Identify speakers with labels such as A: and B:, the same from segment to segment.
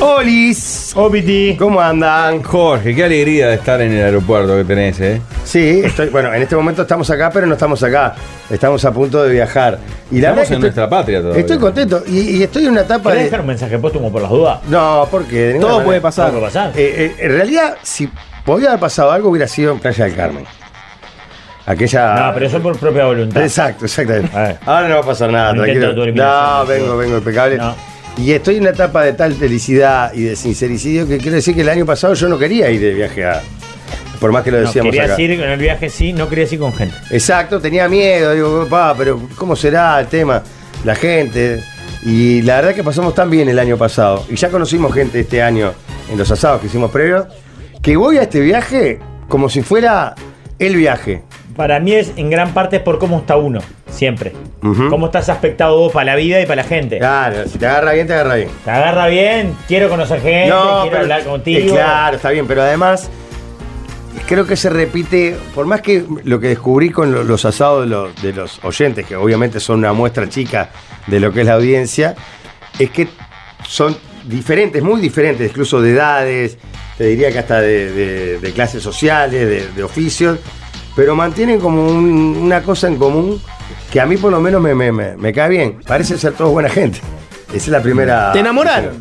A: Olis,
B: Obiti.
A: ¿cómo andan?
C: Jorge, qué alegría de estar en el aeropuerto que tenés, ¿eh?
A: Sí, estoy, bueno, en este momento estamos acá, pero no estamos acá. Estamos a punto de viajar. Y la verdad
C: Estamos en
A: que estoy-
C: nuestra patria todavía.
A: Estoy contento y, y estoy en una etapa
B: ¿Puedes
A: de...
B: dejar un mensaje póstumo por las dudas?
A: No, porque... de ninguna
D: Todo
A: manera-
D: puede pasar.
B: ¿Todo puede pasar?
A: Eh, eh, en realidad, si podía haber pasado algo, hubiera sido en Playa del Carmen. Aquella...
B: No, pero eso por propia voluntad.
A: Exacto, exactamente.
B: A ver.
A: Ahora no va a pasar nada,
B: No intento
A: tranquilo.
B: tu eliminación,
A: No, vengo,
B: por
A: vengo impecable.
B: No.
A: Y estoy en una etapa de tal felicidad y de sincericidio que quiero decir que el año pasado yo no quería ir de viaje a. Por más que lo
B: No,
A: decíamos
B: quería
A: acá.
B: ir en el viaje sí, no quería ir con gente.
A: Exacto, tenía miedo, digo, papá, pero ¿cómo será el tema? La gente. Y la verdad que pasamos tan bien el año pasado. Y ya conocimos gente este año en los asados que hicimos previos. Que voy a este viaje como si fuera el viaje.
B: Para mí es en gran parte es por cómo está uno, siempre.
A: Ujú.
B: Cómo estás aspectado vos para la vida y para la gente.
A: Claro, si te agarra bien, te agarra bien.
B: Te agarra bien, quiero conocer gente,
A: No,
B: quiero
A: pero-
B: hablar contigo.
A: eh, claro, está bien, pero además creo que se repite, por más que lo que descubrí con lo- los asados de lo- de los oyentes, que obviamente son una muestra chica de lo que es la audiencia, es que son diferentes, muy diferentes, incluso de edades, te diría que hasta de, de- de clases sociales, de, de oficios, pero mantienen como un- una cosa en común que a mí por lo menos me, me- me- me cae bien. Parece ser todos buena gente. Esa es la primera...
D: Te enamoraron.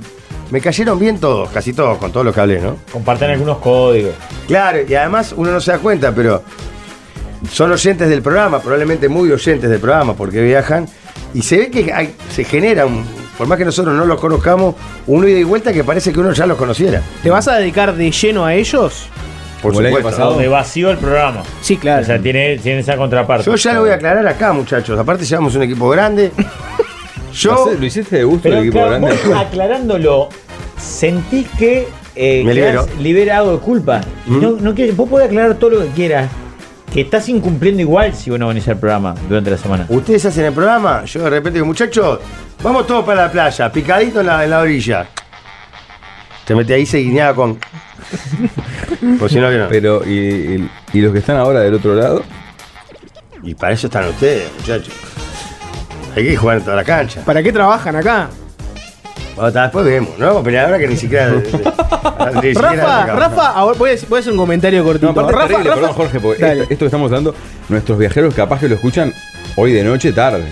A: Me cayeron bien todos, casi todos, con todos los que hablé, ¿no?
B: Comparten algunos códigos.
A: Claro, y además uno no se da cuenta, pero son oyentes del programa, probablemente muy oyentes del programa, porque viajan, y se ve que hay- se genera, un- por más que nosotros no los conozcamos, un ida y vuelta que parece que uno ya los conociera.
D: ¿Te vas a dedicar de lleno a ellos?
A: Por
C: Como el año
A: supuesto.
C: pasado.
B: Donde vacío el programa.
D: Sí, claro.
B: O sea, tiene, tiene esa contraparte.
A: Yo ya lo voy a aclarar acá, muchachos. Aparte llevamos un equipo grande.
C: ¿Lo
A: Yo
C: haces- ¿Lo hiciste de gusto
B: Pero
C: el equipo
B: claro,
C: grande?
B: vos aclarándolo, sentís que eh,
A: Me
B: quedás
A: libero.
B: liberado de culpa. Y
A: Mm.
B: No, no quieres- vos podés aclarar todo lo que quieras. Que estás incumpliendo igual si vos no venís al programa durante la semana.
A: Ustedes hacen el programa, yo de repente digo, muchachos, vamos todos para la playa, picadito en la, en la orilla. Te metí ahí seguineada con. Por si no que no.
C: Pero, ¿y, y- y los que están ahora del otro lado?
A: Y para eso están ustedes, muchachos. Hay que jugar en toda la cancha.
D: ¿Para qué trabajan acá?
A: Bueno, está, después vemos, ¿no? Pero ahora que ni siquiera. ni siquiera
D: Rafa, Rafa, ahora voy a, voy a hacer un comentario cortito.
C: No, aparte es
D: Rafa,
C: terrible,
D: Rafa-
C: perdón, Jorge, porque
D: Dale.
C: esta- esto que estamos hablando, nuestros viajeros capaz que lo escuchan hoy de noche tarde.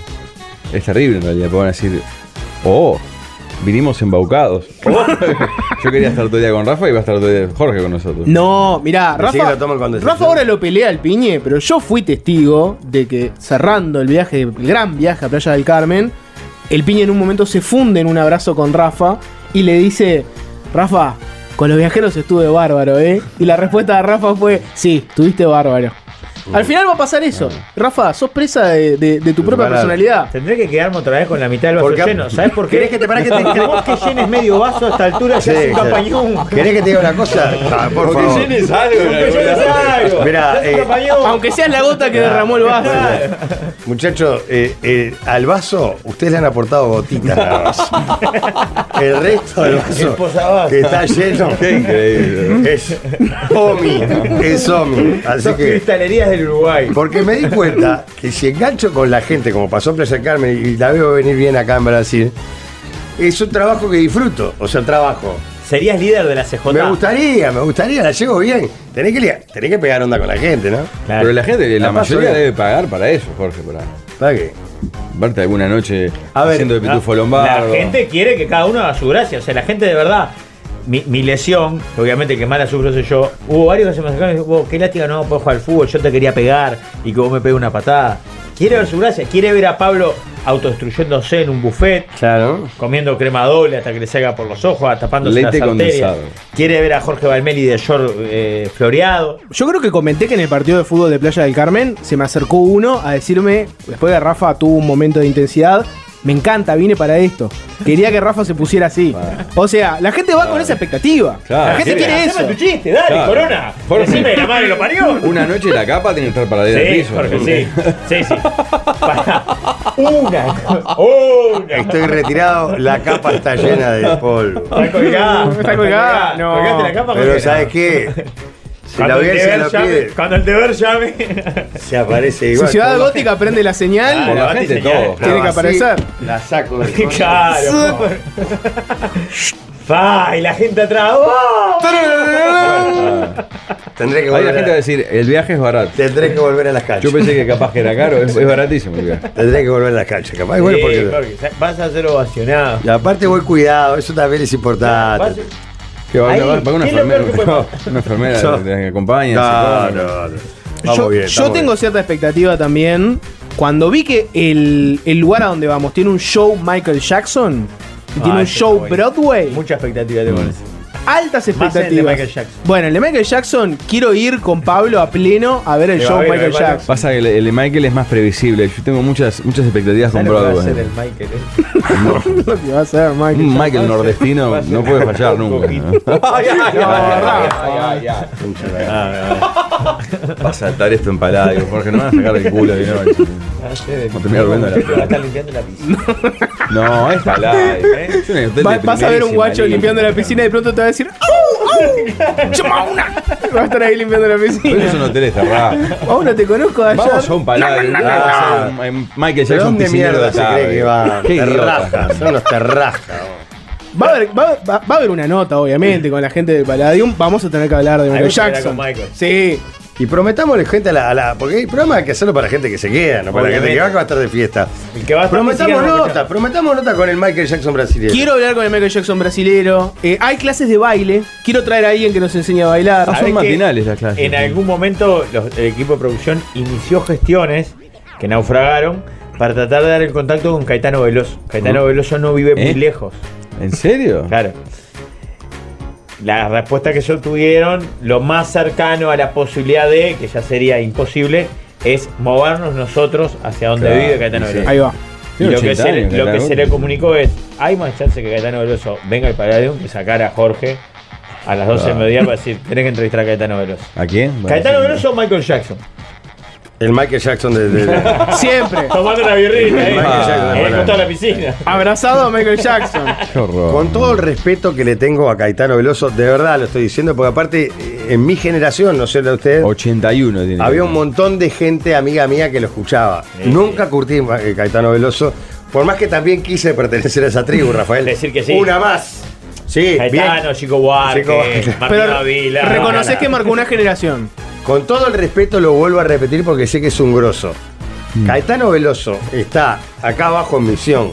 C: Es terrible en realidad, porque van a decir, oh, vinimos embaucados. Oh, Yo quería estar todo el día con Rafa y va a estar todo el día Jorge con
A: Pues,
C: nosotros.
D: No, mirá,
A: Decí que
D: Rafa,
A: lo toman con decisión.
D: Rafa ahora lo pelea al piñe, pero yo fui testigo de que cerrando el viaje, el gran viaje a Playa del Carmen, el piñe en un momento se funde en un abrazo con Rafa y le dice, Rafa, con los viajeros estuve bárbaro, ¿eh? Y la respuesta de Rafa fue, sí, estuviste bárbaro. Al final va a pasar eso. Rafa, sos presa de, de- de tu
A: Ah. Tu
D: propia
A: palabra.
D: personalidad.
B: Tendré que quedarme otra vez con la mitad del vaso
A: Porque-
B: lleno. ¿Sabes por qué?
A: ¿Querés que te- pará que te-
B: Entre vos que llenes medio vaso a esta altura
A: Sí,
B: ya es un
A: sí.
B: campañón.
A: ¿Querés que te diga una cosa? Ah, por favor.
C: algo.
B: Aunque llenes algo,
A: Mirá,
B: ya es un
A: eh,
B: campañón.
D: Aunque seas la gota que derramó el vaso.
A: Muchachos, eh, eh, al vaso ustedes le han aportado gotitas al vaso. El resto del
B: El
A: vaso
B: posavasos.
A: que está lleno
C: Qué increíble.
A: es Omi, es Omi. Así
B: Sos
A: que,
B: cristalerías del Uruguay.
A: porque me di cuenta que si engancho con la gente, como pasó en Playa del Carmen y la veo venir bien acá en Brasil, es un trabajo que disfruto, o sea, trabajo.
B: Serías líder de la CJ.
A: Me gustaría, me gustaría, la llevo bien. Tenés que, lia- tenés que pegar onda con la gente, ¿no?
B: Claro.
C: Pero la gente, la,
A: La paso
C: mayoría
A: bien.
C: debe pagar para eso, Jorge, para
A: ¿Para qué?
C: verte alguna noche
A: A ver,
C: haciendo de pitufo
B: Ah,
C: lombardo.
B: La gente quiere que cada uno haga su gracia. O sea, la gente de verdad. Mi, mi lesión, obviamente que más la sufro soy yo. Hubo varios que se me acercaron y dijeron, "Vos, qué lástima no puedo jugar al fútbol, yo te quería pegar y que vos me pegues una patada. Quiere ver su gracia, quiere ver a Pablo autodestruyéndose en un buffet,
A: Claro.
B: comiendo crema doble hasta que le salga por los ojos, tapándose
C: Leite
B: las arterias.
C: condensado.
B: Quiere ver a Jorge Valmeli de short eh, floreado.
D: Yo creo que comenté que en el partido de fútbol de Playa del Carmen se me acercó uno a decirme, después de Rafa tuvo un momento de intensidad, me encanta, vine para esto. Quería que Rafa se pusiera así. O sea, la gente va con esa expectativa.
C: Claro,
D: la gente
C: quiere-
D: quiere eso.
B: Haceme tu chiste, dale,
C: Claro.
B: corona.
C: Jorge.
B: Decime, la madre lo parió.
C: Una noche la capa tiene que estar para
B: Sí,
C: el piso.
B: Jorge,
C: ¿no?
B: sí. Sí, sí. Para una, una.
A: Estoy retirado, la capa está llena de polvo.
B: Está colgada.
D: Está colgada, no.
B: Colgate la capa,
A: Pero
B: Jorge.
A: ¿sabes qué? Si la audiencia lo pide,
B: cuando el deber llame.
A: se aparece igual.
D: Sociedad
A: Con la-
D: Gótica prende la señal.
C: Por
B: Claro.
C: la
B: Levante
C: gente,
B: señal.
C: todo.
A: la
D: tiene que
A: vací-
D: aparecer.
A: La saco del coche.
B: claro. por favor. Pa, y la gente atrás. ¡oh!
A: Tendré que
C: Hay
A: volver.
C: la gente va a
A: a,
C: decir, el viaje es barato.
A: tendré que volver a las
C: Yo
A: canchas.
C: pensé que capaz que era caro, es, es baratísimo el viaje.
A: Tendré que volver a las canchas, capaz. Bueno,
B: Sí,
A: porque-
B: Jorge, sa- vas a ser ovacionado.
A: Y aparte voy cuidado, eso también es
B: Vas-
A: importante.
C: Que va,
B: Ahí,
C: va- va una
B: ¿qué es lo
C: enfermera,
B: peor que puede
C: no, una enfermera
A: Yo-
C: de- de la que acompaña.
A: No,
C: psicóloga.
A: no, no. Vamos
D: Yo,
A: bien,
D: yo
A: estamos
D: tengo
A: bien.
D: cierta expectativa también. Cuando vi que el, el lugar a donde vamos tiene un show Michael Jackson y
B: Ah,
D: tiene un
B: ese
D: show
B: está bueno.
D: Broadway,
B: Mucha expectativa tengo con eso.
D: altas
B: Más el de
D: expectativas.
B: Michael Jackson.
D: Bueno, el de Michael Jackson, quiero ir con Pablo a pleno a ver el
B: Te va
D: show
B: a ver,
D: Michael
B: hermano.
D: Jackson.
C: Pasa que el, el de Michael es más previsible. Yo tengo muchas, muchas expectativas con
B: ¿Sabes lo que va a
C: Broadway.
B: hacer el Michael? eh?
D: Lo que va a hacer Michael
C: Un
D: Jackson.
C: Michael nordestino no puede fallar nunca. ¿no?
B: Ay, ay, ay, ay, ay. ah.
C: Va a saltar esto en palada, digo, Jorge, no me van a sacar el culo de noche.
B: Va a ser el-
C: No te me arruinas la
B: Va a estar limpiando la piscina.
C: No, es palada. digo, ¿eh? Es un
B: Mm,
C: hotel
D: Va-
C: de
D: vas a ver un
C: primerísima
D: guacho
C: liga.
D: limpiando la piscina y de pronto te va a decir ¡Au! ¡Au! ¡Chamauna! Va a estar ahí limpiando la
C: Pero eso
D: piscina.
C: es un hotel cerrado.
D: Aún no te conozco de allá.
C: Vamos a un palada. digo, va a ser un- Michael
A: ¿Pero
C: Jackson
A: dónde
C: piscinero
A: mierda
C: de
A: se
C: tarde.
A: cree que va?
C: Qué idiota.
A: Terraja, son los terrajas. vos.
D: Va a, haber, va, va- va a haber una nota, obviamente, con la gente de Palladium. Vamos a tener que hablar de Michael
B: vamos a hablar
D: Jackson.
B: con Michael.
D: Sí.
A: Y prometámosle gente a la, a la- Porque hay programa hay que hacerlo para gente que se queda, no para la gente que va que va a estar de fiesta.
B: El que va a estar
A: Prometamos
B: ni siquiera nos va a
A: nota, prometamos nota con el Michael Jackson brasileño.
D: Quiero hablar con el Michael Jackson brasilero. Eh, hay clases de baile. Quiero traer a alguien que nos enseñe a bailar.
C: Ah, son
B: ¿Sabés que
C: matinales las clases.
B: En algún momento los- el equipo de producción inició gestiones que naufragaron para tratar de dar el contacto con Caetano Veloso. Caetano Veloso no vive muy
C: ¿Eh? Ah.
B: lejos.
C: ¿En serio?
B: Claro. La respuesta que se obtuvieron, lo más cercano a la posibilidad de, que ya sería imposible, es movernos nosotros hacia donde
C: Claro,
B: vive Caetano
C: sí.
B: Veloso.
D: Ahí va.
B: Y lo que,
C: 80
B: se, le-
C: años,
B: lo que
C: Caetano.
B: se le comunicó es, hay más chance que Caetano Veloso venga al Palladium que sacar a Jorge a las
A: Ah.
B: 12 del
C: Claro.
B: mediodía para decir, tenés que entrevistar a Caetano Veloso.
C: ¿A quién? Bueno,
B: Caetano
C: sí.
B: Veloso o Michael Jackson.
A: El Michael Jackson de. de- de-
D: Siempre.
B: Tomando la birrita,
A: Michael Jackson,
B: eh. En el
A: bueno.
B: costado de la piscina.
D: Abrazado a Michael Jackson.
C: Qué horror.
A: Con todo el respeto que le tengo a Caetano Veloso, de verdad lo estoy diciendo, porque aparte, eh, en mi generación, no sé la de ustedes,
C: 81 tiene.
A: había un montón de gente amiga mía que lo escuchaba.
B: Sí.
A: Nunca curtí ma- eh, Caetano Veloso, por más que también quise pertenecer a esa tribu, Rafael.
B: Decir que sí.
A: Una más. Sí,
B: Caetano,
A: bien.
B: Chico Buarque,
A: Chico Buarque.
B: Martín
D: Pero
B: Ávila.
D: reconoces que marcó una generación.
A: Con todo el respeto lo vuelvo a repetir porque sé que es un grosso.
B: Mm.
A: Caetano Veloso está acá abajo en misión.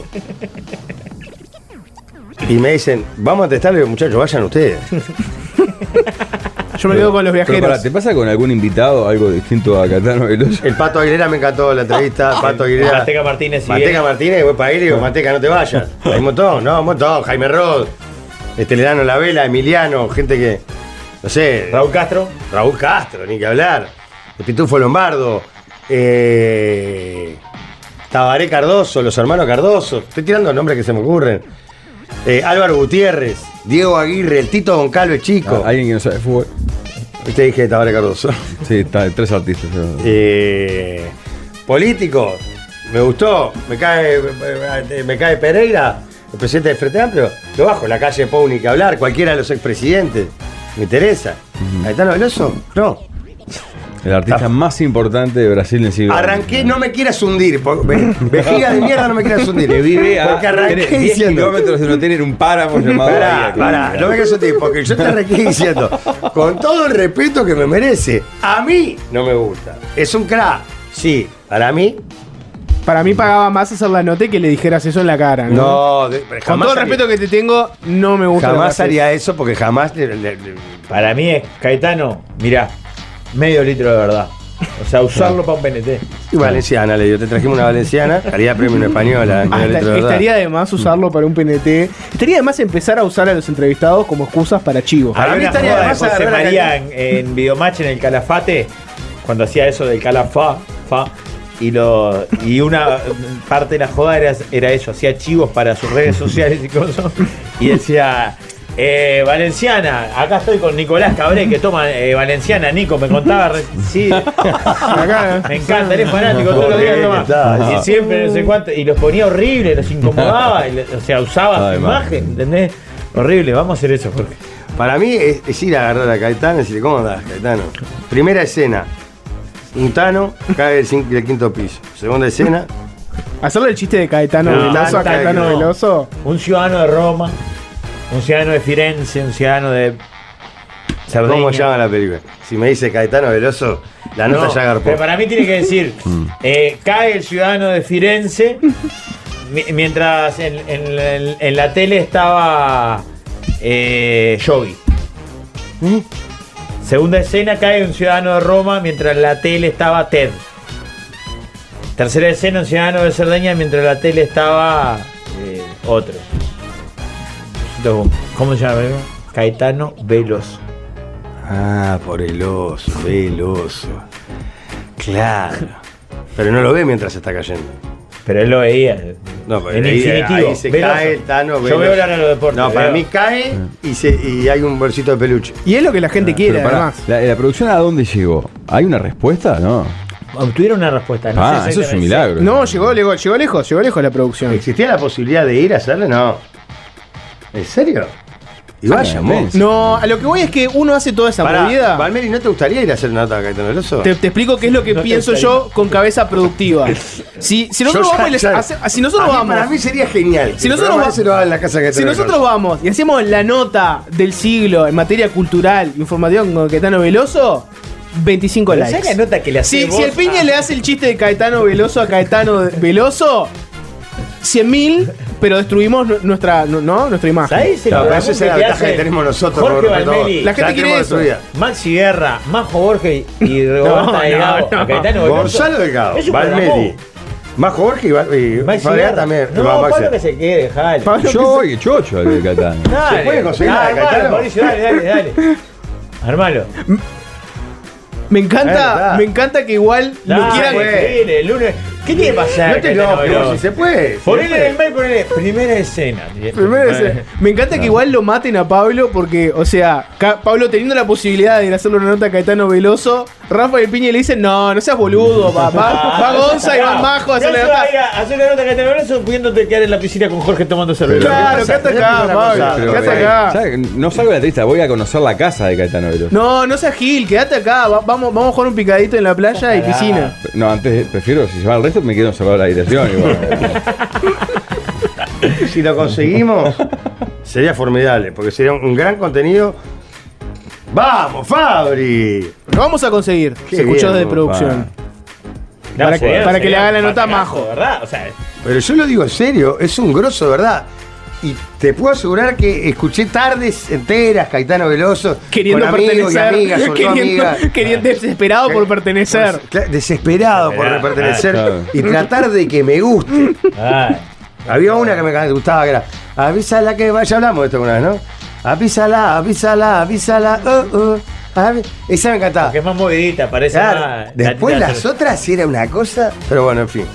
A: Y me dicen, vamos a testarlo, muchachos, vayan ustedes.
D: Yo me quedo con los
C: Pero pará,
D: viajeros.
C: ¿te pasa con algún invitado algo distinto a Catano Veloso?
A: El Pato Aguilera me encantó la entrevista. Pato Aguilera.
B: Mateca Martínez y
A: Mateca Martínez, voy para ahí y le digo, Mateca, no te vayas. Hay un montón, no, un montón. Jaime Rod, Estelano La Vela, Emiliano, gente que. No sé.
B: Raúl Castro.
A: Raúl Castro, ni que hablar. El Pitufo Lombardo. Eh, Tabaré Cardoso, los hermanos Cardoso. Estoy tirando nombres que se me ocurren. Eh, Álvaro Gutiérrez, Diego Aguirre, el Tito Goncalves, chico.
C: Ah, ¿Alguien que no sabe fútbol?
A: Te dije Tabaré Cardoso.
C: Sí, está, tres artistas. yo-
A: Eh, político, me gustó, me cae, me, me cae Pereira, el presidente del Frente Amplio, lo bajo, la calle Pau ni que hablar, cualquiera de los expresidentes, me interesa. ¿Caetano Veloso? No.
C: El artista más importante de Brasil en siglo.
A: Arranqué, no me quieras hundir, po- ve- vejiga de mierda, no me quieras hundir.
C: Que vive a
A: porque arranqué
C: 10
A: diciendo...
C: kilómetros de no tener un páramo llamado.
A: Pará,
C: Bahía.
A: pará, no me quieras hundir, porque yo te arranqué diciendo, con todo el respeto que me merece, a mí no me gusta. Es un crack, sí, para mí
D: Para mí pagaba más hacer la nota y que le dijeras eso en la cara, ¿no?
A: No, de- pero jamás
D: Con todo el respeto que te tengo, no me gusta. lo que
A: jamás
D: haces.
A: haría eso porque jamás le- le- le-
B: Para mí es Caetano, mirá, medio litro de verdad. O sea, usarlo para un PNT.
A: y valenciana le digo, te trajimos una valenciana, estaría premio en española.
D: Ah,
A: señor
D: esta-
A: Leandro, ¿verdad?
D: estaría de más usarlo para un PNT. Estaría de más empezar a usar a los entrevistados como excusas para chivos.
A: Ah,
B: Para
A: mí
B: mí
A: estaría de
B: estaría
A: más
B: José
A: agarrar a
B: María en, en Videomatch en el Calafate, cuando hacía eso del Calafá, fa, y, lo, y una parte de la joda era, era eso, hacía chivos para sus redes sociales y cosas, y decía, eh, Valenciana, acá estoy con Nicolás Cabré, que toma eh, Valenciana, Nico, me contaba, re- sí,
D: Acá,
B: me encanta, eres fanático, todos los días toma.
A: ¿eh? Está,
B: Y siempre, no sé cuánto, y los ponía horrible, los incomodaba, y le- o sea, usaba
C: Ay,
B: su
C: madre.
B: imagen, ¿entendés? Horrible, vamos a hacer eso, Jorge.
A: Para mí es, es ir a agarrar a Caetano y decirle, ¿cómo andás, Caetano? Primera escena, un Tano cae del, cin- del quinto piso. Segunda escena,
D: Hacerle el chiste de Caetano
A: No,
D: Veloso a
A: tanta que
D: Caetano
A: no.
D: Veloso.
B: Un ciudadano de Roma, un ciudadano de Firenze, un ciudadano de. Sardeña.
A: ¿cómo llama la película? Si me dice Caetano Veloso, la nota
B: No,
A: ya garpó.
B: Pero para mí tiene que decir: eh, cae el ciudadano de Firenze, mi- mientras en, en- en- en la tele estaba eh, Jovi. Segunda escena: cae un ciudadano de Roma, mientras en la tele estaba Ted. Tercera escena: un ciudadano de Cerdeña, mientras en la tele estaba eh, otro. Luego, ¿Cómo se llama? Caetano Veloso.
A: Ah, por el oso, el oso. Claro. Pero no lo ve mientras está cayendo.
B: Pero él lo veía.
A: No, pero
B: en
A: ahí-
B: infinitivo.
A: ahí se
B: Veloso.
A: cae el Tano
B: Yo
A: Veloso.
B: veo hablar de los deportes.
A: No, para
B: veo.
A: mí cae y, se- y hay un bolsito de peluche.
D: Y es lo que la gente quiere,
C: Pero pará,
D: además.
C: la, la producción a dónde llegó? ¿Hay una respuesta? No.
B: Obtuvieron una respuesta. No
C: ah,
B: sé
C: eso es un
B: exactamente.
C: milagro.
D: No, llegó, llegó, llegó lejos, llegó lejos la producción.
A: ¿Existía la posibilidad de ir a hacerlo? No. ¿En serio? Y vaya,
C: Ah,
A: mo.
C: sí.
D: No, a lo que voy es que uno hace toda esa
A: Pará,
D: movida.
A: Valmeri, ¿no te gustaría ir a hacer una nota a Caetano Veloso?
D: Te, te explico qué es lo que
B: No te
D: pienso yo con cabeza productiva. Si, si nosotros
A: Yo ya-
D: vamos, y les
A: ya-
D: hace- si nosotros
A: a mí-
D: vamos
A: Para mí sería genial.
D: Si nosotros va-
A: vamos. Se lo hagan en la casa de Caetano
D: Si nosotros
A: Veloso.
D: vamos y hacemos la nota del siglo en materia cultural, informativa con Caetano Veloso, 25
B: Pero ¿sabes
D: likes.
B: la nota que le hace
D: si,
B: vos
D: si el piñe
A: ah.
B: a-
D: le hace el chiste de Caetano Veloso a Caetano de- Veloso, 100.000, pero destruimos nu- nuestra, nu- ¿no? nuestra imagen.
B: ¿Sabés el
A: No, pero
B: pregunta
A: esa es la
B: que
A: ventaja
B: hace
A: que tenemos nosotros.
B: Jorge
A: con respecto a vos.
B: Valmeli,
D: La gente
A: Ya
D: quiere
A: tenemos
D: eso.
A: destruida.
B: Maxi Guerra, Majo Borges y Roberta
D: No,
B: Delgado.
D: no, no.
B: Caetano Veloso.
A: Gonzalo Delgado,
B: Es un
A: Valmeli.
B: programón.
A: Más Jorge y, Val- y
B: Maxi
A: Fabregat
B: Guerra.
A: también.
B: No,
A: Va, Maxi.
B: Pablo que se quede, dejale.
D: Pablo,
C: Yo voy, chocho, al de Catán.
B: Dale.
A: ¿Se puede conseguir la de
B: Ah, armalo,
A: Caetano?
B: Mauricio, dale, dale, dale. Armalo.
D: Me
A: Es
D: encanta,
A: verdad.
D: me encanta que igual
B: Dale,
D: lo quieran.
A: pues.
B: dale, el lunes. ¿Qué tiene que pasar?
A: No te
B: Caetano
A: enojes,
B: Veloso?
A: si se puede. si se
B: Ponele en
A: puede.
B: el mail, ponele primera escena.
D: Primero ese. Me encanta que igual lo maten a Pablo porque, o sea, ca- Pablo teniendo la posibilidad de ir a hacerle una nota a Caetano Veloso, Rafa y Piña le dicen, no, no seas boludo, papá.
B: Ah,
D: Va Gonza y va Majo a hacerle la nota.
B: Hacer una nota que te merece pudiéndote quedar en la piscina con Jorge tomando cerveza.
D: Claro, quédate acá,
A: Pero-
D: Pablo.
A: Pero-
D: Quédate acá.
C: ¿sabes? eh, No salgo de la trista, voy a conocer la casa de Caetano Veloso.
D: No, no seas Gil, quédate acá. Va- vamos, vamos a jugar un picadito en la playa y
B: Ojalá.
D: piscina.
C: No, antes prefiero, si se va el resto, me quedo encerrado en la dirección. y bueno.
A: Si lo conseguimos, sería formidable, porque sería un- un gran contenido. ¡Vamos, Fabri!
D: Lo vamos a conseguir.
A: Qué
D: Se escuchó
A: bien,
D: desde
A: vos,
D: producción.
B: No,
D: Para que-
B: sería-
D: para que le
B: sería
D: haga la
B: un
D: nota a
B: batacazo,
D: Majo.
B: ¿Verdad? O sea,
A: Pero yo lo digo en serio, es un grosso, de ¿verdad? Y te puedo asegurar que escuché tardes enteras Caetano Veloso
D: Queriendo
A: con amigos y
D: pertenecer.
A: amigas, sobre todo
D: queriendo,
A: amigas.
D: queriendo- desesperado por
A: Eh,
D: pertenecer.
A: Pues, cla- desesperado
B: Desesperado,
A: por pertenecer
C: claro.
A: y tratar de que me guste.
B: ay,
A: Había una que me gustaba que era Avísala que va", ya hablamos de esto una vez, ¿no? Avísala, avísala, avísala, oh, oh, avi-". Esa me encantaba.
B: que es más movidita, parece
A: Claro,
B: más-
A: después
B: la- la-
A: las otras sí era una cosa. Pero bueno, en fin.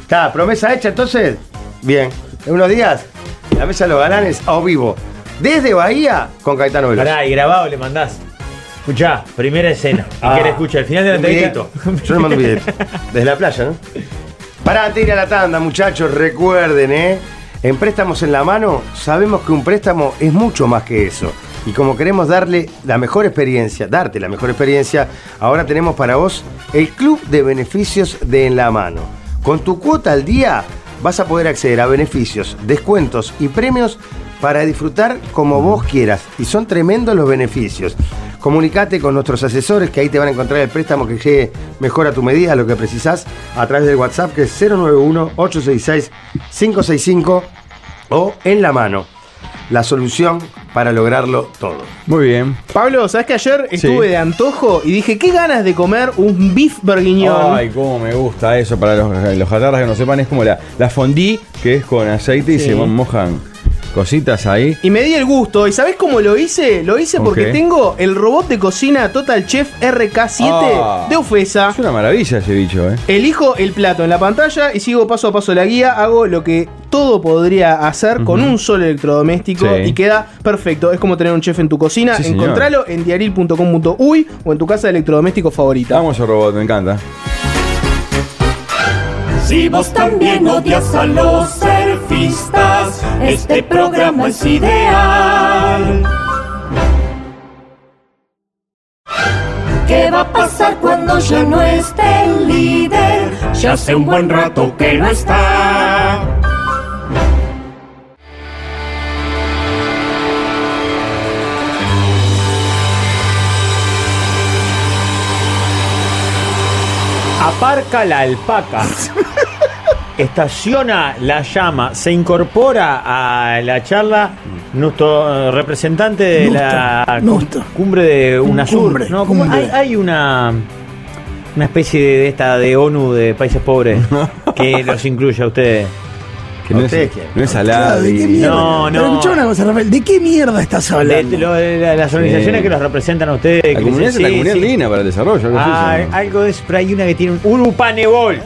A: Está, promesa hecha entonces. Bien. En unos días, la mesa de los galanes a vivo. Desde Bahía con Caetano Veloso.
B: Pará, y grabado le mandás. Escuchá, primera escena. ¿Y
A: Ah,
B: qué le escucha? El final de la
A: un
B: entrevista.
A: videíto. Yo le mando un videito. Desde la playa, ¿no? Pará, antes de ir a la tanda, muchachos, recuerden, ¿eh? En préstamos en la mano, sabemos que un préstamo es mucho más que eso. Y como queremos darle la mejor experiencia, darte la mejor experiencia, ahora tenemos para vos el Club de Beneficios de En la Mano. Con tu cuota al día vas a poder acceder a beneficios, descuentos y premios para disfrutar como vos quieras. Y son tremendos los beneficios. Comunicate con nuestros asesores que ahí te van a encontrar el préstamo que llegue mejor a tu medida, lo que precisás, a través del WhatsApp que es 091-866-565 o en la mano. La solución para lograrlo todo.
C: Muy bien.
D: Pablo, ¿sabes que ayer estuve de antojo y dije, qué ganas de comer un beef bourguignon?
C: Ay, cómo me gusta eso. Para los, los jatarras que no sepan, es como la, la fondue, que es con aceite y
D: Sí.
C: se mo- mojan cositas ahí.
D: Y me di el gusto, ¿y sabes cómo lo hice? Lo hice porque
C: Ok.
D: tengo el robot de cocina Total Chef RK7
C: Ah.
D: de Ofesa.
C: Es una maravilla ese bicho, ¿eh?
D: Elijo el plato en la pantalla y sigo paso a paso la guía, hago lo que todo podría hacer con un solo electrodoméstico
C: Sí.
D: y queda perfecto. Es como tener un chef en tu cocina,
C: Sí, señor.
D: encontralo en diaril.com.uy o en tu casa de electrodoméstico favorita.
C: Vamos al robot, me encanta.
E: Si vos también odias a los surfistas, este programa es ideal. ¿Qué va a pasar cuando ya no esté el líder? Ya hace un buen rato que no está.
B: Aparca la alpaca. Estaciona la llama. Se incorpora a la charla nuestro eh, representante de la cum- cumbre de UNASUR.
F: Cumbre,
B: No, ¿cómo? Hay, hay una una especie de, de esta de ONU de países pobres que los incluye a ustedes.
C: Que no,
A: Ustedes
C: es,
A: quieren.
C: no es
F: Claro,
C: salado.
F: ¿de qué mierda?
B: No,
F: Pero
B: no.
F: escuchá una cosa, Rafael, ¿de qué mierda estás
B: De-
F: hablando?
B: de lo- de la- las organizaciones
C: Sí.
B: que los representan a ustedes. que
C: La comunidad es
B: dicen,
C: la
B: sí,
C: comunidad
B: sí.
C: andina para el desarrollo. algo así,
B: Ah,
C: ¿no?
B: algo de eso, pero hay una que tiene un Urupanebol.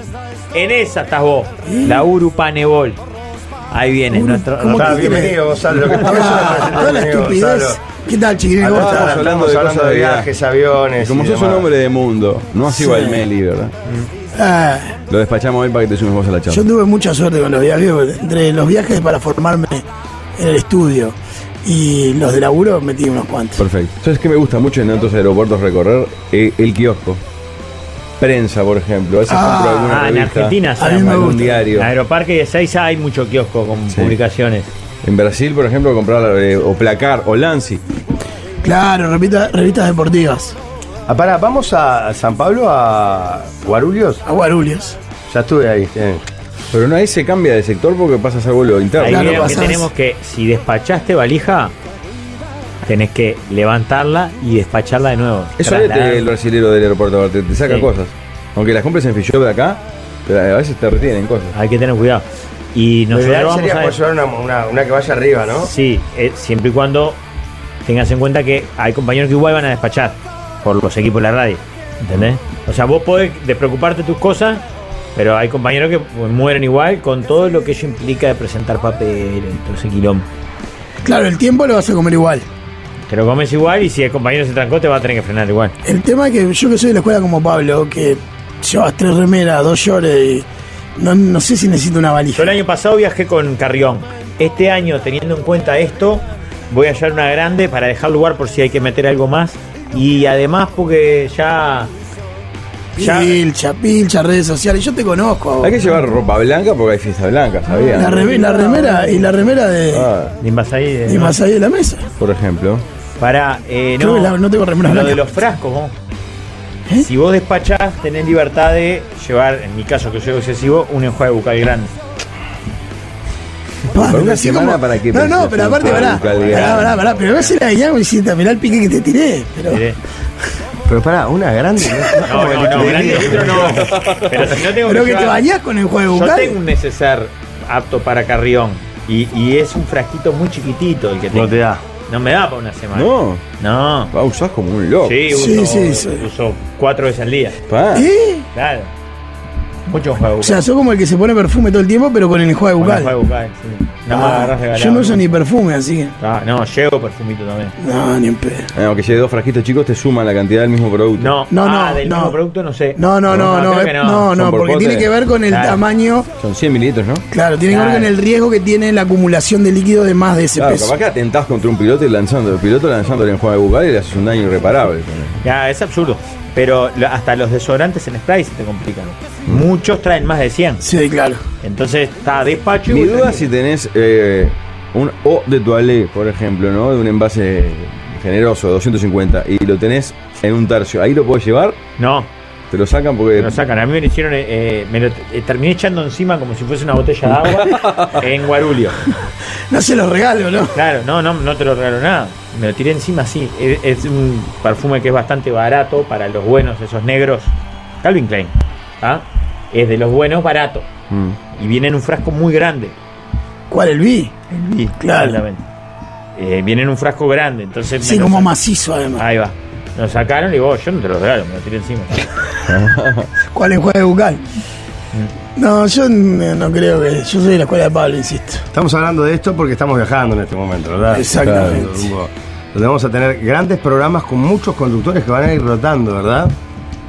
B: En esa estás vos. La Urupanebol. Ahí viene.
F: Uru-
B: nuestro,
F: ¿cómo
B: nuestro-
A: Ah,
F: que tiene?
A: bienvenido, Gonzalo. Lo que estamos
F: Ah, toda la estupidez. ¿Qué tal, chiquilín? ¿Cómo
A: Estamos
F: estás?
A: hablando de,
C: cosas de
A: viajes, aviones.
C: Como
A: y
C: sos un
A: demás.
C: hombre de mundo, no has sido
F: Sí.
C: al Meli, ¿verdad?
F: Ah,
C: Lo despachamos hoy para que te sumes vos a la charla.
F: yo tuve mucha suerte con los viajes, porque entre los viajes para formarme en el estudio y los de laburo metí unos cuantos.
C: Perfecto. ¿Sabes qué me gusta mucho en otros aeropuertos recorrer? Eh, el kiosco. Prensa, por ejemplo. A veces
F: Ah,
C: compro alguna
B: Ah, en
C: revista,
B: Argentina se
F: A mí
B: llama.
F: me
C: algún
F: gusta.
C: diario.
B: En Aeroparque de Seiza hay mucho kiosco con
C: Sí.
B: publicaciones.
C: En Brasil, por ejemplo, comprar eh, o Placar o Lancy.
F: Claro, repita, revistas deportivas.
A: Ah, pará, vamos a San Pablo, a Guarulhos.
F: A Guarulhos.
A: Ya estuve ahí. eh.
C: Pero no, ahí se cambia de sector porque pasas a vuelo interno.
B: Ahí
F: Claro,
B: vieron que
F: pasás.
B: tenemos que, si despachaste valija, tenés que levantarla y despacharla de nuevo.
C: Eso es
B: Trasladar-
C: el brasilero del aeropuerto, aparte, te saca
B: Sí.
C: cosas. Aunque las compres en Fillop de acá, pero a veces te retienen cosas.
B: Hay que tener cuidado. Y
A: Lo
B: nosotros
A: ideal
B: vamos
A: sería
B: a...
A: poder llevar una, una- una que vaya arriba, ¿no?
B: Sí, eh, siempre y cuando tengas en cuenta que hay compañeros que igual van a despachar por los equipos de la radio. ¿Entendés? O sea, vos podés despreocuparte de tus cosas, pero hay compañeros que pues, mueren igual con todo lo que ello implica de presentar papel, todo ese quilombo.
F: Claro, el tiempo lo vas a comer igual.
B: Te lo comes igual y si el compañero se trancó te va a tener que frenar igual.
F: El tema es que yo que soy de la escuela como Pablo, que llevas tres remeras, dos llores y no, no sé si necesito una
B: Yo
F: valija.
B: el año pasado viajé con Carrión. Este año, teniendo en cuenta esto, voy a hallar una grande para dejar lugar por si hay que meter algo más. Y además porque ya... ya-
F: Pilcha, pilcha, redes sociales. Yo te conozco. a vos.
C: Hay que llevar ropa blanca porque hay fiesta blanca, ¿sabían?
F: La, reme- la remera y la remera de,
C: Ah,
B: Ni más ahí, eh,
F: y
B: no.
F: más ahí de la mesa.
C: por ejemplo.
B: Pará, eh,
F: Creo
B: no,
F: que la- no tengo remera
B: lo
F: blanca.
B: de los frascos, vos.
F: ¿Eh?
B: Si vos despachás, tenés libertad de llevar, en mi caso que soy excesivo, un enjuague bucal grande.
F: Pa,
C: ¿Para
F: pero
C: una
F: así
C: semana para qué
F: No, no,
C: preciso?
F: pero aparte,
C: Para
F: pará.
C: buscar el
F: Pará,
C: grano.
F: pará, pará. Pero ves la guía y hiciste, mirá el pique que te tiré. Pero
B: Miré.
A: Pero pará, una grande. ¿no?
B: No, no, no, grande litro no. Pero si no tengo
F: pero que te
B: llevar-
F: bañás con el juego
B: Yo
F: bucal.
B: tengo un neceser apto para carrión. Y, y es un frasquito muy chiquitito el que tengo.
A: No te da.
B: No me da para una semana.
C: No,
B: No.
C: va, usás como un loco.
B: Sí,
F: Sí,
B: uso,
F: sí, sí.
B: uso cuatro veces al día.
C: Pa.
F: ¿Eh?
B: Claro. Mucho enjuague
F: O
B: bucal.
F: sea, sos como el que se pone perfume todo el tiempo, pero con el enjuague
B: Con
F: bucal.
B: enjuague bucal, sí. Nada más
F: Ah,
B: agarrás regalado.
F: yo no uso ni perfume, así que.
B: Ah, no, llevo perfumito también.
F: No, ni en pedo.
C: Eh, Aunque lleve dos frasquitos chicos, te suman la cantidad del mismo producto.
B: No,
F: No,
B: ah,
F: no,
B: del
F: no.
B: mismo producto no sé.
F: No, no, no, no.
B: creo
F: eh,
B: que
F: No, no,
C: Son por
F: porque
C: bote.
F: tiene que ver con el
B: Claro.
F: tamaño.
C: Son 100 mililitros, ¿no?
F: Claro, tiene que ver con
B: Claro.
F: el riesgo que tiene la acumulación de líquido de más de ese
C: Claro,
F: peso.
C: capaz que atentás contra un piloto y lanzando, el piloto lanzando el enjuague bucal y le haces un daño irreparable.
B: Ya, es absurdo. Pero lo- hasta los desodorantes en spray se te complican. Muchos traen más de 100.
F: Sí, claro.
B: Entonces está despacho y
C: Mi
B: vos
C: duda
B: tenés-
C: es si tenés eh, un O de toalé, por ejemplo, ¿no? De un envase generoso, 250, y lo tenés en un tercio. Ahí lo podés llevar,
B: No,
C: te lo sacan porque.
B: me lo sacan. A mí me lo hicieron, eh, eh, me lo eh, terminé echando encima como si fuese una botella de agua en Guarulio.
F: No se los regalo, ¿no?
B: Claro, no, no, no te lo regalo nada. Me lo tiré encima así. Es, es un perfume que es bastante barato para los buenos, esos negros. Calvin Klein. ¿ah? Es de los buenos barato.
C: Mm.
B: Y viene en un frasco muy grande.
F: ¿Cuál el vi?
B: Sí,
F: claro.
B: exactamente. Eh, viene en un frasco grande, entonces. me
F: Sí,
B: lo
F: como
B: sac-
F: macizo además.
B: Ahí va. Nos sacaron y digo, "Oh, yo no te lo regalo, me lo tiré encima.
F: ¿Cuál enjuague bucal?
C: Mm.
F: No, yo n- no creo que. Yo soy de la escuela de Pablo, insisto.
A: Estamos hablando de esto porque estamos viajando en este momento, ¿verdad?
F: Exactamente.
A: Claro, rumbo- Donde vamos a tener grandes programas con muchos conductores que van a ir rotando, ¿verdad?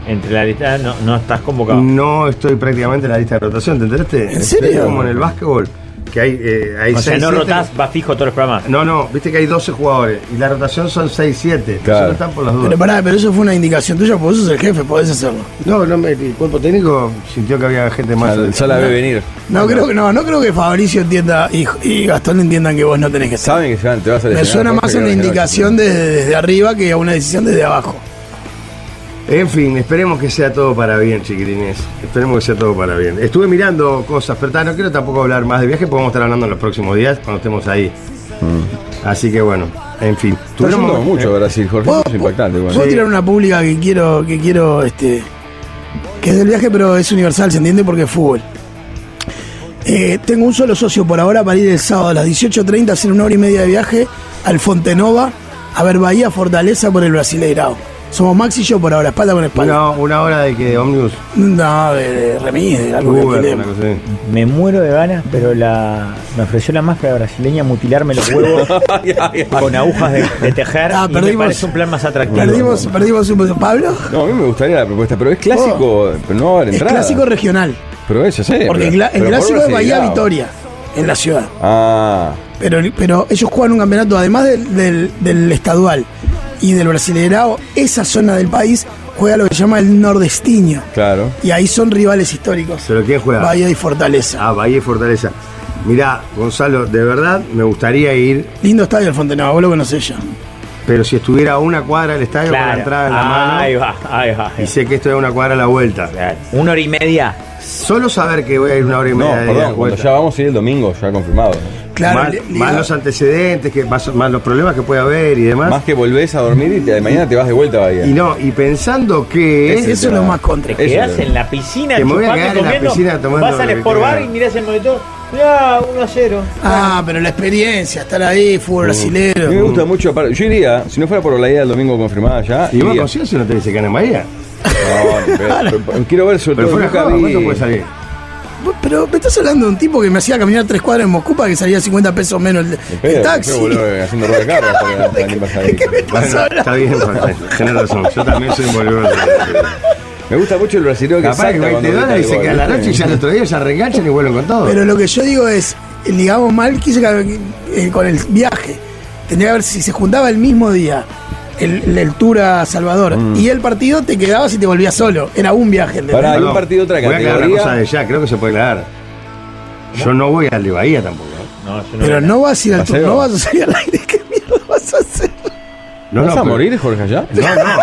B: Entre la lista no, no estás convocado.
F: Mm,
A: No estoy prácticamente en la lista de rotación, ¿te enteraste?
F: ¿En serio?
A: Estoy como en el básquetbol. Que hay, eh, hay
G: O sea,
A: seis,
G: no
A: siete-
G: rotás, vas fijo todos los programas.
A: No, no, viste que hay 12 jugadores y la rotación son 6-7.
C: Claro.
A: Solo están por las dudas.
F: Pero pará, pero eso fue una indicación tuya, porque vos sos el jefe, podés hacerlo.
A: No, no me- el cuerpo técnico sintió que había gente más.
C: Ya, ya la ve venir.
F: No creo que no, no creo que Fabricio entienda y, y Gastón entiendan que vos no tenés que hacer.
C: Saben que se van, te vas a
F: Me
C: lesionar,
F: suena
C: Jorge,
F: más
C: que
F: a una
C: vas a lesionar.
F: indicación desde, desde arriba que a una decisión desde abajo.
A: En fin, esperemos que sea todo para bien, chiquitines. Esperemos que sea todo para bien. Estuve mirando cosas, pero tá, no quiero tampoco hablar más de viaje. Podemos estar hablando en los próximos días cuando estemos ahí. Así que bueno, en fin.
C: Está
A: Tuvimos- eh,
C: yendo mucho a Brasil, Jorge.
F: ¿Puedo,
C: Eso es impactante.
F: ¿puedo
C: bueno.
A: Sí.
F: tirar una pública que quiero, que quiero, este. Que es del viaje, pero es universal, se entiende porque es fútbol. Eh, tengo un solo socio por ahora para ir el sábado a las 18.30 a hacer una hora y media de viaje al Fontenova, a ver Bahía Fortaleza por el Brasileirao. Somos Max y yo por ahora, espalda con espalda.
A: Una, una hora de que Omnibus,
F: No, de, de remis, de algo que
A: Uber, una
F: tenemos.
A: cosa así.
B: Me muero de ganas, pero la me ofreció la máscara brasileña mutilarme los huevos
G: Con agujas de, de tejer.
F: Ah,
G: y me
F: perdimos-
G: parece un plan más atractivo.
F: Perdimos, perdimos un Pablo.
C: No, a mí me gustaría la propuesta, pero es clásico, pero no va a haber
F: Es
C: entrada.
F: clásico regional.
C: Pero eso sé.
F: Porque el,
C: pero-
F: cla- el
C: pero por
F: clásico es Bahía
C: Brasileirao.
F: Victoria, en la ciudad.
C: Ah,
F: Pero, pero ellos juegan un campeonato, además del, del, del estadual y del brasileirao, esa zona del país juega lo que se llama el nordestiño.
C: claro.
F: Y ahí son rivales históricos.
A: ¿Pero quién juega?
F: Bahía y Fortaleza.
A: Ah, Bahía y Fortaleza. Mirá, Gonzalo, de verdad me gustaría ir,
F: Lindo estadio el Fontenova, vos lo conocés ya.
A: pero si estuviera a una cuadra del estadio con la
G: Claro.
A: entrada en la mano.
G: ahí va, ahí va.
A: Y sé que estoy a una cuadra a la vuelta.
G: Una hora y media.
A: Solo saber que voy a ir una hora y
C: No,
A: media de ida y
C: perdón, cuando
A: vuelta.
C: ya vamos a ir el domingo, ya confirmado.
F: Claro,
A: más,
F: li-
A: más
F: liga-
A: los antecedentes, que más, más los problemas que puede haber y demás.
C: Más que volvés a dormir y te- mañana te vas de vuelta a Bahía.
A: Y no, y pensando que
C: Ese
A: es,
F: eso es lo más contra.
C: Eso
G: Quedás
C: creo.
G: en la piscina,
A: Que me voy a
G: chupando,
A: quedar en la
G: comiendo,
A: piscina tomando
G: Vas al
A: lo que
G: Sport Bar
A: tenga.
G: y mirás el monitor. Ya, 1 a 0.
F: Ah, pero la experiencia, estar ahí,
C: Uh.
F: fútbol
C: A mí me
F: brasilero.
C: gusta mucho. aparte- Yo iría, si no fuera por la ida del domingo confirmada ya.
A: y vos
C: iría.
A: consigues una TV que en Bahía.
C: No, ni pedo. Pero- pero Quiero ver sobre
A: Pero
C: todo.
A: fuera
C: nunca
A: joda,
C: vi-
A: ¿cuánto puede salir?
F: Vos- Pero me estás hablando de un tipo que me hacía caminar tres cuadras en Moscú para que salía 50 pesos menos el,
C: Ni
F: el
C: pedo,
F: taxi.
C: yo, boludo, eh. haciendo rueda de carro para- para ni pasar ahí.
F: ¿Qué me estás
A: Bueno,
F: hablando?
A: está bien, Francesco, tenés razón. Yo también soy un boludo.
C: Me gusta mucho el brasileño que
A: Capaz que
C: salta
A: 20
C: cuando grita
A: dólares y
C: el
A: se
C: gol,
A: queda la
C: ¿viste?
A: noche y ya el otro día se reenganchan y vuelven con todo.
F: Pero lo que yo digo es, digamos mal, quise que- eh, con el viaje. Tendría que ver si se juntaba el mismo día el, el tour a Salvador
G: Mm.
F: y el partido, te quedabas y te volvías solo. Era un viaje. ¿entendés?
C: Pará, hay
A: Perdón,
C: un partido otra
A: Voy a aclarar una
C: categoría.
A: cosa de ya, creo que se puede aclarar. Yo no voy al de Bahía tampoco. ¿eh?
G: No, yo
F: Pero no vas a ir al tour,
C: Paseo.
F: no vas a salir al aire. ¿Qué mierda vas a hacer?
A: No,
C: ¿Vas
A: no,
C: a
A: pero-
C: morir, Jorge, allá?
A: No, no.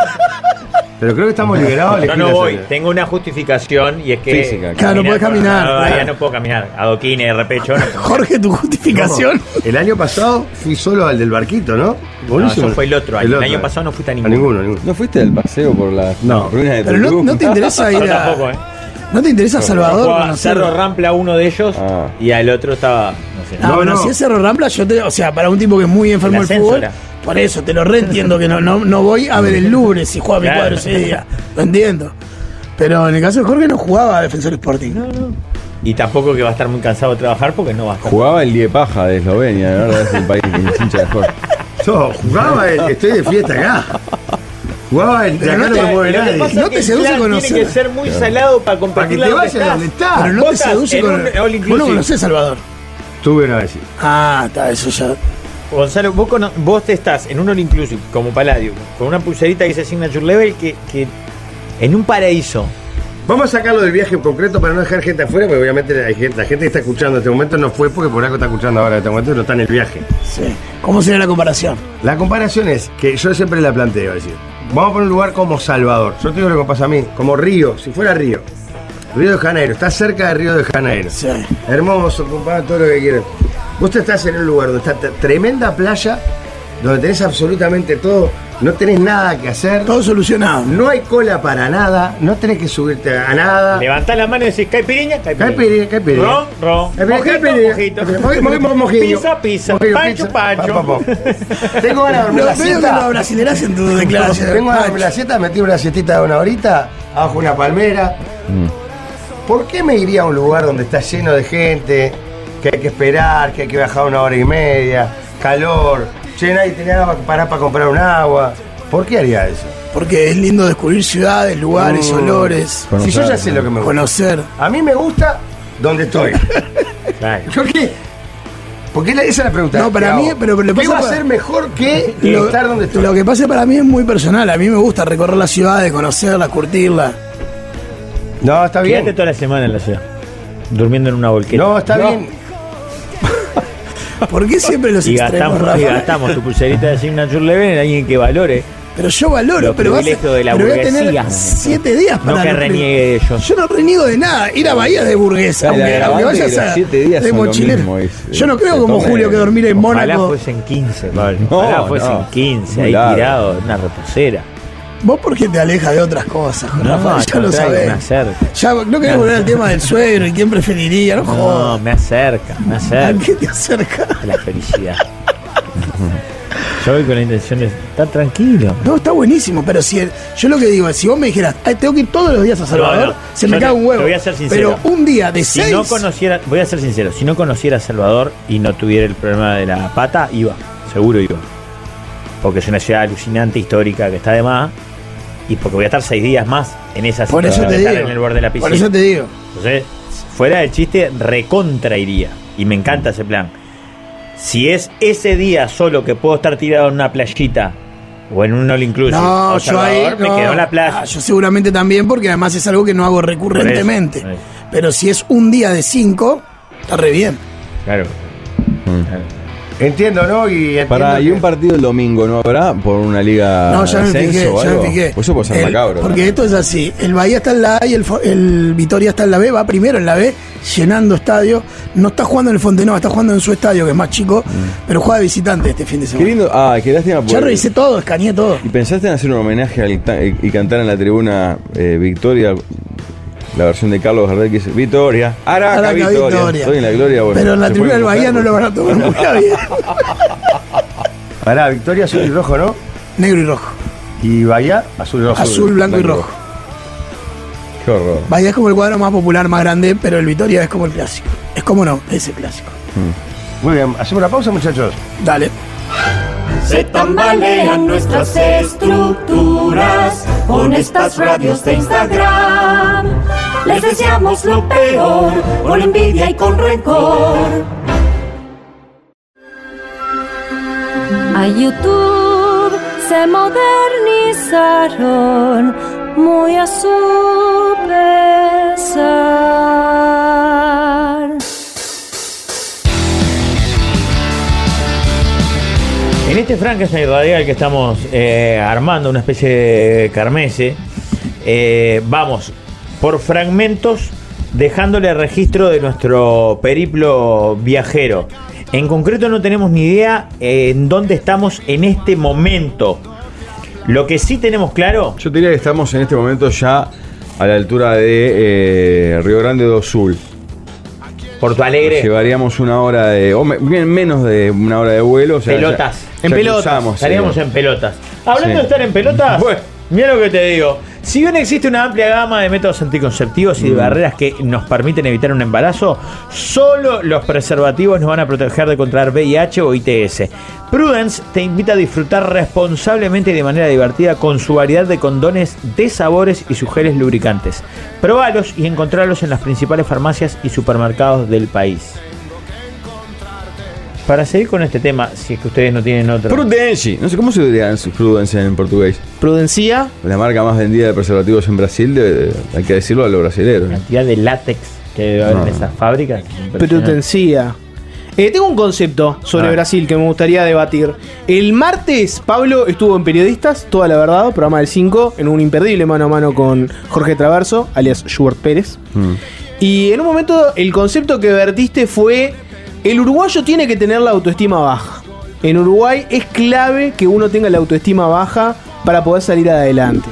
A: Pero creo que estamos liberados. de
G: Yo no
A: esquina
G: voy,
A: esa.
G: tengo una justificación y es que.
C: Física, claro.
F: Claro, no podés caminar,
G: No,
F: claro.
G: ya no puedo caminar. Adoquines, repecho. No,
F: Jorge, tu justificación.
A: El año pasado fui solo al del barquito, ¿no?
G: no, eso fue el otro. año. El, año pasado no fuiste a
A: A
G: ninguno.
A: ninguno, a ninguno.
C: ¿No fuiste al paseo por las
A: No.
C: ruinas de
F: Pero no,
C: Tulum?
F: no te interesa
G: Yo
F: ir
G: tampoco, ¿eh?
F: a. No te interesa Salvador
G: Jugaba
F: conocer.
G: Cerro Rampla a uno de ellos
C: Ah.
G: y al otro estaba. No sé.
F: Ah,
A: No,
F: bueno,
A: no.
F: si es Cerro Rampla, yo te, o sea, para un tipo que es muy enfermo
G: El
F: del
G: ascenso
F: fútbol,
G: era.
F: por eso te lo reentiendo que no, no, no voy a ver el Louvre si juega mi
G: Claro.
F: cuadro ese día. Lo entiendo. Pero en el caso de Jorge no jugaba a Defensor Sporting.
G: Y tampoco que va a estar muy cansado de trabajar porque no va a estar.
C: Jugaba el Liepaja de Eslovenia, la verdad es el país que me hincha de Jorge.
A: No, jugaba el. Estoy de fiesta acá. Jugaba el. De
F: Pero
A: acá
F: no
A: no
F: te-
A: lo mueve
G: Lo que
A: nadie.
G: pasa
F: No
G: es
F: te
G: que el
F: seduce
G: plan
F: conocer.
G: Tiene que ser muy salado para
A: Para que
G: compartir
A: te vayas a donde
F: Pero
B: Ah,
A: estás.
F: no te
G: Botas
F: seduce
G: en
F: con.
G: un all
F: Vos no
G: inclusive.
F: conocés Salvador.
A: Tuve una vez. sí.
F: Ah, está, eso ya.
G: Gonzalo, vos, cono- vos te estás en un All Inclusive como Paladio, con una pulserita que se Signature Level que, que en un paraíso.
A: Vamos a sacarlo del viaje en concreto para no dejar gente afuera, porque obviamente hay gente- la gente que está escuchando en este momento no fue porque por algo está escuchando ahora en este momento y no está en el viaje.
F: Sí. ¿Cómo sería la comparación?
A: La comparación es que yo siempre la planteo, es decir, vamos a poner un lugar como Salvador. Yo te digo lo que pasa a mí, como Río, si fuera Río. Río de Janeiro, está cerca de Río de Janeiro.
F: Sí.
A: Hermoso, compadre, todo lo que quieras. Vos te estás en un lugar donde está t- tremenda playa, donde tenés absolutamente todo, no tenés nada que hacer,
F: Todo solucionado.
A: no hay cola para nada, no tenés que subirte a nada.
G: Levantás la mano y decís, ¿caipirinha?
A: Caipirinha, caipirinha.
G: Ron, ron.
A: Caipirinha, caipirinha. Eh, Mojito, mojito, mojito.
G: Pizza, pizza.
A: Mojito,
G: pancho,
A: pizza.
G: pancho.
A: Pa, pa, pa. Tengo ganas de dormir la
F: No, veo que
A: siesta.
F: lo brasilerás en tu declaración.
A: Vengo a darme
F: Pancho.
A: la siesta, metí una siestita de una horita, abajo una palmera.
F: Mm.
A: ¿Por qué me iría a un lugar donde está lleno de gente, que hay que esperar, que hay que bajar una hora y media, calor, llena y tenía que parar para comprar un agua? ¿Por qué haría eso?
F: Porque es lindo descubrir ciudades, lugares,
A: Mm.
F: olores,
A: Si yo ya sé lo que me gusta.
F: conocer.
A: A mí me gusta donde estoy.
G: Claro.
A: Yo qué? Porque la- esa es la pregunta.
F: No, para
A: que
F: mí,
A: hago.
F: pero- pero
A: ¿Qué
F: lo pasa
A: va a
F: para-
A: ser mejor que estar donde estoy?
F: lo que pasa para mí es muy personal. A mí me gusta recorrer las ciudades, conocerlas, curtirlas.
A: No, está bien.
B: Quédate toda la semana en la ciudad. Durmiendo en una volqueta.
A: No, está bien.
F: ¿Por qué siempre los
B: y
F: extremos,
B: gastamos, y
F: Rafa?
B: gastamos tu pulserita de Signature Leven en alguien que valore.
F: Pero yo valoro,
B: Los
F: pero, vas a-
B: privilegios de la
F: pero voy a tener
B: burguesía.
F: siete días para...
B: No que
F: los pri-
B: reniegue de ellos.
F: Yo no reniego de nada. Ir a Bahía de burguesa.
C: Dale,
F: Aunque,
C: la
F: aunque
C: grabante
F: vayas
C: y los
F: a-
C: siete días
F: de
C: son lo
F: mochilero.
C: mismo, es- eh,
F: yo no creo
C: se
F: como
C: toma
F: Julio
C: el-
F: que dormir en
G: Ojalá
F: Mónaco.
G: fuesen 15, Pablo.
C: No,
G: Ojalá fuesen
C: no.
G: 15,
C: Muy
G: ahí
C: largo.
G: tirado, en una reposera.
F: Vos por qué te alejas de otras cosas, Rafa,
G: al
F: ya lo
G: contrario,
F: sabés.
G: Me acerca.
F: Ya, no querés volver al tema del suegro y quién preferiría, no
G: No,
F: jodas.
G: me acerca, me
F: ¿A
G: acerca
F: qué te acercas?
G: a la felicidad.
B: Yo voy con la intención de estar tranquilo.
F: No, está buenísimo, pero si el- yo lo que digo es, si vos me dijeras, "Ay, tengo que ir todos los días a Salvador,
B: No, no,
F: se
B: yo
F: me
B: te-
F: cae un huevo.
B: te voy a ser sincero.
F: Pero un día de
B: Si
F: seis,
B: no conociera, voy a ser sincero, si no conociera a Salvador y no tuviera el problema de la pata, iba, seguro iba. Porque es una ciudad alucinante, histórica, que está de más, y porque voy a estar seis días más en esa
F: Por
B: ciudad,
F: eso te
B: voy a estar
F: digo.
B: en el borde de la piscina.
F: por eso te digo,
B: Entonces, fuera del chiste, recontra iría. Y me encanta ese plan. Si es ese día solo que puedo estar tirado en una playita o en un all inclusive,
F: no,
B: o
F: yo ahí,
B: "Oh, Salvador, me
F: no.
B: quedo en la playa.
F: Ah, yo seguramente también, porque además es algo que no hago recurrentemente.
B: Por eso, por
F: Pero si es un día de cinco, está re bien.
B: Claro.
A: Entiendo, ¿no? Y entiendo
C: Para, y
A: que-
C: un partido el domingo no habrá por una liga.
F: No, ya me
C: de ascenso
F: fijé,
C: o
F: ya
C: algo? Pues
F: me fijé.
C: Ah, Eso puede ser
F: El-
C: macabro.
F: Porque esto es así, el Bahía está en la A y el, fo- el Vitoria está en la B, va primero en la B, llenando estadio, no está jugando en el Fontenova, está jugando en su estadio, que es más chico, pero juega de visitante este fin de
C: Mm. Qué
F: semana.
C: lindo. Ah, qué lástima.
F: Ya
C: porque-
F: revisé todo, escaneé todo.
C: ¿Y pensaste en hacer un homenaje al ta- y cantar en la tribuna eh, Victoria? La versión de Carlos Gardel que dice Victoria, Araca,
F: Araca,
C: Victoria.
F: Victoria.
C: Estoy en la Ah, gloria, bueno.
F: pero en la
C: se
F: tribuna
C: fue
F: del
C: mi
F: Bahía no
C: mujer,
F: lo van a tomar muy a bien.
A: Pará, Victoria azul y rojo, ¿no?
F: Negro y rojo.
A: Y Bahía azul y rojo.
F: Azul, blanco y rojo.
C: Qué horror.
F: Bahía es como el cuadro más popular, más grande, pero el Vitoria es como el clásico. Es como no, es el clásico.
A: Muy bien, hacemos una pausa, muchachos.
F: Dale.
E: Se tambalean nuestras estructuras con estas radios de Instagram. Les deseamos lo peor, con envidia y con rencor.
H: A YouTube se modernizaron muy a su pesar.
B: En este Frankenstein Radial que estamos eh, armando, una especie de carmese, eh, vamos por fragmentos dejándole registro de nuestro periplo viajero. En concreto no tenemos ni idea eh, en dónde estamos en este momento. Lo que sí tenemos claro,
C: Yo te diría que estamos en este momento ya a la altura de eh, Río Grande do Sul.
B: Porto Alegre,
C: Llevaríamos una hora de. o me- bien, menos de una hora de vuelo. o sea,
B: pelotas.
C: ya- ya cruzamos,
B: Estaríamos
C: sí.
B: en pelotas. Hablando
C: Sí.
B: de estar en pelotas,
C: Bueno.
B: mira lo que te digo. Si bien existe una amplia gama de métodos anticonceptivos y
C: Mm.
B: de barreras que nos permiten evitar un embarazo, solo los preservativos nos van a proteger de contraer VIH o ITS. Prudence te invita a disfrutar responsablemente y de manera divertida con su variedad de condones de sabores y sus geles lubricantes. Probalos y encontralos en las principales farmacias y supermercados del país. Para seguir con este tema, si es que ustedes no tienen otro.
C: Prudenci. No sé cómo se diría Prudenci en portugués.
D: Prudencia,
C: La marca más vendida de preservativos en Brasil, de- de- hay que decirlo a los brasileños.
B: cantidad de látex que debe haber en esas fábricas.
D: prudencia. Eh, tengo un concepto sobre Brasil que me gustaría debatir. El martes, Pablo estuvo en Periodistas, toda la verdad, programa del 5, en un imperdible mano a mano con Jorge Traverso, alias Schubert Pérez.
C: Mm.
D: Y en un momento el concepto que vertiste fue, el uruguayo tiene que tener la autoestima baja. En Uruguay es clave que uno tenga la autoestima baja para poder salir adelante.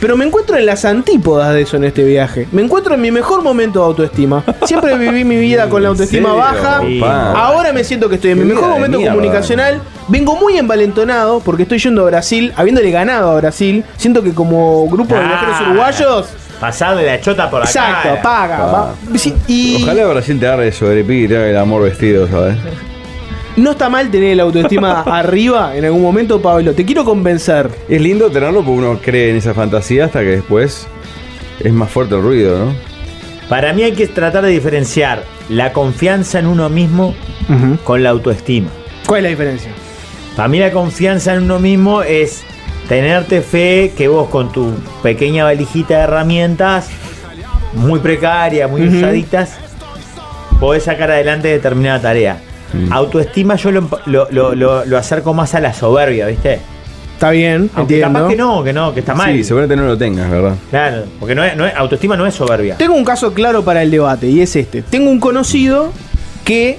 D: Pero me encuentro en las antípodas de eso en este viaje. Me encuentro en mi mejor momento de autoestima. Siempre viví mi vida con la autoestima
C: ¿En serio,
D: baja.
C: pa?
D: Ahora me siento que estoy en mi
C: Qué
D: mejor
C: vida de
D: momento
C: mierda.
D: comunicacional. Vengo muy envalentonado porque estoy yendo a Brasil, habiéndole ganado a Brasil. Siento que como grupo de
B: Ah.
D: viajeros uruguayos...
B: Pasar de la chota por acá.
D: Exacto, paga.
C: Ah.
D: va. Sí, y
C: Ojalá Brasil te agarre de sobrepi y te haga el amor vestido, ¿sabes?
D: no está mal tener la autoestima arriba en algún momento, Pablo. Te quiero convencer.
C: Es lindo tenerlo porque uno cree en esa fantasía hasta que después es más fuerte el ruido, ¿no?
B: Para mí hay que tratar de diferenciar la confianza en uno mismo
D: Ujú.
B: con la autoestima.
D: ¿Cuál es la diferencia?
B: Para mí la confianza en uno mismo es tenerte fe que vos con tu pequeña valijita de herramientas, muy precarias, muy
D: Ujú.
B: usaditas, podés sacar adelante determinada tarea. Autoestima yo lo, lo- lo- lo- lo acerco más a la soberbia, ¿viste?
D: Está bien,
B: Aunque
D: entiendo.
B: capaz que no, que no, que está mal.
C: Sí, seguramente no lo tengas, ¿verdad?
B: Claro, porque no es- no es- autoestima no es soberbia.
D: Tengo un caso claro para el debate y es este. Tengo un conocido que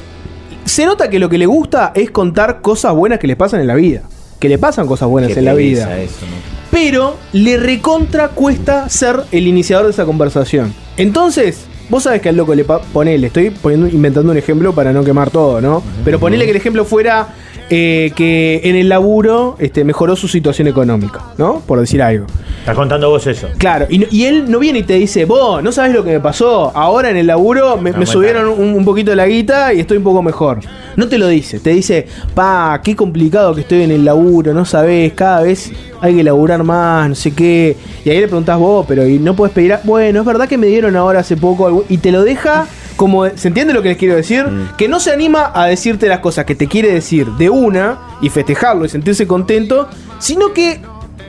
D: se nota que lo que le gusta es contar cosas buenas que le pasan en la vida. Que le pasan cosas buenas
B: Qué
D: en la
B: pereza
D: vida.
B: eso, ¿no?
D: Pero le recontra cuesta ser el iniciador de esa conversación. Entonces, vos sabés que al loco le pa- ponele, estoy poniendo, inventando un ejemplo para no quemar todo, ¿no? Pero ponele que el ejemplo fuera eh, que en el laburo este, mejoró su situación económica, ¿no? Por decir algo.
B: Estás contando vos eso.
D: Claro, y, no- y él no viene y te dice, vos, no sabes lo que me pasó, ahora en el laburo me,
B: No,
D: me
B: muy
D: subieron
B: tarde.
D: un, un poquito la guita y estoy un poco mejor. No te lo dice, te dice, pa, qué complicado que estoy en el laburo, no sabes, cada vez hay que laburar más, no sé qué. Y ahí le preguntás vos, pero y no puedes pedir, a- bueno, es verdad que me dieron ahora hace poco algo", y te lo deja como, ¿se entiende lo que les quiero decir?
C: Mm.
D: Que no se anima a decirte las cosas que te quiere decir de una y festejarlo y sentirse contento, sino que...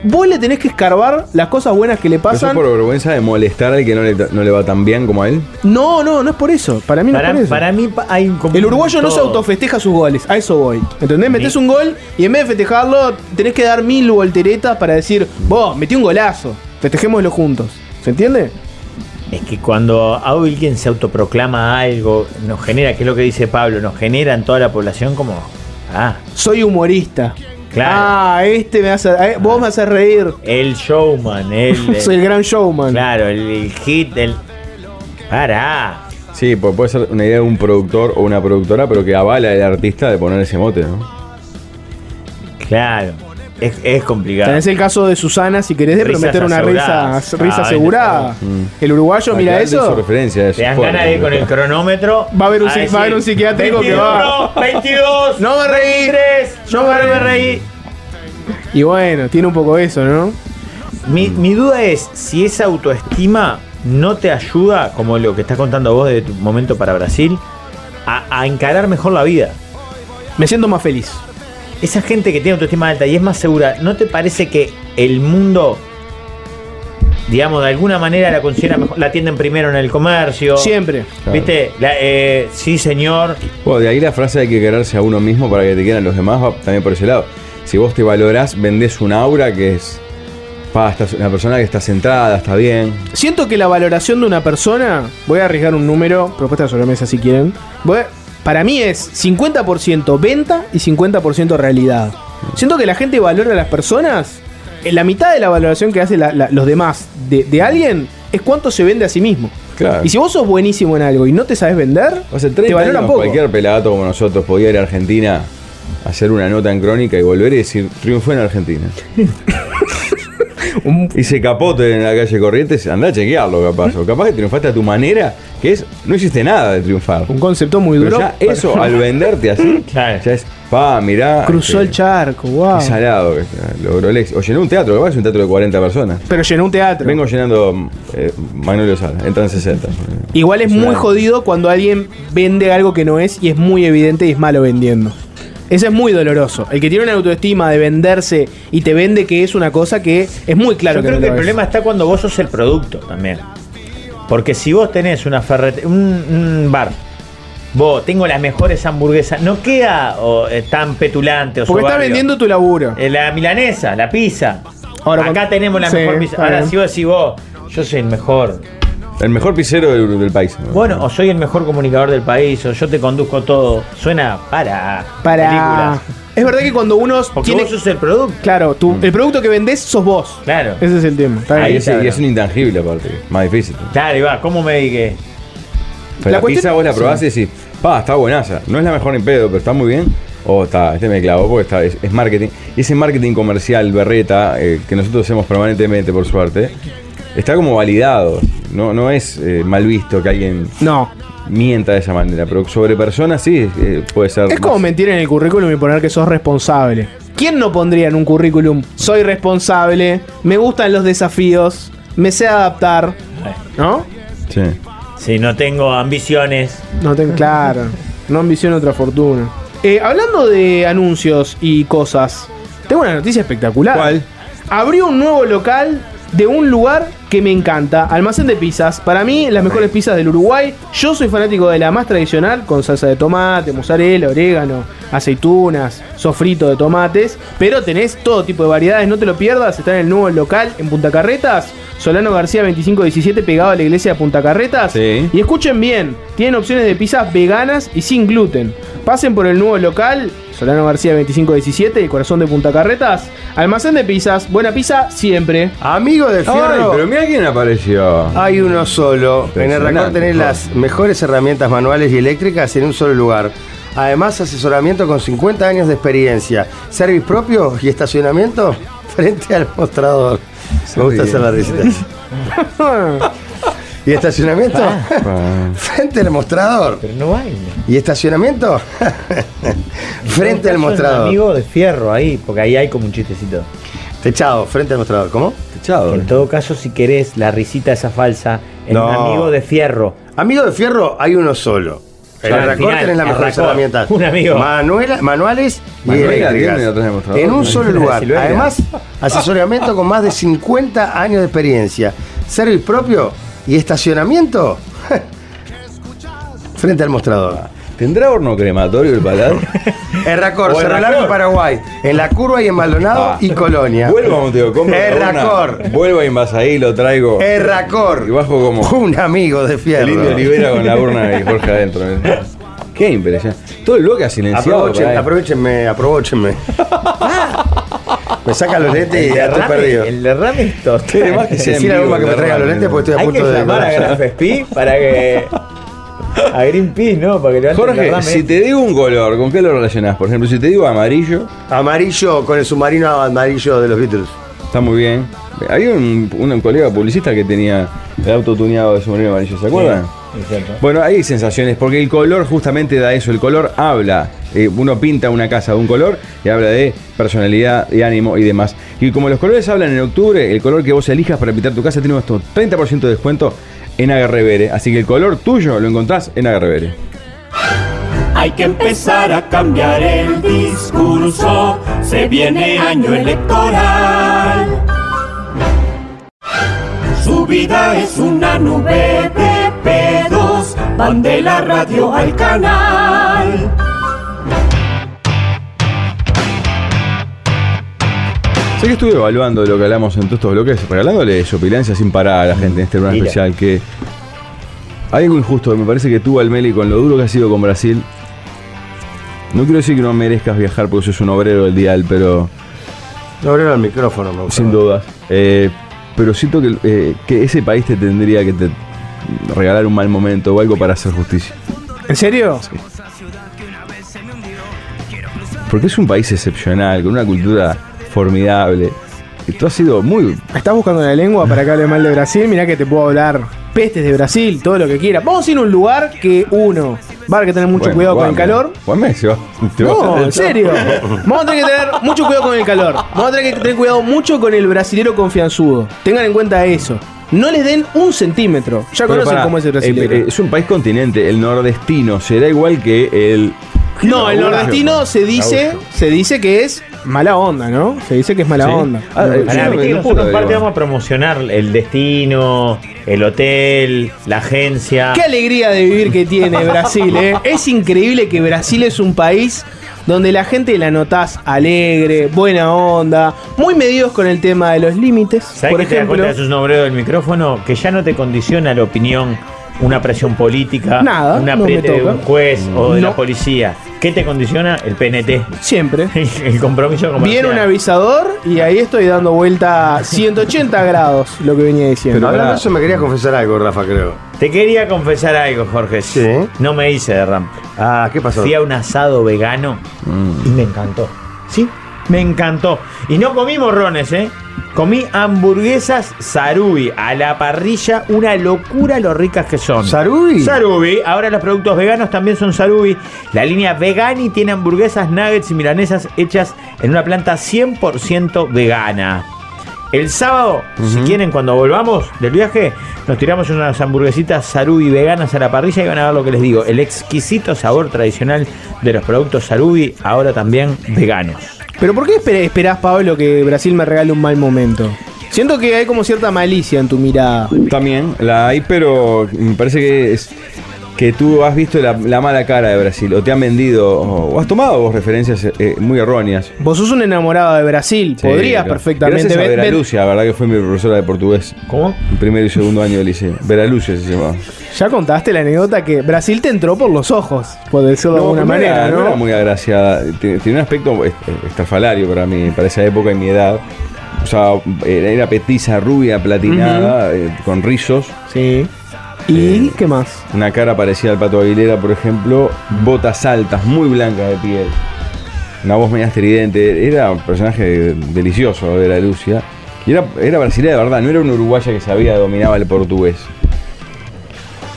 D: Vos le tenés que escarbar las cosas buenas que le
C: ¿Pero eso
D: pasan.
C: por vergüenza de molestar al que no le, no le va tan bien como a él?
D: No, no, no es por eso. Para mí no
B: Para,
D: es por eso.
B: para mí pa- hay un como
D: el
B: un
D: uruguayo no se
B: todo.
D: autofesteja sus goles, a eso voy. ¿Entendés? Metés un gol y en vez de festejarlo, tenés que dar mil volteretas para decir, vos, metí un golazo, festejémoslo juntos. ¿Se entiende?
B: Es que cuando alguien se autoproclama algo, nos genera, que es lo que dice Pablo, nos genera en toda la población como. Ah,
D: Soy humorista.
B: Claro.
D: Ah, este me hace. eh, vos me haces reír.
B: el showman, el.
D: Soy el gran showman.
B: Claro, el, el hit, el. Pará.
C: Sí, pu- puede ser una idea de un productor o una productora, pero que avala al artista de poner ese mote, ¿no?
B: Claro. Es, es complicado.
D: Tenés el caso de Susana, si querés, de
B: Risas
D: prometer una risa,
B: aseguradas.
D: risa
B: Ah,
D: asegurada. El uruguayo,
C: Ah,
D: mira
C: claro, él hizo
D: eso.
C: referencia a eso.
B: Te dan
C: Fuerte,
B: ganas de ir con el
C: fuerte.
B: cronómetro.
D: Va a haber un psi- va a haber un psiquiátrico que va.
B: 21, 22,
D: No me reí.
B: 23, yo
D: No me
B: me reí.
D: Y bueno, tiene un poco eso, ¿no?
B: Mi, mi duda es si esa autoestima no te ayuda, como lo que estás contando vos de tu momento para Brasil, a, a encarar mejor la vida.
D: Me siento más feliz.
B: Esa gente que tiene autoestima alta y es más segura, ¿no te parece que el mundo, digamos, de alguna manera la considera mejor? La atienden primero en el comercio.
D: Siempre.
B: ¿Viste? La- eh, sí, señor.
C: Bueno, de ahí la frase de que quererse a uno mismo para que te quieran los demás va también por ese lado. Si vos te valorás, vendés un aura que es. Pa, estás una persona que está centrada, está bien.
D: Siento que la valoración de una persona, voy a arriesgar un número, propuesta sobre mesa si quieren. voy a- para mí es 50% venta y 50% realidad. Siento que la gente valora a las personas. eh, La mitad de la valoración que hacen los demás de, de alguien es cuánto se vende a sí mismo.
C: Claro.
D: Y si vos sos buenísimo en algo y no te sabes vender,
C: Hace 30
D: te valoran
C: años
D: poco.
C: cualquier pelagato como nosotros podía ir a Argentina, hacer una nota en crónica y volver y decir, triunfé en Argentina. Hice capote en la calle Corrientes, andá a chequearlo capaz. O capaz que triunfaste a tu manera, que es, no hiciste nada de triunfar.
D: Un concepto muy
C: Pero
D: duro.
C: ya eso, al venderte así,
B: Claro.
C: ya es, pa, mirá.
D: Cruzó el
C: este,
D: charco, wow.
C: qué salado que está, logró el éxito. O llenó un teatro, capaz es un teatro de 40 personas.
D: Pero llenó un teatro.
C: Vengo llenando eh, Magnolio Sala, entran 60.
D: Igual es
C: Es
D: muy
C: una-
D: jodido cuando alguien vende algo que no es y es muy evidente y es malo vendiendo. Ese es muy doloroso. El que tiene una autoestima de venderse y te vende que es una cosa que es muy claro
B: Yo creo
D: no
B: que el
D: lo es.
B: problema está cuando vos sos el producto también. Porque si vos tenés una ferrete, un, un bar, vos tengo las mejores hamburguesas, no queda o, eh, tan petulante o
D: Porque está
B: soberbio.
D: vendiendo tu laburo.
B: Eh, la milanesa, la pizza.
D: Ahora,
B: Acá
D: cuando-
B: tenemos la
D: Sí,
B: mejor pizza.
D: está
B: Ahora
D: bien.
B: si vos decís vos, yo soy el mejor.
C: El mejor pisero del, del país.
B: Bueno, o soy el mejor comunicador del país, o yo te conduzco todo. Suena para.
D: Para.
B: películas.
D: Es verdad que cuando uno
B: Porque
D: tiene.
B: vos sos Mm. el producto.
D: Claro, tú- el producto que vendés sos vos.
B: Claro.
D: Ese es el tema. Está
C: Ah,
D: bien.
C: y
B: Ahí
C: es,
B: está,
C: y es un intangible aparte, que es más difícil.
B: Claro, Iván, ¿cómo me dediqué?
C: Pero
D: La
C: la,
D: cuestión-
C: pizza vos la probás y decís, pa, está buenaza. No es la mejor ni pedo, pero está muy bien. O está, este me clavó porque está, es, es marketing. Y ese marketing comercial, berreta, eh, que nosotros hacemos permanentemente, por suerte, está como validado. No, no es eh, mal visto que alguien
D: No.
C: mienta de esa manera. Pero sobre personas sí eh, puede ser.
D: Es como
C: más-
D: mentir en el currículum y poner que sos responsable. ¿Quién no pondría en un currículum? Soy responsable, me gustan los desafíos, me sé adaptar. ¿No?
C: Sí.
B: Si no tengo ambiciones.
D: No ten claro. No ambiciono otra fortuna. Eh, hablando de anuncios y cosas, tengo una noticia espectacular.
C: ¿Cuál?
D: Abrió un nuevo local de un lugar que me encanta, Almacén de Pizzas. Para mí, las mejores pizzas del Uruguay. Yo soy fanático de la más tradicional, con salsa de tomate, mozzarella, orégano, aceitunas, sofrito de tomates. Pero tenés todo tipo de variedades, no te lo pierdas. Está en el nuevo local en Punta Carretas. Solano García 2517, pegado a la iglesia de Punta Carretas.
C: Sí.
D: Y escuchen bien, tienen opciones de pizzas veganas y sin gluten. Pasen por el nuevo local, Solano García 2517, el corazón de Punta Carretas. Almacén de pizzas, buena pizza siempre.
A: Amigo de
C: Ay,
A: Fierro,
C: pero mira quién apareció.
A: hay uno solo. En el Racón
C: Impresionante.
A: tenés las mejores herramientas manuales y eléctricas en un solo lugar. Además, asesoramiento con 50 años de experiencia, service propio y estacionamiento frente al mostrador. Me gusta hacer la risita. ¿Y estacionamiento?
C: Ah.
A: frente al mostrador.
B: Pero no hay.
A: ¿Y estacionamiento? frente al mostrador.
B: Amigo de fierro ahí, porque ahí hay como un chistecito.
A: Techado, frente al mostrador. ¿Cómo?
C: Chao.
B: En todo caso, si querés la risita esa falsa, en
A: No.
B: amigo de fierro.
A: Amigo de fierro hay uno solo. En
B: Claro,
A: el
B: al
A: racor
B: final,
A: tenés las
B: el
A: mejores
B: racor.
A: herramientas.
B: Un amigo.
A: Manuela- manuales y
C: Manuela
A: eléctricas.
C: tiene y otras de mostrador.
A: En un
C: Manuela
A: solo
B: de
A: lugar.
B: Silveira.
A: Además, asesoramiento con más de 50 años de experiencia. Service propio y estacionamiento frente al mostrador.
C: ¿Tendrá horno crematorio el paladar?
A: Erracor,
B: O
A: Cerro
B: Erracor.
A: Largo y Paraguay. En la curva y en Maldonado
C: Ah.
A: y Colonia.
C: Vuelvo a Montego, compro
A: Erracor.
C: una- Vuelvo a Invasaí, lo traigo.
A: Erracor.
C: Y bajo como
A: Un amigo de
C: el
A: fierro.
C: indio Olivera con la urna y Jorge adentro. ¿eh? Qué impresión. Todo el bloque ha silenciado. ¿eh?
A: Aprovechen,
C: pará.
A: aprovechenme, aprovechenme. me saca los lentes y ya estoy perdido.
B: el derrame es
C: Tiene
B: total.
C: más que sea en
A: Decir a
C: vivo
A: Goma que me
C: el
A: traiga los
C: derrame,
A: lentes porque estoy a
B: Hay que
A: punto de.
B: llamar a Grafespí para que. A Greenpeace, ¿no? Para que levanten el
C: Jorge,
B: derrame.
C: si te digo un color, ¿con qué lo relacionás? Por ejemplo, si te digo amarillo,
A: Amarillo con el submarino amarillo de los Beatles.
C: está muy bien. Había un, un colega publicista que tenía el auto tuneado de submarino amarillo, ¿se acuerdan?
B: Es cierto.
C: Bueno, hay sensaciones, porque el color justamente da eso, el color habla. Eh, uno pinta una casa de un color y habla de personalidad, de ánimo y demás. Y como los colores hablan en octubre, el color que vos elijas para pintar tu casa tiene nuestro 30% de descuento en Agarrevere. Así que el color tuyo lo encontrás en Agarrevere.
E: Hay que empezar a cambiar el discurso. Se viene año electoral. Su vida es una nube de pedos. Van de la radio al canal.
C: Sé que estuve evaluando lo que hablamos en todos estos bloques, regalándole sopilancia sin parar a la gente en este programa
B: Mira.
C: especial que. Hay algo injusto, me parece que tú, Almeli, con lo duro que has sido con Brasil. No quiero decir que no merezcas viajar porque sos un obrero del dial, pero.
A: No abrieron el micrófono, me gusta.
C: Sin dudas. Eh, pero siento que, eh, que ese país te tendría que te regalar un mal momento o algo para hacer justicia.
D: ¿En serio?
C: Porque es un país excepcional, con una cultura formidable. Y tú has sido muy.
D: ¿Estás buscando la lengua para que hable mal de Brasil? Mirá que te puedo hablar pestes de Brasil, todo lo que quieras. Vamos a ir a un lugar que, uno, va a haber que tener mucho
C: bueno,
D: cuidado con el
C: Juanme.
D: calor.
C: Juanme, se va- te vas
D: No,
C: a-
D: en serio. Vamos a tener que tener mucho cuidado con el calor. Vamos a tener que tener cuidado mucho con el brasilero confianzudo. Tengan en cuenta eso. No les den un centímetro.
C: Pero
D: Ya conocen
C: pará,
D: cómo es el brasilero.
C: eh, eh, es un país continente, el nordestino. Será igual que el.
D: no, el
C: Labuyo.
D: nordestino se dice,
C: Labuyo.
D: se dice que es mala onda, ¿no? Se dice que es mala
C: ¿Sí?
D: onda.
C: Ah, eh,
B: Pará,
C: yo no-
B: viste que
C: no
B: nosotros
C: puedo,
B: en parte
C: digo.
B: vamos a promocionar el destino, el hotel, la agencia.
D: Qué alegría de vivir que tiene Brasil, ¿eh? Es increíble que Brasil es un país donde la gente la notás alegre, buena onda, muy medidos con el tema de los límites.
B: ¿Sabes
D: Por
B: que te das
D: ejemplo,
B: cuenta de sus nombres del micrófono? Que ya no te condiciona la opinión, una presión política,
D: Nada,
B: un
D: no me
B: apriete de
D: toca.
B: un juez o de
D: No.
B: la policía. ¿Qué te condiciona? El PNT.
D: siempre.
B: El compromiso comercial.
D: Viene un avisador y ahí estoy dando vuelta 180 grados, lo que venía
A: Pero
D: diciendo.
A: hablando
C: pará.
A: de eso, me querías confesar algo, Rafa, creo.
B: Te quería confesar algo, Jorge.
A: Sí.
B: No me hice derrame.
A: Ah, ¿qué pasó?
B: Fui a un asado vegano
D: Mm.
B: y me encantó. Sí, me encantó. Y no comí morrones, ¿eh? Comí hamburguesas Sarubi a la parrilla, una locura lo ricas que son.
A: ¿Sarubi?
B: Sarubi. Ahora los productos veganos también son Sarubi. La línea Vegani tiene hamburguesas, nuggets y milanesas hechas en una planta 100% vegana. El sábado, si quieren, cuando volvamos del viaje, nos tiramos unas hamburguesitas Sarubi veganas a la parrilla y van a ver lo que les digo. El exquisito sabor tradicional de los productos Sarubi, ahora también veganos.
D: Pero ¿por qué esper- esperás, Pablo, que Brasil me regale un mal momento? Siento que hay como cierta malicia en tu mirada.
C: También la hay, pero me parece que es que tú has visto la, la mala cara de Brasil, o te han vendido, o, o has tomado vos referencias eh, muy erróneas.
D: Vos sos un enamorado de Brasil,
C: Sí,
D: podrías
C: claro.
D: perfectamente
C: Gracias a
D: ver- ver-
C: Veralucia, la verdad que fue mi profesora de portugués.
B: ¿Cómo?
C: En primero y segundo año del liceo. Veralucia se llamaba.
D: Ya contaste la anécdota que Brasil te entró por los ojos, por decirlo de alguna
C: pero era-
D: manera,
C: era
D: ¿no?
C: muy agraciada. Tiene tiene un aspecto est- estafalario para mí, para esa época y mi edad. O sea, era, era petiza, rubia, platinada, eh, con rizos.
D: Sí. ¿Y qué más?
C: Una cara parecida al Pato Aguilera, por ejemplo. Botas altas, muy blancas de piel. Una voz media estridente. Era un personaje delicioso, era Lucia. Y era, era brasileña de verdad, no era una uruguaya que sabía, dominaba el portugués.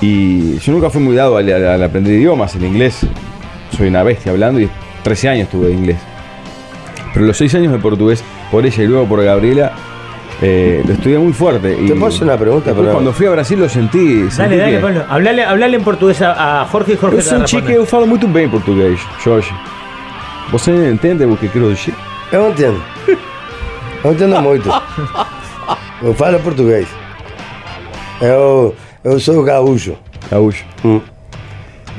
C: Y yo nunca fui muy dado al, al- al aprender idiomas, el inglés. Soy una bestia hablando y 13 años tuve de inglés. Pero los 6 años de portugués, por ella y luego por Gabriela, eh, lo estudié muy fuerte. y
A: ¿Te puedo hacer una pregunta?
C: después
A: Pero-
C: Cuando fui a Brasil lo sentí. sentí
B: Dale, dale,
C: que-
B: Pablo. Hablale, hablale en portugués a, a Jorge y Jorge
C: eu
B: te
C: senti
B: responde.
C: que eu falo muito bem português, Jorge. Você entende o que quero dizer?
A: Eu não entendo. Eu entendo muito. Eu falo português. Eu, eu sou gaúcho.
C: Gaúcho.
A: Hum.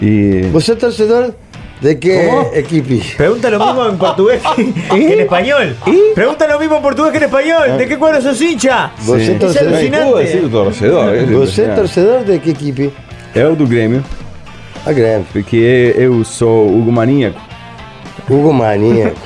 C: E.
A: Você é torcedor de que
B: Como?
A: equipe?
B: Pregunta lo mismo en portugués que que en español. Pregunta lo mismo en portugués que en español. ¿De qué cuadro sos hincha?
A: Você é
C: Sim.
A: torcedor.
B: Isso é
C: Não, eu vou dizer o torcedor. ele-
A: Você é torcedor de que equipe? Ah,
C: Eu É do Grêmio,
A: A Grêmio.
C: porque eu sou Hugo Maníaco.
A: Hugo Maníaco.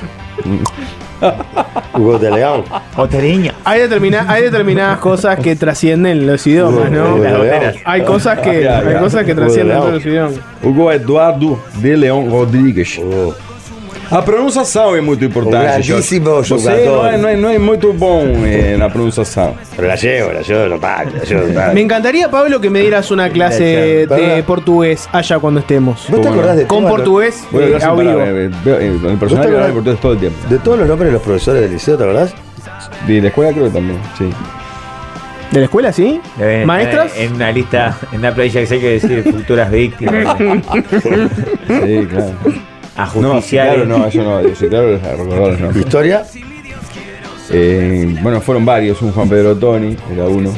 A: Hugo de Leão.
D: Ah,
B: Oteriña.
D: Hay, determina- hay determinadas cosas que trascienden los idiomas, ¿no?
A: Hugo de
B: Las
A: Leão.
B: goteras.
D: Hay cosas que,
C: Ah, Ya,
D: hay
C: ya.
D: cosas que
A: Hugo de
D: trascienden
A: Leao.
D: los idiomas.
C: Hugo Eduardo de Leão Rodrigues.
A: Hugo.
C: A pronunciação é muito importante. Jorge.
A: grandíssimo
C: Você
A: jogador.
C: não é, não é- não é muito bom eh, na pronunciação.
A: Pero la llevo, la llevo, no pago, la llevo, no pago.
D: Me encantaría, Pablo, que me dieras una clase
A: Perdón.
D: de portugués allá cuando estemos.
A: ¿Vos te acordás de
D: Con
A: todos los-
D: portugués
C: Bueno,
D: eh,
C: gracias
D: a
C: para-
D: vivo.
C: eh, veo- eh, El personal que habla portugués todo el tiempo.
A: De todos los nombres de los profesores del liceo, ¿te acordás?
C: Y la escuela creo que también, sí.
D: ¿De la escuela, sí? ¿Maestras?
B: Eh,
A: eh,
B: En una lista, en una playa que sé que decir futuras víctimas. eh,
A: ¿Eh?
C: Sí, claro.
B: A
C: No, sí,
B: justiciar.
C: claro, no, eso no. Sí, claro, recordarlos no.
A: Historia,
C: Eh, bueno, fueron varios, un Juan Pedro Toni, era uno.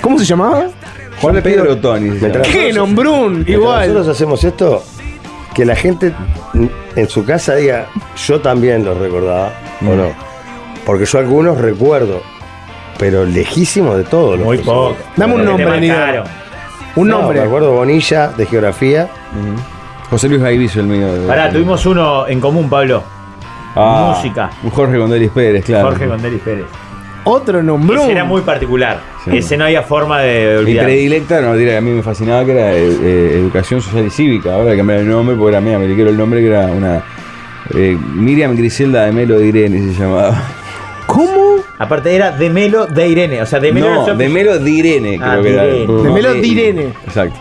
D: ¿Cómo se llamaba?
C: Juan Pedro Toni. se llama.
A: Mientras-
D: ¡Qué nombrún!
A: Mientras
D: Igual.
A: Nosotros hacemos esto, que la gente en su casa diga, yo también los recordaba,
D: Mm.
A: ¿o no? Porque yo algunos recuerdo, pero lejísimo de todos los
B: Muy
A: profesores.
B: poco.
D: Dame un
B: Porque te
D: nombre, Nico.
B: marcaron.
D: Un
A: No,
D: nombre.
A: me acuerdo Bonilla, de geografía.
C: José Luis Gaiviso, el mío.
B: Pará, tuvimos uno en común, Pablo.
C: Ah,
B: música.
C: Un Jorge Gondelis Pérez, claro.
B: Jorge Gondelis Pérez.
D: Otro nombrón.
B: Ese era muy particular.
C: Sí.
B: Ese no había forma de
C: Mi
B: olvidar.
C: predilecta, no, dirá, a mí me fascinaba que era eh, eh, Educación Social y Cívica. Ahora cambiar el nombre, porque era mía, me le quiero el nombre que era una. eh, Miriam Griselda de Melo de Irene se llamaba.
D: ¿Cómo?
B: Aparte era de Melo de Irene. O sea, de Melo
C: no,
B: era-
C: de Melo de Irene, creo
B: Ah,
C: que era.
B: de Irene.
D: De Melo
C: Eh,
D: de Irene.
C: Exacto.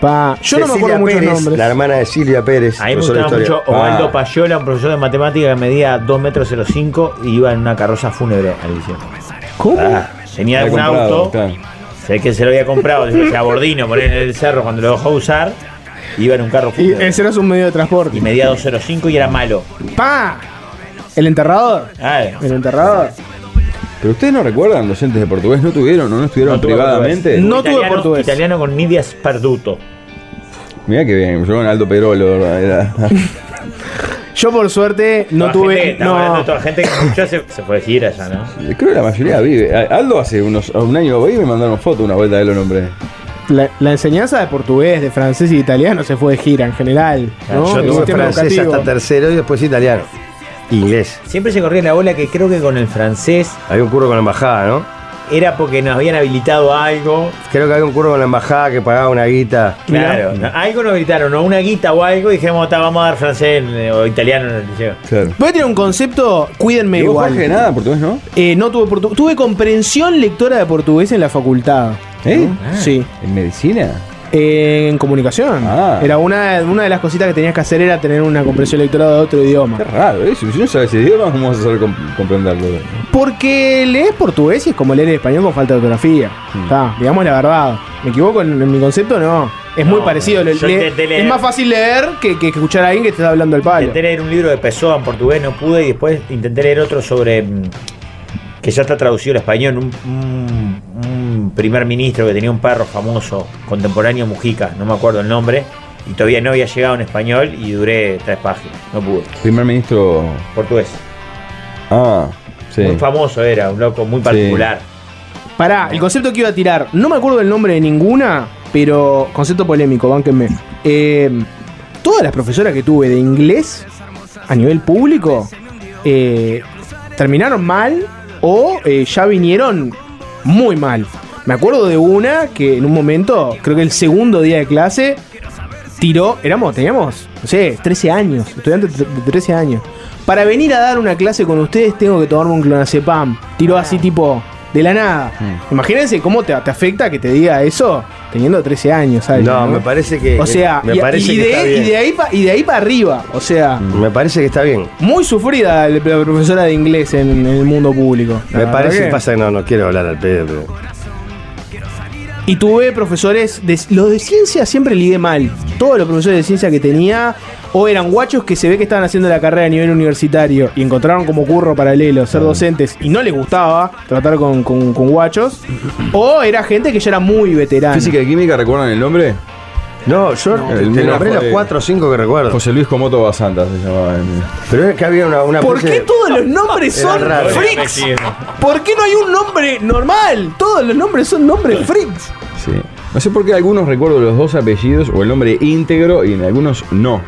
D: Pa. Yo no me
A: Cecilia
D: acuerdo muchos
A: Pérez,
D: nombres.
A: La hermana de Silvia Pérez.
B: A mí me
A: profesora de
B: gustaba
A: historia.
B: mucho Osvaldo
C: Ah.
B: Payola, un profesor de matemática que medía 2 metros 05 y iba en una carroza fúnebre al liceo.
D: ¿Cómo?
A: Ah,
B: Tenía
C: Había
B: un
C: comprado,
B: auto,
C: claro.
B: sé que se lo había comprado, yo sea Bordino, por ahí en el cerro cuando lo dejó usar, iba en un carro
D: Y
B: fúnebre.
D: ese era su medio de
B: Y,
D: transporte.
B: medía 205 y era malo.
D: ¡Pa! El enterrador.
B: Ah,
D: El enterrador.
C: Pero ustedes no recuerdan, docentes de portugués, ¿no tuvieron o no estuvieron
B: No tuve
C: privadamente?
D: portugués. No tuve
B: italiano,
D: portugués.
B: Italiano con Nidia Sperduto.
C: Mirá que bien, yo con Aldo Perolo, de verdad, era.
D: Yo por suerte
B: Toda
D: no tuve.
B: gente, estamos hablando de
D: no.
B: toda gente que escuchó, se, se fue de gira ya, ¿no?
C: Creo que la mayoría vive. A- Aldo hace unos, un año hoy me mandaron foto una vuelta de los nombres.
D: La, la enseñanza de portugués, de francés y de italiano se fue de gira en general. ¿no?
A: Yo
D: El
A: tuve
D: sistema
A: francés
D: educativo.
A: hasta tercero y después italiano. Inglés.
B: Siempre se corría la ola que creo que con el francés
A: Había un curro con la embajada, ¿no?
B: era porque nos habían habilitado algo.
A: Creo que había un curro con la embajada que pagaba una guita.
B: Claro, ¿no? algo nos habilitaron, o una guita o algo, y dijimos, "Ta, vamos a dar francés en- o italiano en el liceo.
C: Claro.
D: Voy a tener un concepto, cuídenme
C: ¿Y vos,
D: igual.
C: Jorge, nada, portugués, no?
D: Eh, no tuve portu- Tuve comprensión lectora de portugués en la facultad.
C: ¿Eh?
D: Sí. Eh,
C: ¿En medicina?
D: En comunicación.
C: Ah.
D: Era una, una de las cositas que tenías que hacer era tener una comprensión lectora de otro idioma.
C: Qué raro eso. Si no sabes el idioma, ¿cómo vas a saber comp- comprenderlo?
D: Porque lees portugués y es como leer en español con falta de ortografía.
B: Mm.
D: Está, digamos la verdad. ¿Me equivoco en, en mi concepto? No. Es muy
B: No,
D: parecido.
B: yo
D: lo- le-
B: intenté leer.
D: es más fácil leer que, que escuchar a alguien que te está hablando al palo.
B: Intenté leer un libro de Pessoa en portugués, no pude, y después intenté leer otro sobre. mm, que ya está traducido al español, un, un- un primer ministro que tenía un perro famoso, contemporáneo Mujica, no me acuerdo el nombre, y todavía no había llegado en español y duré tres páginas, no pude.
C: Primer ministro.
B: Portugués.
C: Ah, sí.
B: Muy famoso era, un loco muy particular.
D: Pará, el concepto que iba a tirar, no me acuerdo el nombre de ninguna, pero concepto polémico, bánquenme. Eh, todas las profesoras que tuve de inglés a nivel público eh, terminaron mal o eh, ya vinieron muy mal. Me acuerdo de una que en un momento, creo que el segundo día de clase, tiró, éramos, teníamos, no sé, 13 años, estudiantes de 13 años. Para venir a dar una clase con ustedes tengo que tomarme un clonazepam. Tiró así tipo de la nada.
A: Mm.
D: Imagínense cómo te, te afecta que te diga eso teniendo 13 años. ¿sabes?
A: No, me parece que-
D: O sea,
A: Eh, me
D: y,
A: parece
D: y
A: que
D: de,
A: está bien.
D: y de ahí pa- y de ahí para arriba. O sea,
A: Me parece que está bien.
D: muy sufrida la la profesora de inglés en, en el mundo público. la
A: Me
D: verdad
A: parece
D: que-
A: que pasa que no, no quiero hablar al pedo, pero.
D: Y tuve profesores, de, los de ciencia siempre lidé mal. Todos los profesores de ciencia que tenía, o eran guachos que se ve que estaban haciendo la carrera a nivel universitario y encontraron como curro paralelo ser docentes y no les gustaba tratar con, con- con guachos, o era gente que ya era muy veterana.
C: Física y química, ¿recuerdan el nombre?
A: No, yo
C: No,
A: te
C: el mío
A: nombré
C: fue- Pues-
A: los cuatro o cinco que recuerdo.
C: José Luis Comoto Basanta se llamaba. el-
A: Pero es que había una. una
D: ¿Por
A: especie
D: qué
A: de-
D: todos los nombres
A: Era
D: son
A: raro.
D: freaks? ¿Por qué no hay un nombre normal? Todos los nombres son nombres freaks.
C: Sí. No sé por qué algunos recuerdo los dos apellidos o el nombre íntegro y en algunos no.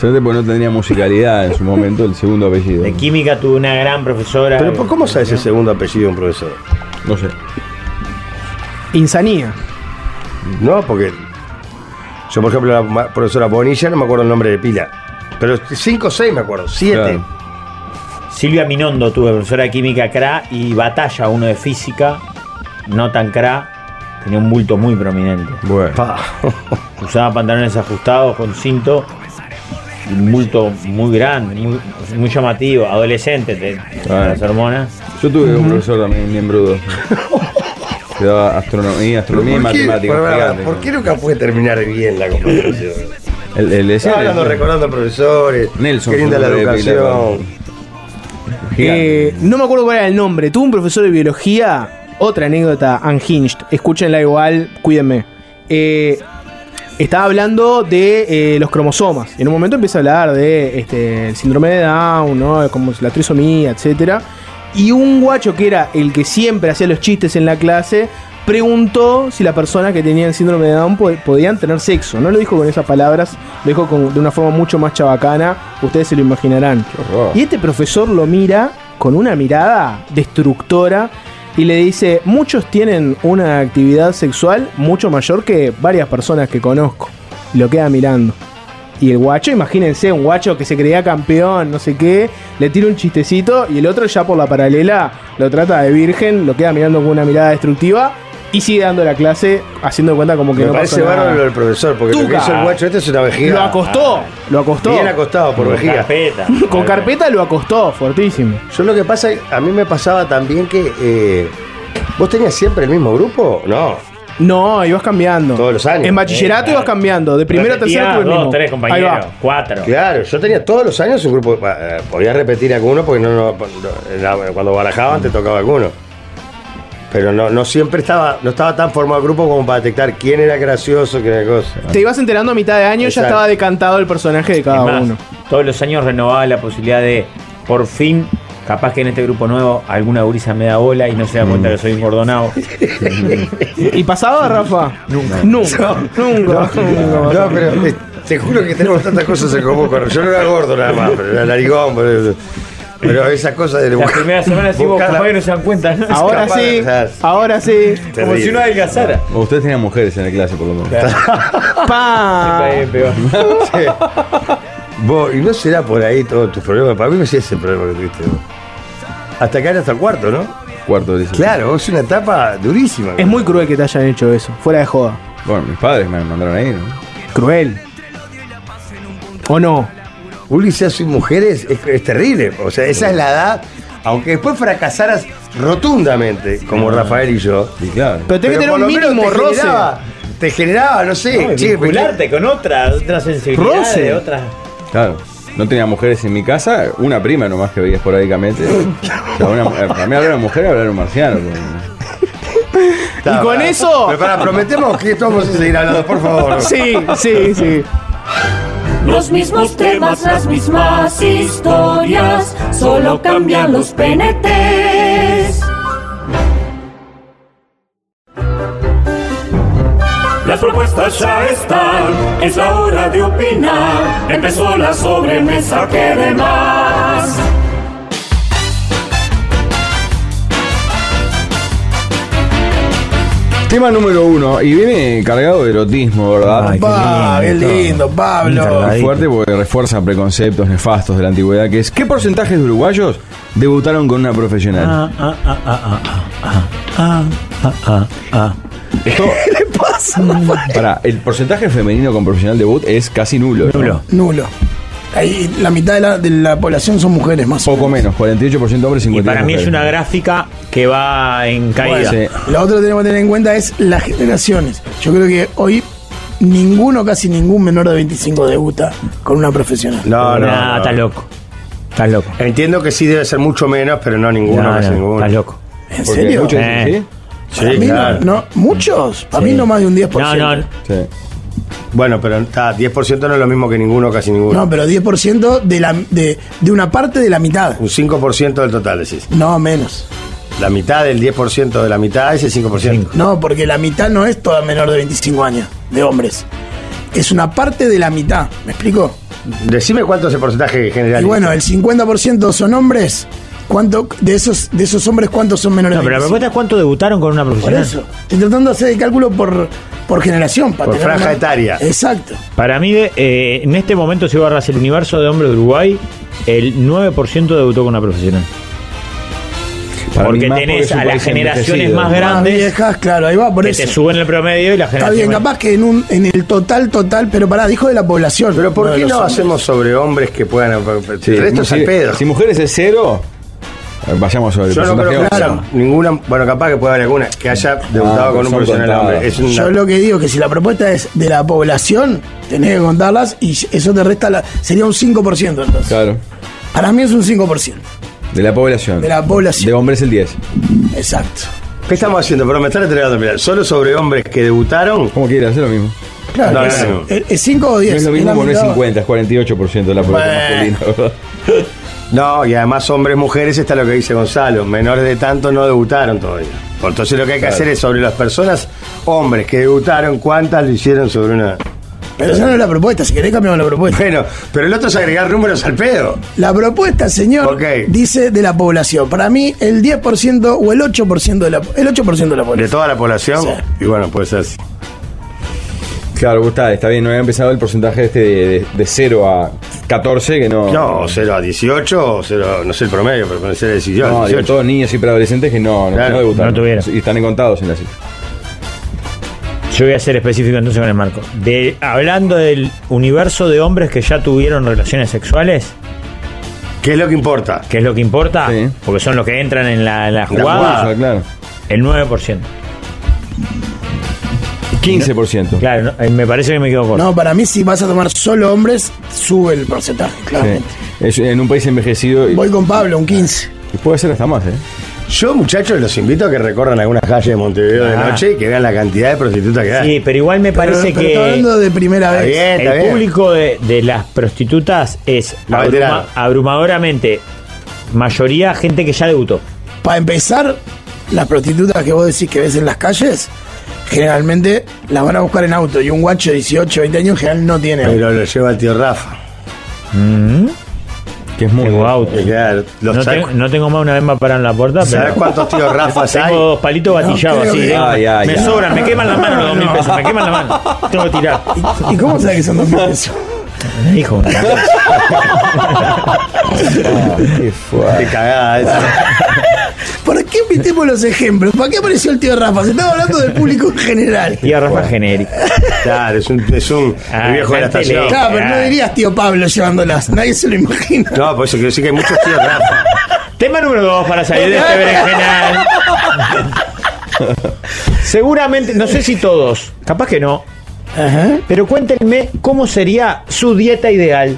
C: Solamente porque no tendría musicalidad en su momento el segundo apellido.
B: De química tuve una gran profesora.
A: Pero ¿por- ¿cómo sabes el segundo apellido de un profesor?
C: No sé.
D: Insanía.
A: No, porque. Yo, por ejemplo, la ma- profesora Bonilla, no me acuerdo el nombre de pila. Pero cinco o seis me acuerdo, siete.
C: Claro.
B: Silvia Minondo tuve profesora de química CRA y Batalla, uno de física, no tan CRA, tenía un bulto muy prominente.
C: Bueno.
A: Pa.
B: Usaba pantalones ajustados con cinto, y un bulto muy grande, muy, muy llamativo, adolescente, te- las hormonas.
C: Yo tuve un profesor también, bien bruto. Que daba astronomía, astronomía y
A: ¿Por qué-
C: matemáticas.
A: por-
C: gigante.
A: ¿Por qué nunca puede terminar bien la conversación?
C: El, el de
A: Estaba hablando, recordando a profesores.
C: Nelson,
A: Qué linda la
C: profesor de pila,
A: educación.
C: Gigante.
D: Eh, no me acuerdo cuál era el nombre. Tuve un profesor de biología. Otra anécdota unhinged. Escúchenla igual, cuídenme. Eh, estaba hablando de eh, los cromosomas. En un momento empieza a hablar de este, el síndrome de Down, ¿no? Como la trisomía, etcétera. Y un guacho que era el que siempre hacía los chistes en la clase preguntó si las personas que tenían síndrome de Down po- podían tener sexo. No lo dijo con esas palabras, lo dijo con- de una forma mucho más chabacana. Ustedes se lo imaginarán.
C: horror.
D: Y este profesor lo mira con una mirada destructora y le dice, muchos tienen una actividad sexual mucho mayor que varias personas que conozco. Y Lo queda mirando. Y el guacho, imagínense, un guacho que se creía campeón, no sé qué, le tira un chistecito y el otro ya por la paralela lo trata de virgen, lo queda mirando con una mirada destructiva y sigue dando la clase haciendo cuenta como que
A: Me
D: no
A: parece
D: pasó nada.
A: bárbaro lo del profesor, porque lo que
D: Tuca.
A: hizo el guacho este es una vejiga.
D: Lo acostó, lo acostó.
A: Bien acostado por
B: Con
A: vejiga.
B: carpeta.
D: Con carpeta lo acostó, fortísimo.
A: Yo lo que pasa, a mí me pasaba también que. eh, ¿Vos tenías siempre el mismo grupo? No.
D: No, ibas cambiando.
A: Todos los años.
D: En bachillerato
B: Eh, claro.
D: ibas cambiando. De primero a tercero
B: Repetía
D: tuve el
B: dos,
D: mismo.
B: tres
D: Ahí
B: compañeros,
D: va.
B: cuatro.
A: Claro, yo tenía todos los años un grupo. eh, podía repetir alguno porque no, no- no- era- cuando barajaban te tocaba alguno. Pero no, no siempre estaba, no estaba tan formado el grupo como para detectar quién era gracioso, quién era cosa.
D: Te ibas enterando a mitad de año, ya
A: Exacto.
D: estaba decantado el personaje de
B: Es
D: cada
B: más,
D: uno.
B: Todos los años renovaba la posibilidad de, por fin, capaz que en este grupo nuevo alguna gurisa me da bola y no se da
D: Mm.
B: cuenta que soy engordonado.
D: ¿Y pasaba, Rafa? Nunca. Nunca. Nunca.
A: No, pero eh, te juro que tenemos tantas cosas en común. con- Yo no era gordo nada más, pero era narigón. Pero, pero esas cosas de
B: Las primeras semanas decimos,
A: buscar la-
B: capaz que no se dan cuenta. ¿no?
D: Ahora
A: capaz
D: sí,
A: de ser.
D: ahora sí.
B: Como si uno adelgazara.
C: O Ustedes tenían mujeres en la clase, por lo menos.
F: Ah.
D: ¡Pa!
B: Está bien, peor.
A: Sí. Vos, y no será por ahí todo tu problema. Para mí no es ese el problema que tuviste. vos. Hasta acá era hasta el cuarto, ¿no?
C: Cuarto de liceo.
A: Claro, vos es una etapa durísima.
D: Es muy cruel que te hayan hecho eso, fuera de joda.
C: Bueno, mis padres me mandaron ahí, ¿no?
D: Cruel. ¿O no?
A: Ulises y mujeres es, es terrible. O sea, esa es la edad. Aunque después fracasaras rotundamente, como Rafael y yo.
C: Y claro.
D: Pero tenés que tener
A: por
D: un
A: lo menos
D: mínimo
A: te
D: roce.
A: generaba- te generaba, no sé,
B: No, y
A: che,
B: vincularte con otras, otras sensibilidades,
D: Roce.
B: otras.
C: Claro. No tenía mujeres en mi casa, una prima nomás que veía esporádicamente. O sea, una- eh, para mí hablar una mujer hablar un marciano. porque-
A: Está,
D: Y con
A: pará.
D: eso-
A: Pero para, prometemos que esto vamos a seguir hablando, por favor.
D: Sí, sí, sí.
E: Los mismos temas, las mismas historias, solo cambian los penetes. Las propuestas ya están, es la hora de opinar. Empezó la sobremesa que de más.
C: Tema número uno, y viene cargado de erotismo, ¿verdad?
B: Ay,
F: Pa,
B: Qué
F: qué
B: lindo.
F: lindo, Pablo.
C: Es fuerte porque refuerza preconceptos nefastos de la antigüedad, que es ¿qué porcentaje de uruguayos debutaron con una profesional?
B: Ah, ah, ah, ah, ah, ah, ah, ah, ah.
C: Mm. Pará, el porcentaje femenino con profesional debut es casi nulo. ¿no?
B: Nulo.
F: Nulo. Ahí la mitad de la, de la población son mujeres más. o
C: Poco menos, 48% hombres, 52
B: Y para mí es
C: mujeres.
B: una gráfica que va en caída.
C: Sí.
F: Lo otro que tenemos que tener en cuenta es las generaciones. Yo creo que hoy ninguno, casi ningún menor de 25 debuta con una profesional.
A: No, no.
B: Nah,
A: no.
B: estás loco. Estás loco.
A: Entiendo que sí debe ser mucho menos, pero no ninguno,
B: Nah,
A: casi
B: nah,
A: ninguno.
B: estás loco.
F: ¿En
C: Porque
F: serio?
C: muchos-
B: Eh.
F: Para
A: Sí,
F: mí
A: claro.
F: no, no, muchos. Para mí no más de un 10%.
B: No, no,
C: ¿sí? sí.
A: Bueno, pero está, 10% no es lo mismo que ninguno, casi ninguno.
F: No, pero 10% de, la, de, de una parte de la mitad.
A: Un 5% del total, decís.
F: No, menos.
A: La mitad del 10% de la mitad es el 5%.
F: No, porque la mitad no es toda menor de 25 años, de hombres. Es una parte de la mitad. ¿Me explico?
A: Decime cuánto es el porcentaje general.
F: Y bueno, el 50% son hombres. ¿Cuánto, de, esos, de esos hombres, ¿cuántos son menores
B: No,
F: de
B: pero la
F: 25?
B: pregunta es cuánto debutaron con una
F: Por
B: profesional.
F: eso. Estoy tratando de hacer el cálculo por, por generación. para
A: Por
F: tener
A: franja
F: una-
A: etaria.
F: Exacto.
B: Para mí, de- eh, en este momento, si barras el universo de hombres de Uruguay, el 9% debutó con una profesional.
C: Para
B: Porque
C: mí más
B: tenés
C: es un
B: a las
C: país
B: generaciones
C: envejecido.
B: más grandes.
F: Más viejas, claro, ahí va, por
B: Que
F: eso.
B: te suben el promedio y la
F: Está
B: generación.
F: bien, capaz que en, un, en el total, total, pero pará, dijo de la población.
A: Pero ¿por
F: de
A: qué no
F: los hombres.
A: hacemos sobre hombres que puedan...
C: Sí,
A: el resto es
C: si,
A: al pedo.
C: si mujeres es cero, eh, vayamos sobre el
A: Yo no
C: porcentaje
A: creo que
C: hombre.
A: haya ninguna... Bueno, capaz que pueda haber alguna que haya debutado con un
C: son
A: profesional
C: contadas.
A: hombre. Es una-
F: Yo lo que digo que si la propuesta es de la población, tenés que contarlas y eso te resta, la, sería un 5% entonces.
C: Claro.
F: Para mí es un 5%.
C: De la población.
F: De la población.
C: De hombres el 10.
F: Exacto.
A: ¿Qué estamos haciendo? Pero me están entregando, mirá, solo sobre hombres que debutaron.
C: ¿Cómo quieras? Es lo mismo.
F: Claro,
A: No,
F: es,
A: no, no.
F: 5 o 10.
C: no es lo mismo
F: la
C: porque no es
F: mitad.
C: 50, es 48% de la población masculina, ¿verdad?
A: No, y además hombres, mujeres, está lo que dice Gonzalo. Menores de tanto no debutaron todavía. Entonces lo que hay que
C: Claro.
A: hacer es sobre las personas, hombres que debutaron, ¿cuántas lo hicieron sobre una...?
F: Pero esa no es la propuesta, si querés cambiamos la propuesta.
A: Bueno, pero el otro es agregar números al pedo.
F: La propuesta, señor,
A: Ok.
F: dice de la población. Para mí, el 10% o el 8% de la, el 8 de la
A: De
F: población.
A: toda la población.
F: Sí.
A: Y bueno, puede ser así.
C: Claro, vos está, está bien, no había empezado el porcentaje este de, de- de 0 a 14, que no.
A: No, o 0 a 18, o 0, no sé el promedio, pero puede ser de 18.
C: No, digo,
A: 18.
C: todos niños y preadolescentes que no, no,
A: Claro,
C: no debutaron.
B: no tuvieron.
C: Y están contados en la cifra.
B: Yo voy a ser específico entonces con el marco. De, hablando del universo de hombres que ya tuvieron relaciones sexuales,
A: ¿Qué es lo que importa?
B: que es lo que importa,
C: Sí.
B: porque son los que entran en la, en la
A: jugada.
B: jugada,
C: Ah, claro.
B: el 9%.
C: 15%.
B: Claro, no, eh, me parece que me quedo corto.
F: No, para mí, si vas a tomar solo hombres, sube el porcentaje,
C: Sí.
F: claramente.
C: Es- en un país envejecido y,
F: Voy con Pablo, un 15.
C: y puede ser hasta más, ¿eh?
A: Yo, muchachos, los invito a que recorran algunas calles de Montevideo de
B: Ah.
A: noche y que vean la cantidad de prostitutas que hay.
B: Sí, pero igual me parece
F: Pero- pero estoy hablando
B: que
F: de primera
A: Está
F: vez.
A: bien, está
B: el
A: bien.
B: público de, de las prostitutas es
A: La
B: abruma-
A: veterana.
B: abrumadoramente mayoría gente que ya debutó.
F: Para empezar, las prostitutas que vos decís que ves en las calles, generalmente las van a buscar en auto. Y un guacho de 18, 20 años en general no tiene. auto.
A: Pero lo lleva el tío Rafa.
C: Que es muy.
B: Tengo auto.
A: Y claro, los-
B: No,
A: ¿sabes,
B: tengo, no tengo más una vez más para en la puerta, pero.
A: sabes cuántos tíos Rafas hay?
B: Tengo dos palitos
F: creo
B: gatillados así.
F: que-
B: tengo-
C: Ay, ay,
B: me
C: ay.
B: sobran, me queman las manos los dos mil pesos, me queman la mano. Tengo que tirar.
F: ¿Y cómo sabes que son dos mil pesos?
B: Hijo,
C: Qué fuerte.
A: Qué cagada esa.
F: Por ¿Por qué metemos los ejemplos? ¿Para qué apareció el tío Rafa? Se estaba hablando del público en general.
B: Tío Rafa genérico.
A: Claro, es un, es un
B: Ah,
A: el viejo de la
B: gente
A: estación.
B: le-
F: Claro, pero no dirías tío Pablo llevándolas. Nadie se lo imagina.
A: No, por eso quiero decir que hay muchos tíos Rafa.
B: Tema número dos para salir de este berenjenal. Seguramente, no sé si todos, capaz que no,
F: Ajá.
B: pero cuéntenme cómo sería su dieta ideal.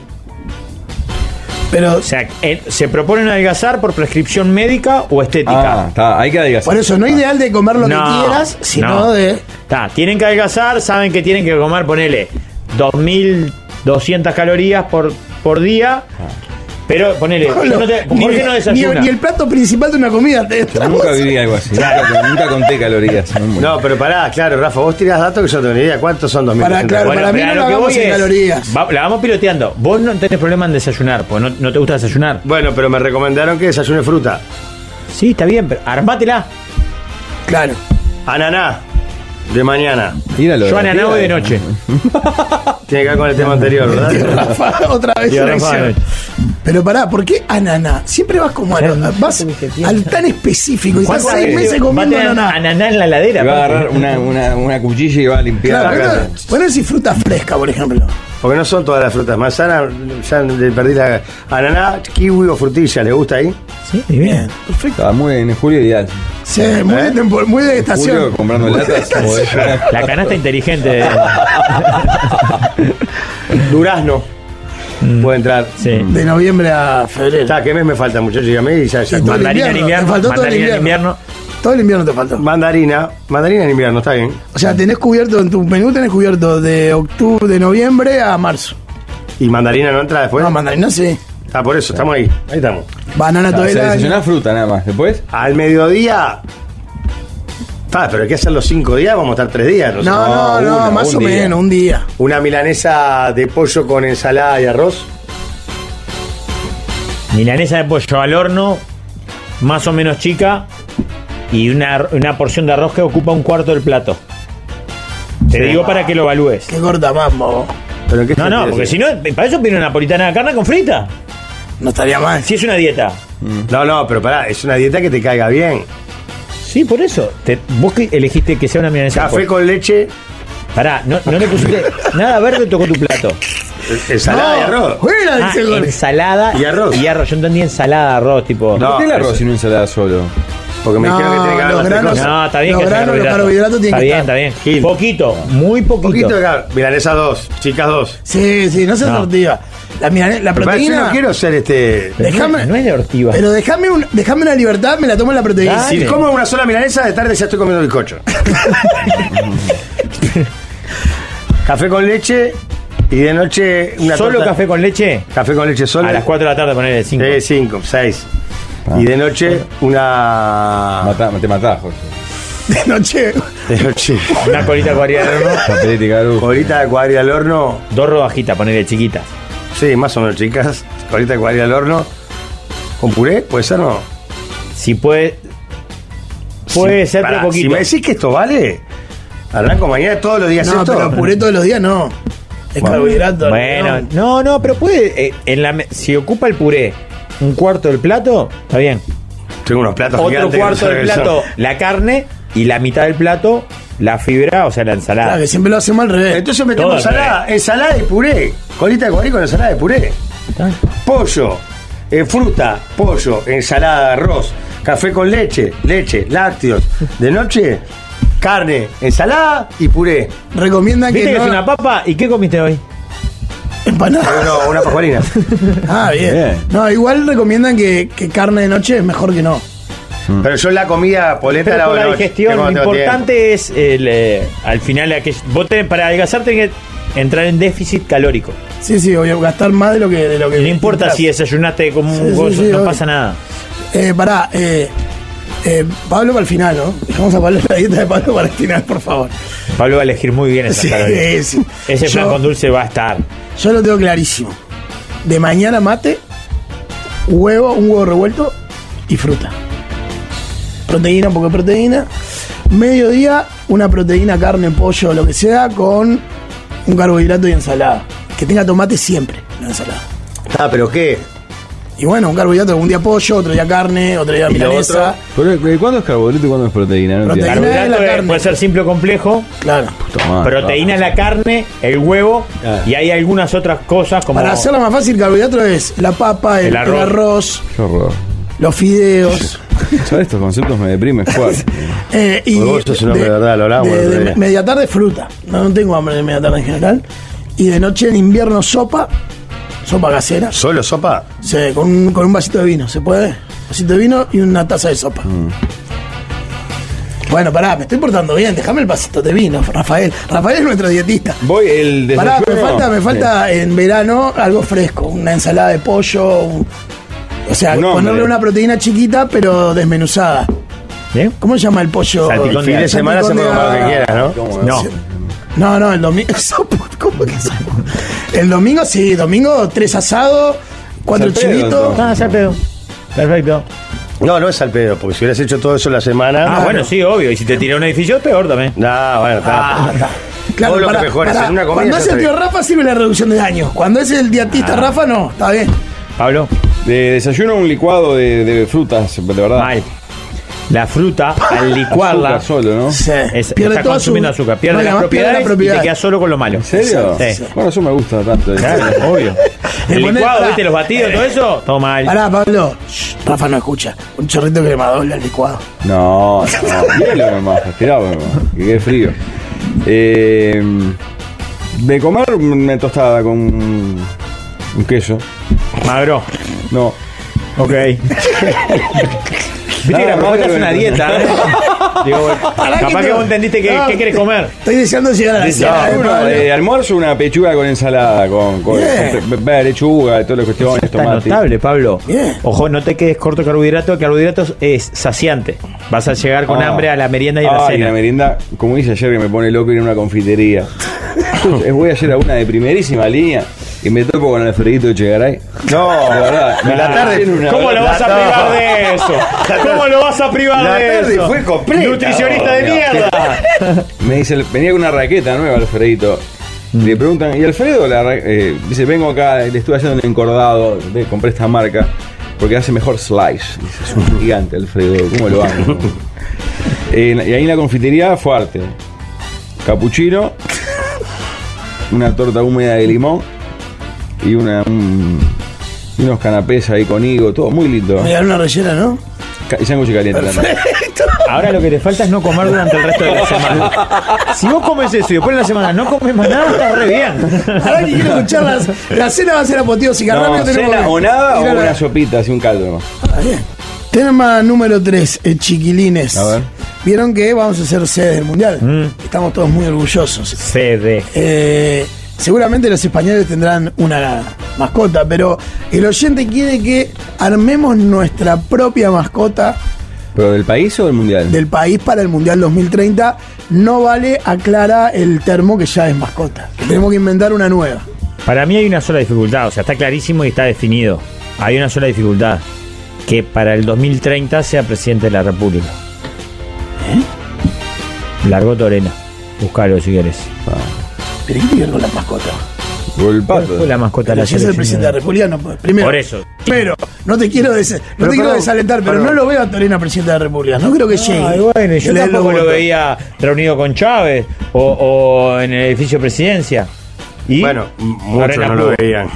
F: Pero
B: O sea, eh, ¿se proponen adelgazar por prescripción médica o
C: Ah,
B: estética?
C: está, hay que adelgazar.
F: por eso no es ideal de comer lo
B: Ah. No,
F: que quieras, sino
B: no.
F: de.
B: Está, tienen que adelgazar, saben que tienen que comer, ponele, 2.200 calorías por, por día, pero ponele, yo no te-
F: ni,
B: Jorge no
F: ni-
B: desayuna.
F: ni el plato principal de una comida. Te
C: Yo nunca viví algo así. Nunca, nunca conté calorías. No, me-
A: No, pero pará, claro, Rafa, vos tirás datos que yo no tengo ni idea. ¿Cuántos son 2.000?
F: Para, claro,
B: Bueno,
F: para mí
B: pero
F: no
B: a
F: lo
B: lo que
F: hagamos
B: voy
F: en
B: es-
F: calorías.
B: Va- la vamos piloteando. Vos no tenés problema en desayunar, porque no, no te gusta desayunar.
A: Bueno, pero me recomendaron que desayune fruta.
B: Sí, está bien, pero armátela.
F: Claro.
A: Ananá, de mañana.
C: Ir a lo
B: Yo
C: la
B: ananao
C: tía,
B: de noche.
A: Tiene que ver con el tema anterior, ¿verdad?
F: Rafa, otra vez.
B: Tío
F: una
B: Rafa, eh.
F: acción. Pero pará, ¿por qué ananá? Siempre vas como ananá. Vas al tan específico y estás
B: ¿Cuántas
F: seis
B: veces
F: meses comiendo
B: va Eh, a tener
F: ananá.
B: Ananá en la ladera.
C: Y va a agarrar una, una, una cuchilla y va a limpiar
F: Claro,
C: la
F: pero
C: casa.
F: no- poner si fruta fresca, por ejemplo.
A: Porque no son todas las frutas. Manzana, ya le perdí la. Ananá, kiwi o frutilla, ¿le gusta ahí?
B: Sí, bien.
C: Está muy en julio ideal.
F: Sí,
B: ¿Eh?
F: muy, de, tempor- muy de estación.
C: Julio comprando latas. joder.
B: La canasta inteligente.
A: Durazno. Mm. Puede entrar.
B: Sí.
F: De noviembre a febrero.
A: Está, ¿qué mes me falta, muchachos? Dígame y ya, ya.
F: Y todo el
B: Mandarina en invierno.
F: Te faltó todo el
B: Mandarina en
F: invierno.
B: invierno.
F: Todo el invierno te faltó.
A: Mandarina. Mandarina en invierno, está bien.
F: O sea, tenés cubierto, en tu menú tenés cubierto de octubre, de noviembre a marzo.
A: ¿Y mandarina no entra después?
F: No, mandarina sí.
A: ah, por eso, estamos ahí. Ahí estamos.
F: Banana
C: O
F: todo el
C: sea,
F: año.
C: desayunás fruta nada más. Después,
A: Al mediodía. Ah, pero hay que hacer los cinco días, vamos a estar tres días. sé.
F: No, no, no,
C: No, una,
F: más
C: un día.
F: o menos, un día.
A: Una milanesa de pollo con ensalada y arroz.
B: Milanesa de pollo al horno, más o menos chica, y una, una porción de arroz que ocupa un cuarto del plato. Te digo para que lo evalúes.
F: Qué corta mambo.
A: ¿Pero en qué
B: No, no,
A: sentido?
B: porque si no, para eso viene una napolitana de carne con frita.
F: No estaría mal.
B: Si es una dieta.
F: Mm.
A: No, no, pero pará, es una dieta que te caiga bien.
B: Sí, por eso. Te- vos que elegiste que sea una milanesa. de
F: pues.
A: Café
B: pollo.
A: con leche,
B: Pará, no, no le pusiste nada verde, tocó tu plato.
A: ensalada y arroz.
F: Buena,
B: Ah,
F: dice Gorka.
B: ensalada
A: Y arroz.
B: Y arroz. Yo entendí ensalada, de arroz, tipo.
A: No,
C: ¿por qué el arroz
A: eso-
C: y no ensalada solo?
A: Porque me
F: No,
A: dijeron que tiene que haber
F: los
A: las tres
F: granos-
A: cosas.
B: No, está bien
F: Los
B: que sea
F: granos, los carbohidratos tienen
B: Está
F: que
B: bien,
F: estar.
B: está bien. Poquito, muy poquito.
A: Poquito de car- milanesa dos, chicas dos.
F: Sí, sí, no seas
B: No.
F: sortiva. La, mirane- la
A: Pero pará, yo
F: proteína.
A: no quiero ser este.
B: Pero no-
F: Déjame-
B: no, es de ortiva.
F: Pero déjame un- déjame una libertad, me la tomo en la proteína.
B: Dale.
A: Si como una sola milanesa, de tarde ya estoy comiendo bizcocho. café con leche y de noche una
B: ¿Solo
A: torta-
B: café con leche?
A: Café con leche solo.
B: A las Ah. 4 de la tarde ponerle 5.
A: Sí, cinco, seis. Y de noche
F: Ah.
A: una.
C: Matá- te matás, Jorge.
F: De noche.
A: De noche.
B: Una colita cuadriada, ¿no?
C: Papelete, Garu.
A: Colita de cuadrilla al horno.
B: Dos rodajitas, ponerle chiquitas.
A: Sí, más o menos, chicas. Colita de cuadrilla al horno. ¿Con puré? ¿Puede ser no?
B: Si puede. Puede
A: Sí,
B: ser,
A: pará,
B: pero poquito.
A: Si me decís que esto vale, arranco mañana todos los días
F: No,
A: esto.
F: pero puré todos los días no. Es carbohidrato.
B: Bueno,
F: no.
B: no, no, pero puede. eh, en la me- si ocupa el puré un cuarto del plato, está bien.
A: Tengo unos platos
B: Otro
A: gigantes que no
B: cuarto
A: sé
B: del
A: qué son.
B: plato, la carne. Y la mitad del plato, la fibra, o sea, la ensalada.
F: Claro, que siempre lo hacemos al revés.
A: Entonces metemos
B: Todo,
A: ensalada, ensalada de puré. Colita de cuadril con ensalada de puré. Pollo, eh, fruta, pollo, ensalada, arroz, café con leche, leche, lácteos. De noche, carne, ensalada y puré.
F: Recomiendan que,
B: ¿Viste que
F: no.
B: es una papa? ¿Y qué comiste hoy?
F: empanada.
A: No, una pajuarina.
F: Ah, bien.
C: Bien.
F: No, igual recomiendan que, que carne de noche es mejor que no.
A: Pero yo la comida polenta
B: Pero
A: la
B: por
A: hago
B: la
A: de noche, que
B: digestión, lo
A: cuando tengo
B: importante es el, eh, al final aquel- vos tenés- para adelgazar tenés que entrar en déficit calórico.
F: Sí, sí, obvio, gastar más de lo que. De lo que
B: No importa
F: entras.
B: si desayunaste como
F: Sí,
B: un
F: sí,
B: gozo,
F: sí,
B: no
F: obvio.
B: pasa nada.
F: Eh, pará, eh, eh, Pablo para el final, ¿no? Vamos a Pablo la dieta de Pablo para el final, por favor.
B: Pablo va a elegir muy bien esas
F: Sí,
B: calorías.
F: sí.
B: Ese
F: Yo-
B: plan con dulce va a estar.
F: Yo lo tengo clarísimo. De mañana mate, huevo, un huevo revuelto y fruta. Proteína, poca proteína. Mediodía, una proteína, carne, pollo, lo que sea, con un carbohidrato y ensalada. Que tenga tomate siempre, la ensalada.
A: Ah, pero ¿qué?
F: Y bueno, un carbohidrato, un día pollo, otro día carne, otro día milanesa.
C: Pero, eh, ¿Cuándo es carbohidrato y cuándo es proteína? No
F: Proteína.
C: entiendo.
B: Carbohidrato
F: Carbohidrato es la
B: eh,
F: carne.
B: puede ser simple o complejo.
F: Claro.
C: Puta
B: Ah,
C: madre,
B: proteína es
C: claro.
B: la carne, el huevo
A: Claro.
B: y hay algunas otras cosas como.
F: Para hacerla más fácil, carbohidrato es la papa, el,
B: El
F: el
B: arroz.
F: arroz.
C: Qué horror.
F: los fideos.
C: Saber estos conceptos me deprime fuerte.
F: eh, y
A: Porque vos sos un hombre de verdad, lo hablábamos
F: de-
A: el otro
F: de
A: día.
F: media tarde, fruta. No, no tengo hambre de media tarde en general. Y de noche, en invierno, sopa. Sopa casera.
A: ¿Solo sopa?
F: Sí, con, un, con un vasito de vino, ¿se puede? Vasito de vino y una taza de sopa.
A: Mm.
F: Bueno, pará, me estoy portando bien, déjame el vasito de vino, Rafael. Rafael es nuestro dietista.
C: Voy el desde
F: Pará,
C: el
F: me
C: suelo.
F: falta, me falta en verano algo fresco, una ensalada de pollo, un- o sea,
C: Un hombre.
F: ponerle una proteína chiquita pero desmenuzada.
B: ¿Eh?
F: ¿Cómo se llama el pollo?
A: El
B: Salpicón
A: fin de semana se puede
F: Salpicón de
A: comer lo que
F: a-
A: quieras, ¿no?
C: ¿Cómo?
B: No,
F: No, no, el domingo. ¿Cómo que sopo? El domingo sí, domingo tres asados, cuatro
C: Salpedo,
F: chilitos.
C: entonces.
B: Ah, ya pedo. Perfecto.
A: No, no es al pedo, porque si hubieras hecho todo eso la semana.
B: Ah, bueno, sí, obvio. Y si te tira un edificio, peor también.
A: No, bueno, está.
I: Ah,
F: Claro,
A: Todo lo
F: pará,
A: que mejores
F: pará.
A: en una comida.
F: Cuando
A: ya
F: es el
A: está
F: tío
A: bien.
F: Rafa sirve la reducción de daño. Cuando es el dietista Rafa, no, está bien.
B: Pablo,
C: Eh, De desayuno un licuado de, de frutas, de verdad.
B: mal. La fruta, al
C: Azúcar
B: licuarla,
C: solo, ¿no?
F: Sí.
B: es,
F: Pierde
B: está
F: todo su-
B: consumiendo azúcar. Pierde
F: No, y
B: las
F: además
B: propiedades
F: las
B: y te
F: propiedades.
B: queda solo con lo malo.
C: ¿En serio?
B: Sí.
C: Bueno, eso me gusta tanto.
B: Claro, obvio.
F: Le
B: El
F: pones-
B: licuado,
F: pará.
B: ¿viste? Los batidos, todo eso, todo mal.
F: Pará, Pablo. Shh, Rafa no escucha. Un chorrito de cremador al licuado.
C: No, no, hielo nomás, tirado nomás, que quede frío. Eh, de comer una tostada con un queso.
B: Magro.
C: No.
B: Ok. Viste que la
C: Ah,
B: propuesta
C: magro,
B: es una
C: entonces.
B: dieta. ¿eh? Digo, capaz
F: que
B: que
F: no-
B: vos entendiste que,
F: no,
B: qué querés comer.
F: Estoy deseando llegar a la cena. eh,
C: No,
F: Pablo.
C: de almuerzo una pechuga con ensalada, con, con,
F: Bien.
C: con pe- lechuga, todas las cuestiones,
B: Está
C: tomate.
B: notable, Pablo.
F: Bien.
B: Ojo, no te quedes corto de carbohidrato. que Carbohidratos es saciante. Vas a llegar con
C: Ah.
B: hambre a la merienda y a la
C: Ah, la
B: cena.
C: merienda, como hice ayer, que me pone loco ir a una confitería. Entonces, voy ayer a una de primerísima línea y me topo con el freguito de Chegaray. No, la verdad. me
A: La tarde-
C: tiene una-
B: ¿Cómo lo vas a
A: La
B: privar
A: tarde-
B: de eso? ¿Cómo lo vas a privar
A: La
B: de
A: tarde
B: eso?
A: fue completa.
B: Nutricionista de
C: Mira,
B: mierda. Mm.
C: Me dice, venía con una raqueta nueva Alfredito. Le preguntan, ¿y Alfredo? La ra- eh, dice, vengo acá, le estuve haciendo un encordado, de- compré esta marca, porque hace mejor slice. Dice, es un gigante Alfredo, ¿cómo lo amo? Eh, y ahí en la confitería, fuerte. Capuchino, una torta húmeda de limón y una, un- y unos canapés ahí con higo, todo muy lindo.
F: Me dieron una rellena, ¿no?
C: Ca- Y sándwich caliente. la neta.
B: Ahora lo que te falta es no comer durante el resto de la semana. Si vos comes eso y después de la semana no comes más nada, estás re bien.
F: Ahora que quiero escuchar las, la cena va a ser apoteósica.
C: No,
F: Rápido tenemos
C: cena
F: que-
C: o nada
F: Mira
C: o
F: la-
C: una sopita, así un caldo nomás.
F: Ah, bien. Tema número 3, chiquilines.
C: A ver. Mm.
F: Vieron que vamos a ser sede del mundial. Estamos todos muy orgullosos.
B: CD.
F: Eh, seguramente los españoles tendrán una mascota, pero el oyente quiere que armemos nuestra propia mascota
C: ¿Pero del país o del mundial?
F: del país para el Mundial 2030. No vale, aclara el termo que ya es mascota. Que tenemos que inventar una nueva.
B: Para mí hay una sola dificultad, o sea, está clarísimo y está definido. Hay una sola dificultad, que para el 2030 sea presidente de la República. ¿Eh? Largo Torena. Buscalo si querés.
F: Pero ¿qué tiene que ver con la mascota?
B: ¿Cuál
C: Golpato.
B: fue la mascota de
F: Pero
B: la
F: si es el
B: selección?
F: presidente de la República, no puede. Primero,
B: Por eso.
F: Pero, no te quiero, des- no te quiero
A: perdón,
F: desalentar, pero
A: perdón.
F: no lo veo a Torena presidente de la República. No creo que llegue.
B: Ay, bueno,
F: Que
B: yo
F: le den
B: tampoco
F: los
B: lo
F: votos.
B: veía reunido con Chávez o, o en el edificio de presidencia. Y
A: Bueno, m- muchos
B: Torena
A: no lo
B: pudo.
A: veían.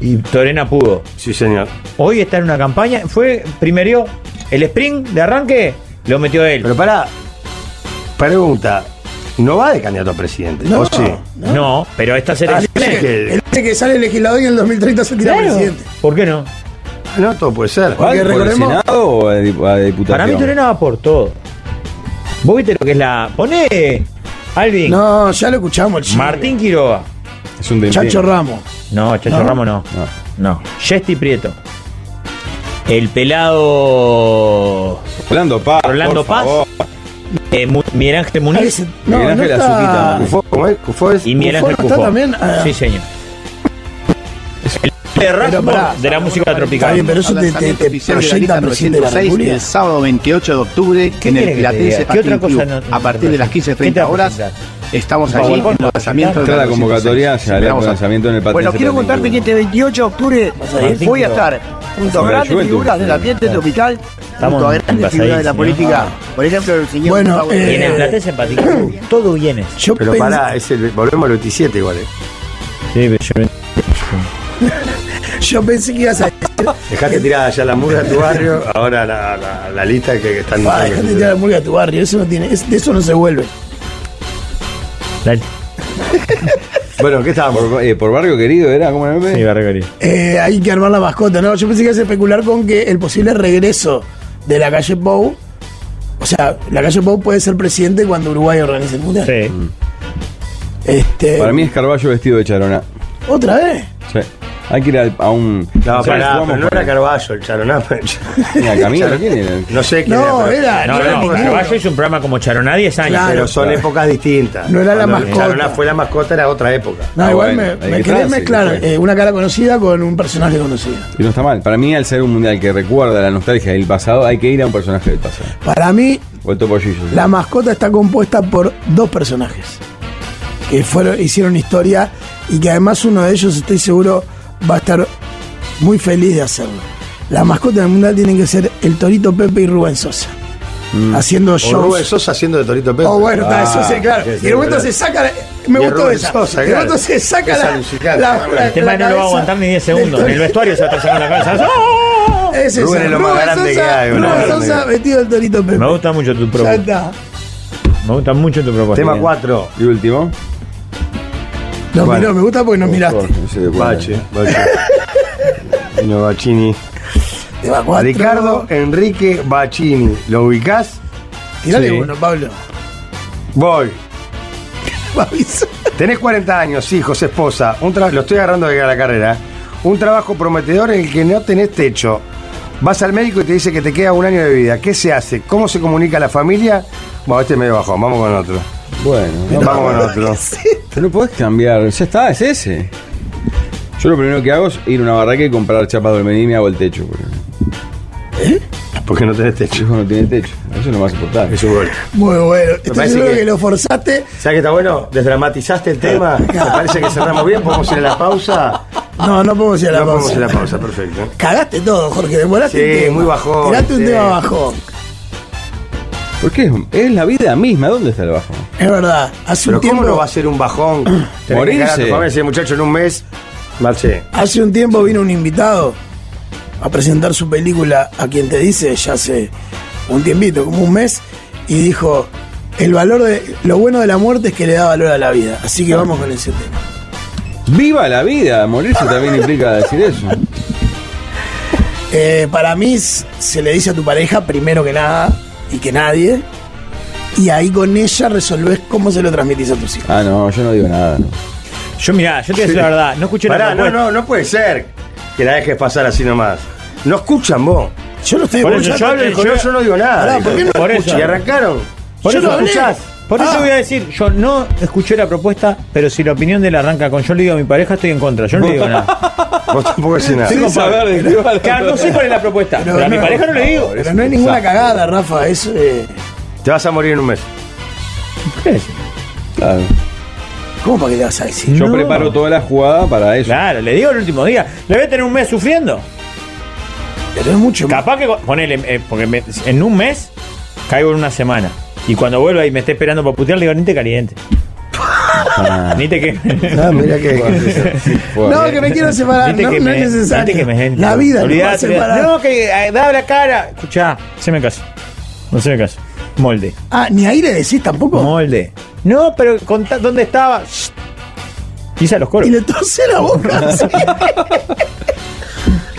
B: Y Torena pudo.
A: Sí, señor.
B: Hoy está en una campaña, fue primero el sprint de arranque, lo metió él.
A: Pero para. Pregunta. ¿No va de candidato a presidente?
F: No.
A: ¿O sí?
B: no. pero esta
F: Ah,
B: selección.
F: dice que- él dice este que sale legislador y en el 2030 se tira presidente.
B: ¿Por qué no?
A: No, todo puede ser.
C: ¿Va
F: Porque
C: por el
F: recordemos-
C: Senado o a dip- a diputación?
B: Para mí Torena va por todo. Vos viste lo que es la. Poné, Alvin,
F: No, ya lo escuchamos el chico.
B: Martín Quiroga.
C: Es un dempingo.
F: Chacho Ramos.
B: No, Chacho
F: No.
B: Ramos no.
C: No.
B: No. Jesti Prieto. El pelado.
C: Orlando Paz.
B: Orlando
C: por favor.
B: eh, Mu- Miguel Ángel
F: Ah,
B: Muniz.
F: ese- No,
C: Miguel
F: no
C: Ángel
F: está...
C: Azuquita.
A: Cufó, ¿cómo es? Cufó es-
B: Y Miguel
F: Buffon
B: Ángel
F: está
B: Cufó.
F: también, ah.
B: Sí, señor. El Erasmo
F: pará.
B: de la música
F: Está
B: tropical.
F: bien, pero eso te, te,
I: Lanzamiento
F: te
I: oficial de la
F: proyecta
I: lista
F: presidente de la
I: 906
F: República.
I: el sábado 28 de octubre en
B: querés que
I: el
B: te diga?
I: Platense
B: ¿Qué otra
I: Racing
B: cosa
I: Club,
B: no-
I: a partir de las
B: ¿Qué te
I: 15.30
B: va a
I: horas
B: presentar?
I: Estamos allí en el lanzamiento. de
C: Está la
I: Canal
C: convocatoria
I: 106.
C: hacia el
I: Esperamos a-
C: lanzamiento en el patio.
I: Bueno, quiero contarte que este 28 de octubre
G: ir?
I: voy a estar junto a
C: Con la
I: grandes
C: Juventus.
I: figuras del ambiente tropical, junto a grandes
G: Estamos
I: figuras de la
G: pasadísimos.
I: política.
A: Ah.
I: Por ejemplo, el señor
F: Bueno,
I: Gustavo
F: eh,
G: Viene en Platense en Paticú.
B: Uh,
G: Todo viene.
F: Yo
A: Pero
F: pens-
A: pará, es el, volvemos al 27 igual. eh.
F: Yo pensé que ibas a decir.
A: Dejaste tirada ya la murga a tu barrio, ahora la, la- la lista que, que están...
F: "Ah, dejate de tirar la murga a tu barrio, eso no tiene, es- de eso no se vuelve.
G: Dale.
A: Bueno, ¿qué estábamos?
C: Por, eh, por barrio querido era, ¿cómo era?
B: Sí, Barragari.
F: Eh, hay que armar la mascota, ¿no? Yo pensé que ibas a especular con que el posible regreso de la calle Pou. O sea, la calle Pou puede ser presidente cuando Uruguay organice el mundial.
B: Sí.
F: Este,
C: Para mí es Carballo vestido de charona.
F: ¿Otra vez?
C: Sí. Hay que ir al- a un.
A: No,
C: ¿sabes?
A: pará,
C: Jugamos
A: pero no
C: por-
A: era Carballo, el Charoná.
C: Mira, Camilo, ¿quién era?
A: No sé quién
F: No,
A: pero-
F: era.
B: No,
F: no era
B: no,
F: ninguno.
B: Carballo hizo un programa como Charoná 10 años.
F: Claro.
A: Pero son épocas distintas.
F: No era la
A: Cuando
F: mascota.
A: Charoná fue la mascota, era otra época.
F: No,
C: Ah,
F: igual
C: bueno,
F: me,
C: hay
F: me
C: que
F: querés
C: estar, sí,
F: mezclar
C: sí.
F: eh, una cara conocida con un personaje conocido.
C: Y no está mal. Para mí, al ser un mundial que recuerda la nostalgia del pasado, hay que ir a un personaje del pasado.
F: Para mí,
C: O el Topo Gillo.
F: la mascota está compuesta por dos personajes que fueron, hicieron historia y que además uno de ellos, estoy seguro, va a estar muy feliz de hacerlo. La mascota del mundial tienen que ser el Torito Pepe y Rubén Sosa. Haciendo
A: Mm. O Rubén
F: shows.
A: Sosa haciendo de Torito Pepe.
F: Oh, bueno, está,
A: Ah,
F: eso sí, claro.
A: sí, sí,
F: y de momento
A: verdad.
F: se saca. la- Me
A: Y el
F: gustó
A: Rubén
F: esa.
A: Sosa,
F: de
A: claro.
F: momento se saca
A: Es
F: la.
A: alucinante.
F: la- la-
B: El tema
F: la
B: es que Este no lo va a
F: cabeza
B: aguantar ni 10
F: del
B: segundos. En el
F: Torito.
B: vestuario se va a estar sacando la cabeza. ¡Ah!
F: Es
A: Rubén
F: esa.
A: es lo más grande que hay,
F: Rubén
A: boludo.
F: Sosa vestido del Torito Pepe.
B: Me gusta mucho tu
F: Ya
B: propuesta.
F: está.
B: Me gusta mucho tu propuesta.
A: Tema 4.
C: ¿Y último?
F: Nos
A: Bueno.
F: miró, me gusta porque nos miraste.
C: No sé de cuál.
A: Bache. Bache. Bueno, Bacini.
F: Te va cuatro.
A: Ricardo Enrique Bacini. ¿Lo ubicás?
F: Tirale
B: Sí.
F: uno, Pablo.
A: Voy.
F: Aviso.
A: Tenés 40 años, hijos, esposa. Un tra- lo estoy agarrando de la carrera. Un trabajo prometedor en el que no tenés techo. Vas al médico y te dice que te queda un año de vida. ¿Qué se hace? ¿Cómo se comunica la familia? Bueno, este es medio bajón. Vamos con otro.
C: Bueno, no,
A: Vamos con otro.
C: Pero no podés cambiar, ya está, es ese. Yo lo primero que hago es ir a una barraca y comprar chapas de almería y me hago el techo. Porque el
A: Porque no tenés techo.
C: hijo no tiene techo. Eso es lo más importante.
A: Es un gol.
F: Muy bueno. Estoy
A: parece
F: seguro que...
A: que
F: lo forzaste.
A: ¿Sabes qué está bueno? Desdramatizaste el tema. Me parece que cerramos bien. Podemos ir a la pausa.
F: No, no podemos ir a la
A: no
F: pausa.
A: podemos ir a la pausa, perfecto.
F: Cagaste todo, Jorge. Demoraste
A: Sí,
F: un tema.
A: muy bajón,
F: Tiraste un
A: sí.
F: tema bajón.
C: Porque es, es la vida misma, ¿dónde está el bajo?
F: Es verdad. Hace
A: Pero
F: un tiempo.
A: ¿cómo no va a ser un bajón?
C: Morirse.
A: Ese muchacho en un mes. Marche.
F: Hace un tiempo vino un invitado a presentar su película a quien te dice ya hace un tiempito, como un mes, y dijo, el valor de. lo bueno de la muerte es que le da valor a la vida. Así que vamos con ese tema.
C: ¡Viva la vida! Morirse también implica decir eso.
F: Eh, para mí s- se le dice a tu pareja primero que nada y que nadie. Y ahí con ella resolvés cómo se lo transmitís a tus hijos.
C: Ah, no, yo no digo nada. no.
B: Yo, mirá, yo te voy a decir la verdad. No escuché
A: Pará,
B: la
A: no,
B: propuesta.
A: no, no puede ser que la dejes pasar así nomás. No escuchan vos.
F: Yo no estoy
B: Por
F: vos
B: eso
F: ya
B: yo
F: te-
B: hablo-
A: Dijo, no, yo no digo nada.
F: Pará, ¿por qué no
B: Por eso.
A: Y arrancaron.
B: Por
F: Yo
B: eso,
F: no hablé.
B: escuchás. Por eso
F: Ah.
B: voy a decir, yo no escuché la propuesta, pero si la opinión de él arranca con yo le digo a mi pareja, estoy en contra. Yo no le digo nada.
A: Vos tampoco decís nada.
C: Sin saber de qué va la-
B: Claro, no sé cuál es la propuesta, pero, a mi pareja no le digo.
F: Pero no hay ninguna cagada, Rafa. Es, eh,
A: Te vas a morir en un mes.
C: Claro.
F: ¿Cómo para qué le vas a decir?
C: Yo
B: No.
C: preparo toda la jugada para eso.
B: Claro, le digo el último día. Le voy a tener un mes sufriendo.
F: Pero es mucho más.
B: Capaz que con- ponele, eh, porque me- en un mes caigo en una semana. Y cuando vuelva y me esté esperando para putear, le digo, ni te caliente. Ni te que.
A: Ah, mira que.
F: No,
C: Bueno,
F: que me quiero separar.
B: eh. Viste
F: No,
B: que
F: no
B: me-
F: es necesario.
B: viste que me gente.
F: la vida no va a
B: Olvidate,
F: separar.
B: No, que eh, da la cara. Escuchá, se me caso. No se me caso. Molde.
F: Ah, ni ahí le decís tampoco.
B: Molde. No, pero contá dónde estaba. Shh. Pisa los coros.
F: Y le torce la boca. así.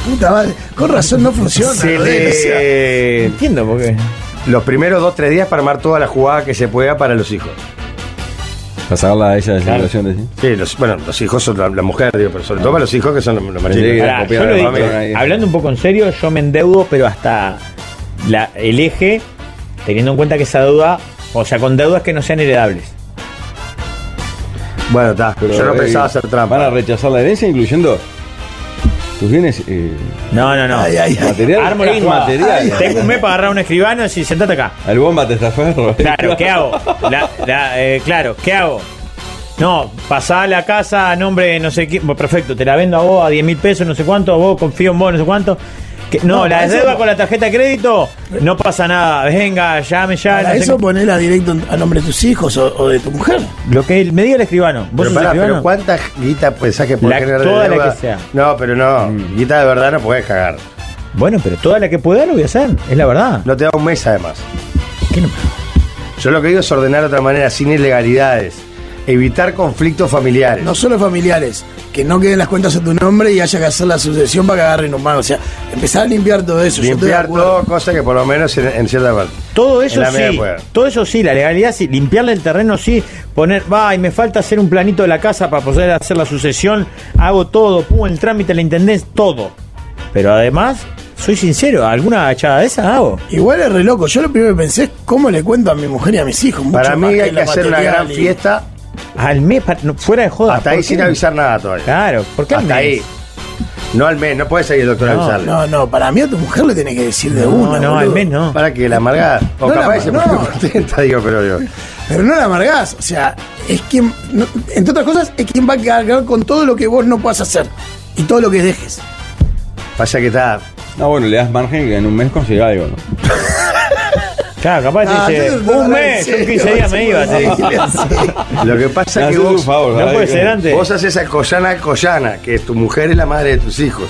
F: Puta madre. Con razón no funciona.
A: Se
F: Rodrigo, o sea.
A: le-
B: Entiendo por qué.
A: Eh, Los primeros dos, tres días para armar toda la jugada que se pueda para los hijos.
C: Para sacarla a ella de la situación de sí.
A: Sí, los, bueno, los hijos son la, la mujer, digo, pero sobre todo para los hijos que son los, los maridos.
C: Sí.
B: Pará,
C: copiar
B: yo
C: a
B: lo
C: la
B: digo,
C: familia ahí.
B: hablando un poco en serio, yo me endeudo, pero hasta la- el eje, teniendo en cuenta que esa deuda, o sea, con deudas que no sean heredables.
A: Bueno, está.
C: Pero,
A: Yo no
C: eh,
A: pensaba hacer
C: Van a
A: trampa.
C: rechazar la herencia incluyendo tus bienes eh,
B: No, no, no.
F: Ay, ay, ay.
C: materiales
B: Armo la
C: e
B: jugada.
C: inmateriales.
B: Tengo un mes para agarrar un escribano y decir, sentate acá.
C: Al bomba te estaferro.
B: Claro, ¿qué hago? La- la, eh, claro, ¿qué hago? No, pasá a la casa a nombre de no sé quién. Bueno, Perfecto, te la vendo a vos a 10 mil pesos, no sé cuánto, a vos confío en vos, no sé cuánto. Que- no,
F: No,
B: la
F: para eso
B: deuda
F: no.
B: con la tarjeta de crédito, no pasa nada. Venga, llame ya. no
F: Para
B: sé
F: eso
B: qué.
F: ponela directo a nombre de tus hijos o, o de tu mujer.
B: Lo que me dio el escribano. ¿Vos
A: Pero
B: sos
A: pará, pero
B: escribano?
A: ¿cuántas guita pensás que podés
B: La-
A: generar de
B: toda la
A: deuda?
B: que sea. Mm.
A: No, pero no. Guita de verdad no podés cagar.
B: Bueno, pero toda la que pueda lo voy a hacer, es la verdad.
A: No te da un mes además.
B: ¿Qué no?
A: Yo lo que digo es ordenar de otra manera, sin ilegalidades. Evitar conflictos familiares.
F: No solo familiares, que no queden las cuentas a tu nombre y haya que hacer la sucesión para que agarren un mano. O sea, empezar a limpiar todo eso. Yo estoy de
A: Limpiar
F: acuerdo.
A: todo, cosa que por lo menos en, en cierta parte.
B: Todo
A: En
B: eso
A: la medida que
B: sí,
A: pueda.
B: todo eso sí, la legalidad sí, limpiarle el terreno sí, poner, va, y me falta hacer un planito de la casa para poder hacer la sucesión, hago todo, pum, el trámite, la intendencia, todo. Pero además, soy sincero, alguna echada de esas hago.
F: Igual es re loco. Yo lo primero que pensé es cómo le cuento a mi mujer y a mis hijos. Mucho
A: Para mí
F: más
A: hay que
F: lo
A: hacer una
F: material
A: gran
F: y-
A: fiesta,
B: Al mes, pa- no, fuera de joda.
A: hasta
B: ¿por
A: ahí
B: qué
A: sin
B: no?
A: avisar nada todavía.
B: Claro, ¿por qué al
A: Hasta
B: mes?
A: ahí. No al mes, no puede salir el doctor a
B: No,
A: avisarle.
F: No, no, para mí a tu mujer le tenés que decir de
B: No,
F: una.
B: no, al
F: boludo.
B: mes no.
A: Para que la amargada. O
F: No la
A: capaz que se
F: amar-
A: pone
F: no.
A: contenta, digo, pero digo.
F: Pero no la amargás. O sea, es quien. no- entre otras cosas, es quien va a cargar con todo lo que vos no puedas hacer y todo lo que dejes.
A: Pasa que está.
C: No, bueno, le das margen que en un mes consiga algo. ¿no?
B: Claro, capaz
F: Ah,
B: te dice,
F: yo no-
B: un
F: no,
B: mes,
F: en
B: son 15
F: serio,
B: días me iba.
F: sí,
B: te dice.
A: eh, Lo que pasa es que
C: Haces un
A: vos.
C: favor,
B: No
C: ¿verdad?
B: puede ser antes.
A: Vos haces a Collana Collana, que es tu mujer y la madre de tus hijos.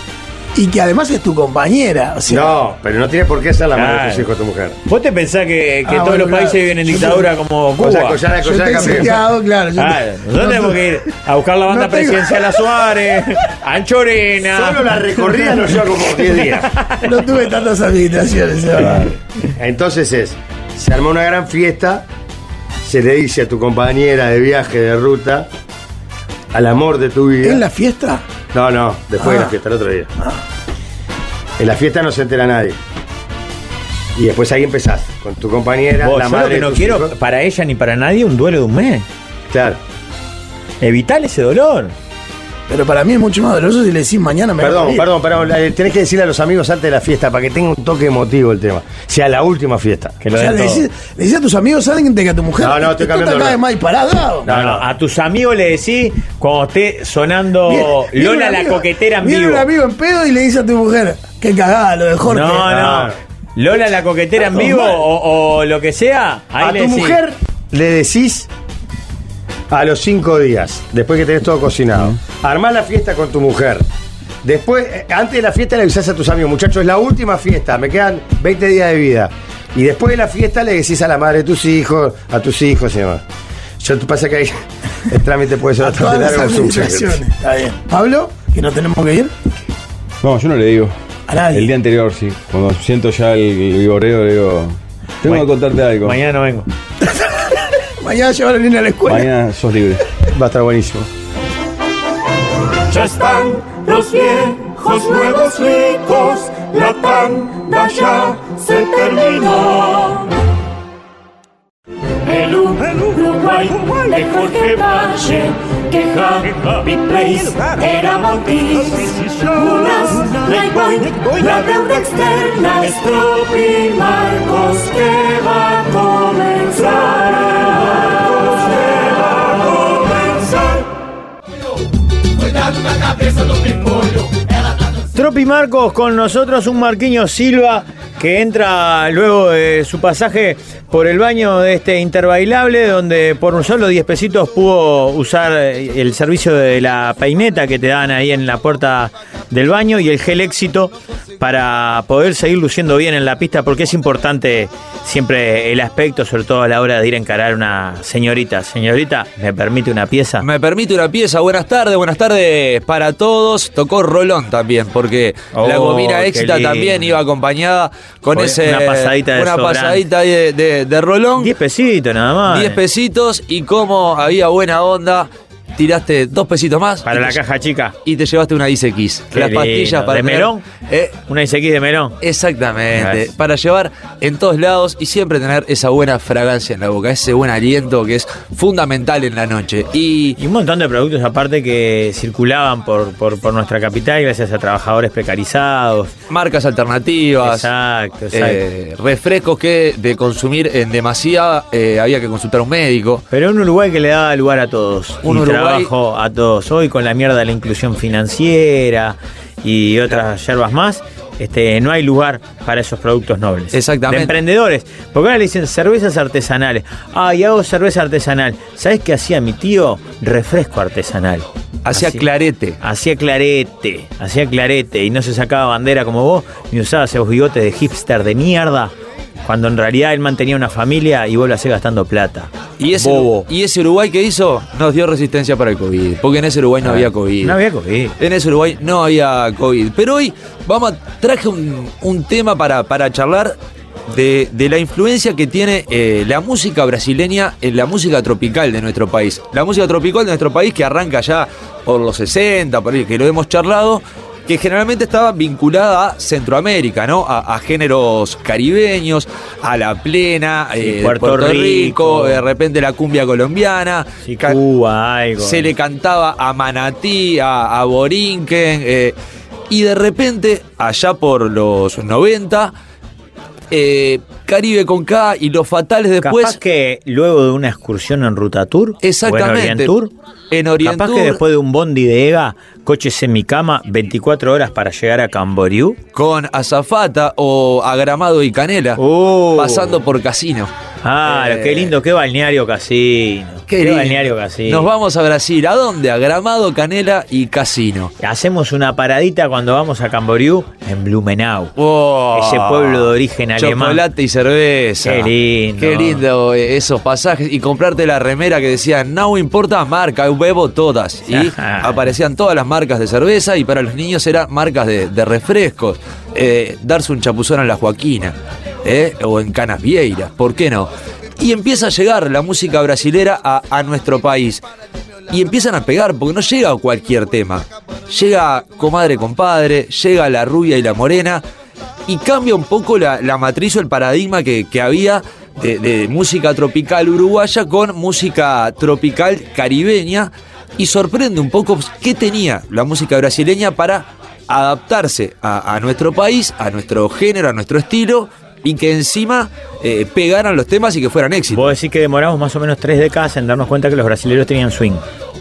F: Y que además es tu compañera. O sea,
A: No, pero no tiene por qué ser la madre de tus
B: Claro.
A: hijos tu mujer.
B: ¿Vos te pensás que, que
F: Ah,
B: todos
F: bueno,
B: los países
F: claro.
B: viven en
F: Yo
B: dictadura como
A: O sea, Collana
B: Cuba?
F: yo estoy
A: Collana campeón.
F: seteado, claro. yo
B: Claro,
F: te-
B: nosotros Ah, tenemos que ir a buscar la banda
F: no tengo-
B: presidencial a Suárez, a Anchorena.
A: Solo la recorrida nos lleva como 10 días.
F: No tuve tantas habilitaciones, es verdad.
B: Ah,
A: Entonces es, se armó una gran fiesta, se le dice a tu compañera de viaje, de ruta, al amor de tu vida.
F: ¿En la fiesta?
A: No, no, después de la
F: Ah.
A: fiesta, el otro día. En la fiesta no se entera nadie. Y después ahí empezás, con tu compañera,
B: Vos,
A: la
B: yo
A: madre
B: lo que
A: de
B: no
A: tus
B: quiero
A: hijos.
B: para ella ni para nadie un duelo de un mes.
A: Claro.
B: Evitar ese dolor.
F: Pero para mí es mucho más doloroso si le decís mañana me voy a
A: Perdón,
F: morir.
A: perdón, perdón. eh, Tenés que decirle a los amigos antes de la fiesta para que tenga un toque emotivo el tema. Sea la última fiesta.
B: Que
F: O
B: lo
F: sea,
B: den
F: le
B: todo.
F: decís, le decís a tus amigos, saben de que a tu mujer.
A: No, no, estoy
F: Esto está
A: cambiando
F: cada
A: de-
F: vez más disparado.
B: No, no, a tus amigos le decís cuando esté sonando
F: Viene un
B: oh, Lola la
F: amigo-
B: coquetera en
F: Viene
B: vivo.
F: un amigo en pedo y le dice a tu mujer, qué cagada lo de Jorge.
B: No, no.
A: Claro.
B: Lola la coquetera en
F: Está
B: vivo
F: todo mal.
B: o, o lo que sea. Ahí
A: a
B: le
A: tu
B: decís.
A: mujer le decís a los cinco días, después que tenés todo cocinado, armás la fiesta con tu mujer. Después, eh, antes de la fiesta le avisás a tus amigos, muchachos, es la última fiesta, me quedan 20 días de vida. Y después de la fiesta le decís a la madre de tus hijos, a tus hijos y demás. Yo te pasa que ahí el trámite puede ser
F: A todas
A: bastante
F: las
A: largo. es un
F: administraciones.
A: secreto.
F: Está bien. Pablo, que no tenemos que ir
C: No, yo no le digo.
F: a nadie.
C: El día anterior sí. Cuando siento ya el, el viboreo, le digo. Tengo que contarte algo.
B: Mañana no vengo.
F: Mañana llevar a Lina a la escuela.
C: Mañana sos libre.
A: Va a estar buenísimo.
E: Ya están los viejos nuevos ricos, la tanda ya se terminó.
H: El Uruguay de Jorge Valle, que Happy Place era Montis.
E: Unas Lake Point, la deuda externa es Tropi Marcos que va a comenzar. Marcos que va a comenzar.
B: Tropi Marcos con nosotros, un Marquinho Silva que entra luego de su pasaje por el baño de este interbailable, donde por un solo 10 pesitos pudo usar eh, el servicio de la peineta que te dan ahí en la puerta del baño y el gel éxito para poder seguir luciendo bien en la pista, porque es importante siempre el aspecto, sobre todo a la hora de ir a encarar una señorita. Señorita, ¿me permite una pieza?
J: Me permite una pieza. Buenas tardes, buenas tardes para todos. Tocó Rolón también, porque
B: Oh,
J: la gomina
B: qué
J: éxita
B: lindo.
J: también iba acompañada con
B: Con
J: ese.
B: una pasadita de
J: una
B: sobrante.
J: pasadita ahí de, de- de Rolón.
B: 10 pesitos nada más.
J: 10 pesitos y como había buena onda. tiraste dos pesitos más.
B: Para
J: y
B: la
J: te-
B: caja chica.
J: Y te llevaste una ICX.
B: Qué
J: Las pastillas
B: lindo.
J: para.
B: ¿De
J: tener-
B: melón?
J: Eh,
B: Una ICX de melón.
J: Exactamente,
B: Nice.
J: para llevar en todos lados y siempre tener esa buena fragancia en la boca, ese buen aliento que es fundamental en la noche. Y
B: Y un montón de productos aparte que circulaban por, por, por nuestra capital gracias a trabajadores precarizados.
J: marcas alternativas,
B: Exacto, exacto.
J: eh, refrescos que de consumir en demasía eh, había que consultar a un médico.
B: Pero un Uruguay que le daba lugar a todos.
J: Un
B: y
J: Uruguay-
B: trabajo a todos. Hoy con la mierda de la inclusión financiera y otras yerbas más, este, no hay lugar para esos productos nobles.
J: Exactamente.
B: De emprendedores. Porque ahora le dicen cervezas artesanales. Ah, y hago cerveza artesanal. ¿Sabes qué hacía mi tío? Refresco artesanal.
J: Hacía
B: Así. Ah,
J: clarete.
B: Hacía clarete, hacía clarete y no se sacaba bandera como vos, ni usaba esos bigotes de hipster de mierda, cuando en realidad él mantenía una familia y vos lo hacés gastando plata.
J: Y ese,
B: Bobo.
J: y ese Uruguay que hizo nos dio resistencia para el COVID, porque en ese Uruguay no había COVID.
B: No había COVID.
J: En ese Uruguay no había COVID. Pero hoy vamos a- traje un, un tema para, para charlar de, de la influencia que tiene eh, la música brasileña en la música tropical de nuestro país. La música tropical de nuestro país que arranca ya por los 60, por ahí que lo hemos charlado, que generalmente estaba vinculada a Centroamérica, ¿no? A, a géneros caribeños, a la plena, eh,
B: Puerto Rico.
J: de repente la cumbia colombiana.
B: Sí,
J: Ca-
B: Cuba, algo.
J: se le cantaba a Manatí, a, a Borinquen, eh, y de repente, allá por los 90, eh, Caribe con K y Los Fatales después.
B: capaz que luego de una excursión en Ruta Tour, o en
J: exactamente.
B: Orient Tour,
J: En Orient
B: capaz que
J: Tour,
B: después de un bondi de EGA, coches en mi cama, 24 horas para llegar a Camboriú.
J: con Azafata o Agramado y Canela,
B: Oh.
J: pasando por Casino.
B: Ah,
J: Eh.
B: qué lindo, qué balneario casino. Qué,
J: lindo.
B: balneario casino.
J: Nos vamos a Brasil. ¿A dónde? A Gramado, Canela y Casino.
B: Hacemos una paradita cuando vamos a Camboriú en Blumenau.
J: Oh,
B: Ese pueblo de origen alemán.
J: Chocolate y cerveza.
B: Qué lindo.
J: Qué lindo eh, esos pasajes. Y comprarte la remera que decía, no importa marca, yo bebo todas. Y
B: Ajá.
J: aparecían todas las marcas de cerveza y para los niños eran marcas de, de refrescos. Eh, darse un chapuzón en la Joaquina eh, o en Canas Vieiras, ¿por qué no? Y empieza a llegar la música brasilera a, a nuestro país. Y empiezan a pegar, porque no llega cualquier tema. Llega Comadre Compadre, llega La Rubia y La Morena, y cambia un poco la, la matriz o el paradigma que, que había de, de música tropical uruguaya con música tropical caribeña y sorprende un poco qué tenía la música brasileña para adaptarse a, a nuestro país, a nuestro género, a nuestro estilo y que encima eh, pegaran los temas y que fueran éxitos.
B: Vos decís que demoramos más o menos tres décadas en darnos cuenta que los brasileños tenían swing.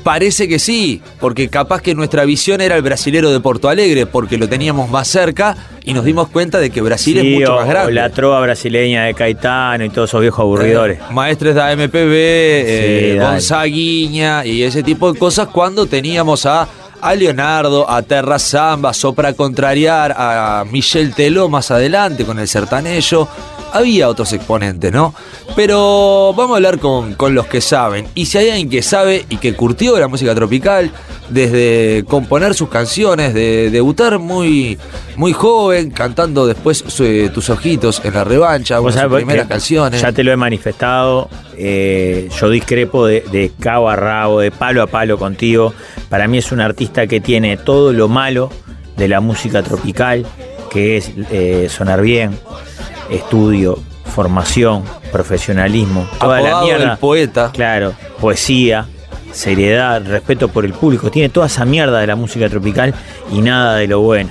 J: Parece que sí, porque capaz que nuestra visión era el brasilero de Porto Alegre, porque lo teníamos más cerca y nos dimos cuenta de que Brasil es mucho
B: o-
J: más grande.
B: o la trova brasileña de Caetano y todos esos viejos aburridores.
J: Eh, Maestres de AMPB, eh,
B: Sí, dale.
J: Gonzaguiña y ese tipo de cosas cuando teníamos a, a Leonardo, a Terra Zamba, Sopra Contrariar, a Michel Teló más adelante con el Sertanello. Había otros exponentes, ¿no? Pero vamos a hablar con, con los que saben. Y si hay alguien que sabe y que curtió la música tropical, desde componer sus canciones, de debutar muy, muy joven, cantando después eh, tus ojitos en la revancha,
B: Vos
J: una de sus
B: sabés
J: primeras
B: que
J: canciones.
B: Ya te lo he manifestado. eh, yo discrepo de, de cabo a rabo, de palo a palo contigo. Para mí es un artista que tiene todo lo malo de la música tropical, que es eh, sonar bien, estudio, formación, profesionalismo, toda
J: Apodado
B: la
J: el
B: mierda.
J: poeta.
B: Claro, poesía, seriedad, respeto por el público. Tiene toda esa mierda de la música tropical y nada de lo bueno.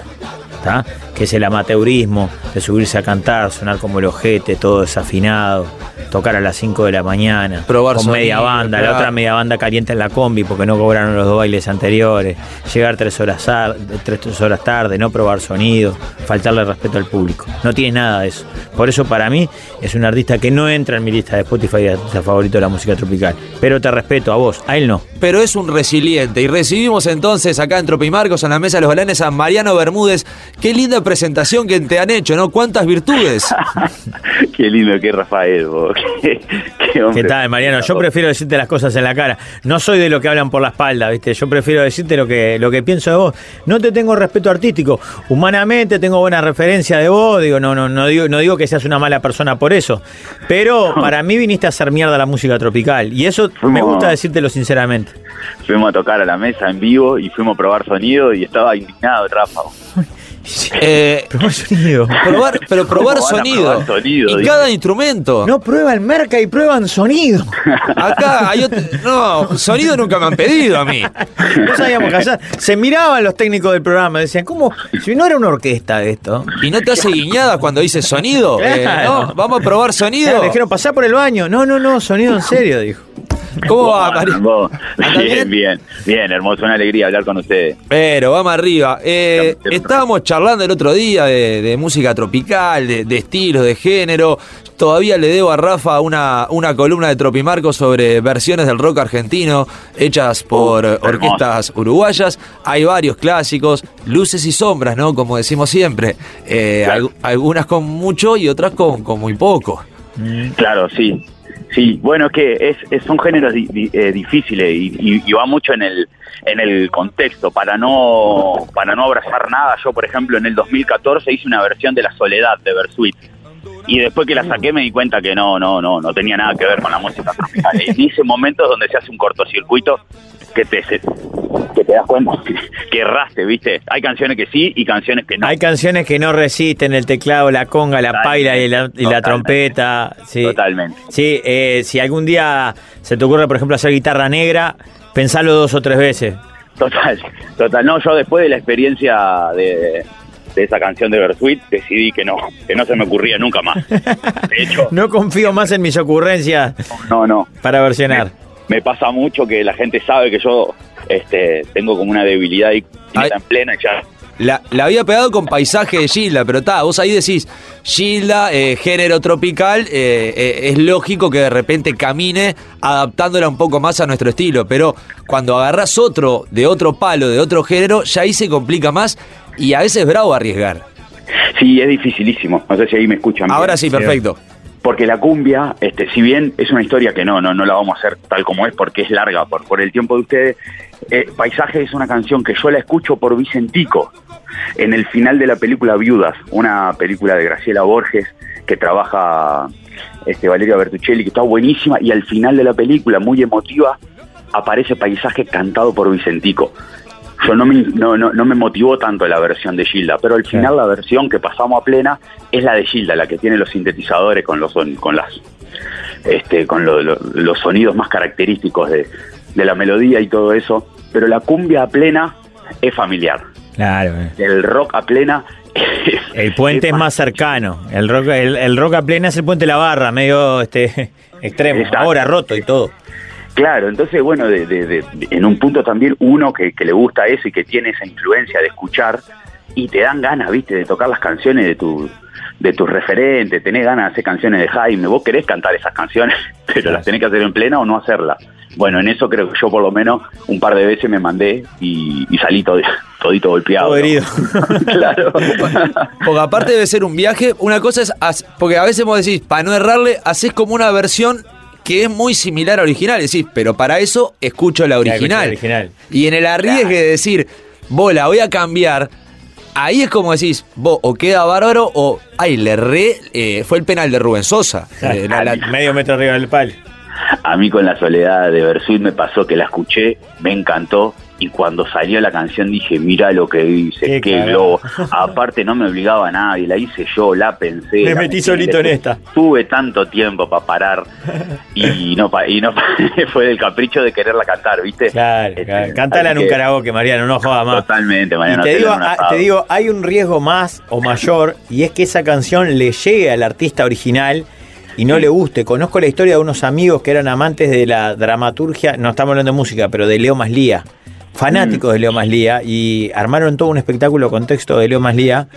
B: ¿tá? Que es el amateurismo, de subirse a cantar, sonar como el ojete, todo desafinado, tocar a las 5 de la mañana,
J: Probar
B: con media
J: sonido,
B: banda, la
J: claro.
B: otra media banda caliente en la combi porque no cobraron los dos bailes anteriores, llegar tres horas, ar- tres, tres horas tarde, no probar sonido, faltarle respeto al público. No tiene nada de eso. Por eso para mí es un artista que no entra en mi lista de Spotify de artista favorito de la música tropical. Pero te respeto a vos, a él no.
J: pero es un resiliente. Y recibimos entonces acá en Tropimarcos, en la mesa de los galanes, a Mariano Bermúdez. Qué linda presentación que te han hecho, ¿no? ¿Cuántas virtudes?
K: Qué lindo que es Rafael, vos. Qué, qué hombre.
B: ¿Qué tal, Mariano? Yo prefiero decirte las cosas en la cara. No soy de los que hablan por la espalda, ¿viste? Yo prefiero decirte lo que, lo que pienso de vos. No te tengo respeto artístico. Humanamente tengo buena referencia de vos. Digo, no, no, no digo, no digo que seas una mala persona por eso. Pero para mí viniste a hacer mierda la música tropical. Y eso me gusta decírtelo sinceramente.
K: Fuimos a tocar a la mesa en vivo y fuimos a probar sonido y estaba indignado Rafa. vos.
J: Eh,
B: Pero vos sos un ídolo.
J: probar, pero
K: ¿Cómo
J: probar
K: van a
J: sonido.
K: probar sonido,
J: y
K: dice?
J: cada instrumento.
B: No prueban merca y prueban sonido.
J: Acá hay otro. No, sonido nunca me han pedido a mí.
B: No sabíamos callar. Se miraban los técnicos del programa, decían, ¿cómo? Si no era una orquesta esto.
J: ¿Y no te hace guiñada cuando dices sonido? Eh,
B: Claro.
J: no, vamos a probar
B: Claro,
J: sonido.
B: le dijeron, pasá por el baño. No, no, no, sonido en serio, dijo.
J: ¿Cómo va,
K: Juan,
J: María?
K: vos.
J: ¿Anda
K: Bien,
J: bien?
K: bien, bien, hermoso, una alegría hablar con ustedes.
J: Pero vamos arriba. Eh,
K: Siempre.
J: estábamos charlando el otro día de, de música tropical, de, de estilos, de género. Todavía le debo a Rafa una, una columna de Tropimarco sobre versiones del rock argentino hechas por
K: hermoso.
J: orquestas uruguayas. Hay varios clásicos, luces y sombras, ¿no? Como decimos siempre. Eh,
K: Claro.
J: algu- algunas con mucho y otras con, con muy poco.
K: Claro, sí. Sí, bueno, es que es, es- son géneros di- di- eh, difíciles y, y- y va mucho en el, en el contexto. Para no, para no abrazar nada, yo, por ejemplo, en el 2014 hice una versión de La Soledad de Bersuit. Y después que la saqué me di cuenta que no, no, no, no tenía nada que ver con la música tropical. Y hice momentos donde se hace un cortocircuito que te, se- que te das cuenta que erraste, ¿viste? Hay canciones que sí y canciones que no.
B: Hay canciones que no resisten el teclado, la conga, la
K: Totalmente.
B: paila y la, y la
K: Totalmente.
B: trompeta. Sí,
K: Totalmente.
B: sí eh, si algún día se te ocurre, por ejemplo, hacer guitarra negra, pensalo dos o tres veces.
K: Total, total. No, yo después de la experiencia de, de esa canción de Bersuit decidí que no, que no se me ocurría nunca más. De hecho,
B: No confío más en mis ocurrencias
K: no, no.
B: para versionar.
K: Me pasa mucho que la gente sabe que yo este, tengo como una debilidad ahí
J: Ay.
K: en plena y ya.
J: La, la había pegado con paisaje de Gilda, pero está, vos ahí decís, Gilda, eh, género tropical, eh, eh, es lógico que de repente camine adaptándola un poco más a nuestro estilo, pero cuando agarrás otro de otro palo, de otro género, ya ahí se complica más y a veces es bravo arriesgar.
K: Sí, es dificilísimo. No sé si ahí me escuchan. bien. Eh,
J: Ahora sí, perfecto.
K: Porque la cumbia, este, si bien es una historia que no, no, no la vamos a hacer tal como es porque es larga por, por el tiempo de ustedes, eh, Paisaje es una canción que yo la escucho por Vicentico en el final de la película Viudas, una película de Graciela Borges que trabaja este, Valeria Bertuccelli, que está buenísima, y al final de la película, muy emotiva, aparece Paisaje cantado por Vicentico. Yo no me, no, no, no me motivó tanto la versión de Gilda, pero al final la versión que pasamos a plena es la de Gilda, la que tiene los sintetizadores con los son- con las este, con lo- lo- los sonidos más característicos de, de la melodía y todo eso. Pero la cumbia a plena es familiar.
B: Claro. eh.
K: El rock a plena es,
B: El puente es más cercano. El rock, el, el rock a plena es el puente de la barra, medio este extremo.
K: Exacto.
B: Ahora roto y todo.
K: Claro, entonces, bueno, de- de- de- de- en un punto también uno que, que le gusta eso y que tiene esa influencia de escuchar y te dan ganas, viste, de tocar las canciones de tu de tus referentes, tenés ganas de hacer canciones de Jaime, vos querés cantar esas canciones, pero las tenés que hacer en plena o no hacerlas. Bueno, en eso creo que yo por lo menos un par de veces me mandé y, y salí todo, todito golpeado.
B: Todo
K: ¿no?
B: herido.
K: claro.
J: Porque aparte debe ser un viaje, una cosa es, hac- porque a veces vos decís, para no errarle, haces como una versión que es muy similar a la original, decís, pero para eso escucho la
B: escucho la
J: original.
B: original.
J: Y en el arriesgue de decir, vos la voy a cambiar, ahí es como decís, vos o queda bárbaro o, ay, le re, eh, fue el penal de Rubén Sosa. Eh, la- la-
B: medio metro arriba del palo.
K: A mí con la soledad de Bersuit me pasó que la escuché, me encantó y cuando salió la canción dije, mira lo que hice,
B: Qué
K: qué,
B: cagada".
K: globo. Aparte no me obligaba a nadie, la hice yo, la pensé.
B: Me
K: la
B: metí solito en
K: Tu-
B: esta.
K: Tuve tanto tiempo para parar y no pa- y no pa- fue del capricho de quererla cantar, ¿viste?
B: Claro, claro.
K: Este,
B: Cantala en
K: así
B: un
K: que-
B: karaoke, Mariano, no jodas más.
K: Totalmente,
B: Y
K: Mariano.
B: te
K: hacelo
B: digo,
K: en un
B: ah,
K: asado.
B: te digo, hay un riesgo más o mayor y es que esa canción le llegue al artista original y no le guste. Conozco la historia de unos amigos que eran amantes de la dramaturgia, no estamos hablando de música, pero de Leo Maslía, fanáticos de Leo Maslía y armaron todo un espectáculo con texto de Leo Maslía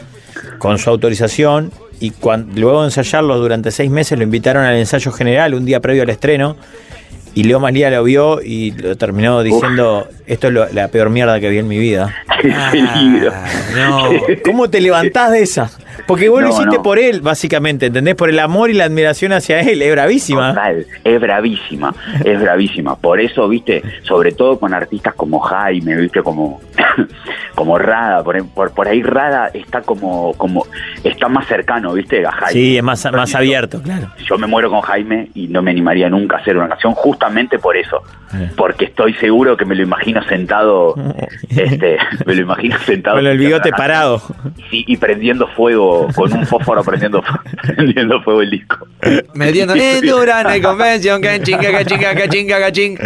B: con su autorización y cuan- luego de ensayarlo durante seis meses lo invitaron al ensayo general un día previo al estreno Y Leo Maslía lo vio y lo terminó diciendo, esto es lo- la peor mierda que vi en mi vida.
K: Qué peligro.
B: ah. No, ¿cómo te levantás de esa? Porque vos lo
K: No,
B: hiciste
K: no.
B: por él, básicamente, ¿entendés? Por el amor y la admiración hacia él, es bravísima.
K: Total, es bravísima, es bravísima. Por eso, viste, sobre todo con artistas como Jaime, viste, como, como Rada, por, por, por ahí Rada está como, como, está más cercano, viste, a Jaime.
B: Sí, es más, más abierto, claro.
K: Yo me muero con Jaime y no me animaría nunca a hacer una canción justamente por eso,
B: Eh.
K: porque estoy seguro que me lo imagino sentado, este, me lo imagino sentado.
B: Con el bigote
K: Ah,
B: parado.
K: Sí, y prendiendo fuego, con un fósforo prendiendo, prendiendo fuego el disco.
J: Metiendo en Durana y Convention, cachinga, cachinga, cachinga, caching.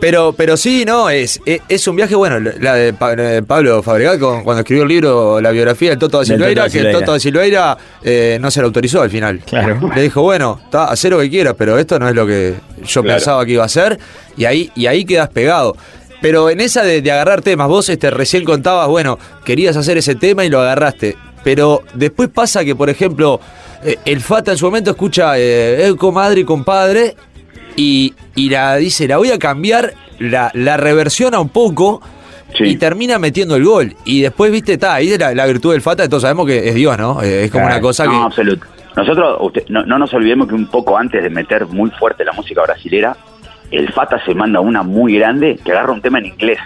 J: Pero, pero sí, no, es, es, es un viaje, bueno, la de Pa- eh, Pablo Fabregat con- cuando escribió el libro, la biografía del Toto da
B: Del Toto
J: Silveira,
B: da
J: que el
B: Silveira.
J: Toto da Silveira eh, no se lo autorizó al final.
B: Claro.
J: Le dijo, bueno, está, hacer lo que quieras, pero esto no es lo que yo pensaba que iba a ser. Y ahí, y ahí quedas pegado. Pero en esa de, de agarrar temas, vos este, recién contabas, bueno, querías hacer ese tema y lo agarraste. Pero después pasa que, por ejemplo, eh, el Fata en su momento escucha eh, eh, comadre y compadre y, y la dice, la voy a cambiar, la, la reversiona un poco
K: Sí.
J: y termina metiendo el gol. Y después, viste, está, ahí es la, la virtud del Fata, entonces sabemos que es Dios, ¿no? Eh, es como
B: Claro.
J: una cosa que...
K: No, absoluto. Nosotros, usted- no, no nos olvidemos que un poco antes de meter muy fuerte la música brasilera, el Fata se manda una muy grande que agarra un tema en inglés,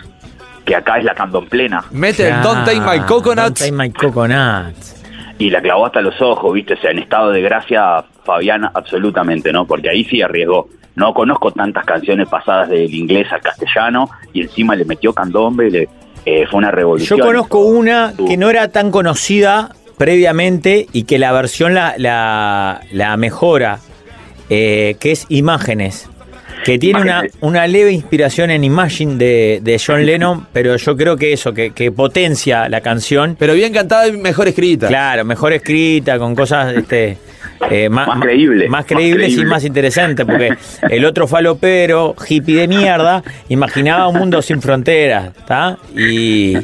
K: que acá es la candomplena,
J: Mete Este, el Don't Take My
B: Don't
J: Coconut.
B: take my coconuts.
K: y la clavó hasta los ojos, ¿viste? O sea, en estado de gracia, Fabián, absolutamente, ¿no? Porque ahí sí arriesgó. No conozco tantas canciones pasadas del inglés al castellano, y encima le metió candombe, y le, eh, fue una
B: Yo
K: revolución.
B: conozco una que no era tan conocida previamente y que la versión la, la, la mejora, eh, que es Imágenes, que tiene una,
K: Imágenes.
B: una leve inspiración en Imagine de, de John Lennon, pero yo creo que eso, que, que potencia la canción.
J: Pero bien cantada y mejor escrita.
B: Claro, mejor escrita, con cosas este, eh, ma-
K: Más
B: ma-
K: creíble,
B: Más
K: más
B: creíbles y
K: creíble.
B: más interesante, porque el otro falopero, hippie de mierda, imaginaba un mundo sin fronteras, ¿está? Y,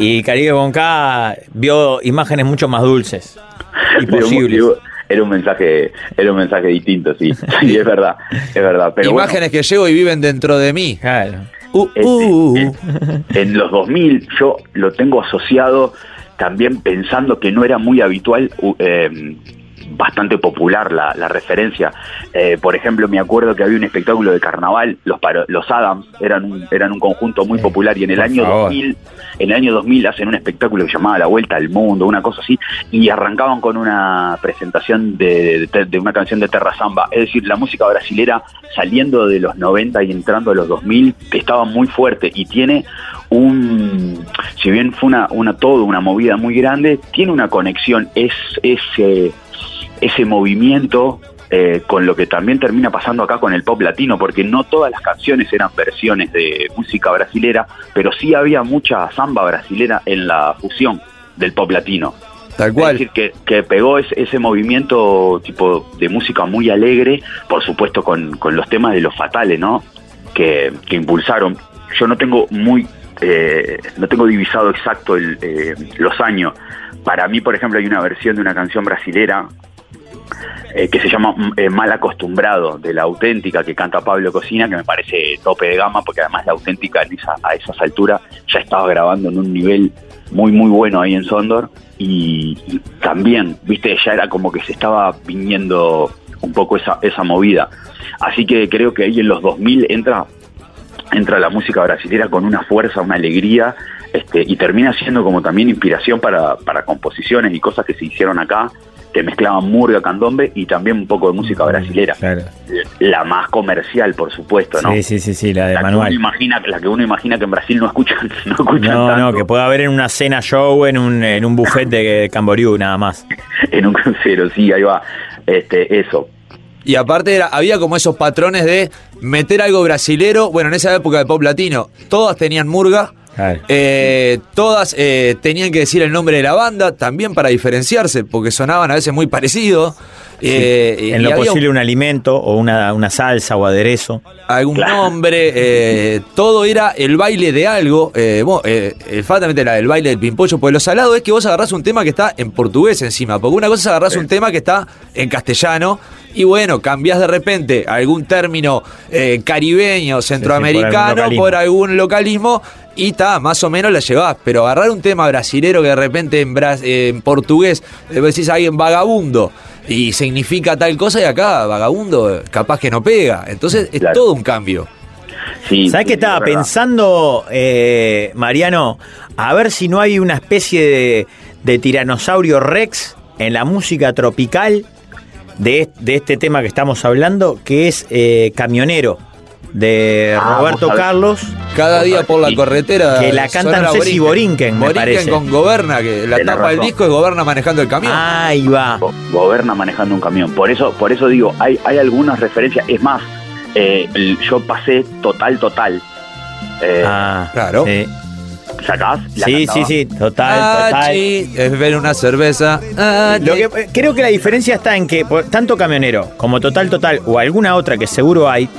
B: y Caribe Bonca vio imágenes mucho más dulces y
K: Digo,
B: posibles.
K: digo, Era un mensaje, era un mensaje distinto, sí. Sí, es verdad, es verdad. Pero bueno.
J: Imágenes que llevo y viven dentro de mí.
B: Claro.
J: Uh,
K: Este,
J: uh.
K: eh, En los 2000 yo lo tengo asociado también pensando que no era muy habitual, u- eh, bastante popular la, la referencia. Eh, por ejemplo, me acuerdo que había un espectáculo de carnaval, los, paro- los Adams eran un, eran un conjunto muy popular y en el año
C: favor.
K: 2000, en el año 2000 hacen un espectáculo que llamaba La Vuelta al Mundo, una cosa así, y arrancaban con una presentación de, de- de una canción de Terra Samba, es decir, la música brasilera saliendo de los 90 y entrando a los 2000 estaba muy fuerte y tiene un, si bien fue una, una todo, una movida muy grande, tiene una conexión, es ese, ese movimiento eh, con lo que también termina pasando acá con el pop latino, porque no todas las canciones eran versiones de música brasilera, pero sí había mucha samba brasilera en la fusión del pop latino.
J: Tal
K: Es
J: cual.
K: decir, que, que pegó es- ese movimiento tipo de música muy alegre, por supuesto con, con los temas de los fatales, ¿no? Que, que impulsaron. Yo no tengo muy, eh, no tengo divisado exacto el, eh, los años. Para mí, por ejemplo, hay una versión de una canción brasilera eh, que se llama mm, eh, Mal Acostumbrado, de la auténtica que canta Pablo Cocina, que me parece tope de gama, porque además la auténtica en esa- a esas alturas ya estaba grabando en un nivel muy, muy bueno ahí en Sondor. Y, y también, viste, ya era como que se estaba viniendo un poco esa, esa movida. Así que creo que ahí en los 2000 entra entra la música brasilera con una fuerza, una alegría, este, y termina siendo como también inspiración para, para composiciones y cosas que se hicieron acá, que mezclaban murga, candombe y también un poco de
B: Mm,
K: música brasilera.
B: Claro.
K: La más comercial, por supuesto, ¿no?
B: Sí, sí, sí, sí, la de
K: la, que uno
B: Manuel.
K: imagina, la que uno imagina que en Brasil no escuchan, no escuchan
B: No, no,
K: tanto.
B: que puede haber en una cena show, en un, en un buffet de Camboriú, nada más.
K: en un crucero, sí, ahí va. Este, eso.
J: Y aparte era- había como esos patrones de meter algo brasilero. Bueno, en esa época de pop latino, todas tenían murga.
B: Claro.
J: Eh, todas eh, tenían que decir el nombre de la banda, también para diferenciarse, porque sonaban a veces muy parecidos. Eh, y-
B: En
J: y
B: lo
J: había
B: posible un alimento o una, una salsa o aderezo.
J: algún nombre, eh, todo era el baile de algo. Eh, bueno, eh, el Fata mete la del baile del pimpollo, porque lo salado es que vos agarrás un tema que está en portugués encima, porque una cosa es agarrás un tema que está en castellano y bueno, cambiás de repente algún término eh, caribeño, centroamericano,
B: localismo.
J: por algún localismo y está, más o menos la llevás. Pero agarrar un tema brasilero que de repente en, bras- eh, en portugués eh, vos decís a alguien vagabundo y significa tal cosa y acá vagabundo eh, capaz que no pega. Entonces es
K: Claro.
J: todo un cambio.
K: Sí,
B: ¿Sabes qué
K: sí,
B: estaba
K: es verdad.
B: pensando, eh, Mariano? A ver si no hay una especie de, de tiranosaurio rex en la música tropical de, est- de este tema que estamos hablando, que es eh, Camionero, de
K: Ah,
B: Roberto
K: vos sabés.
B: Carlos.
J: Cada día por la
K: Sí.
J: corretera.
B: Que la cantan,
J: sonora
B: no sé si Borinquen, me parece. Ah,
J: con Goberna, que la
K: Tenés
J: tapa del
K: razón.
J: disco es Goberna manejando el camión.
B: Ahí va.
K: Go- Goberna manejando un camión. Por eso, por eso digo, hay, hay algunas referencias. Es más, eh, el- yo pasé total, total. Eh,
B: Ah,
J: Claro.
B: Sí,
K: ¿Sacás? La
B: sí, sí,
K: cantaba.
B: sí, total,
J: Ah,
B: total.
J: chi, es ver una cerveza. Ah,
B: Lo
J: chi.
B: que, eh, creo que la diferencia está en que por- tanto Camionero como Total Total o alguna otra que seguro hay,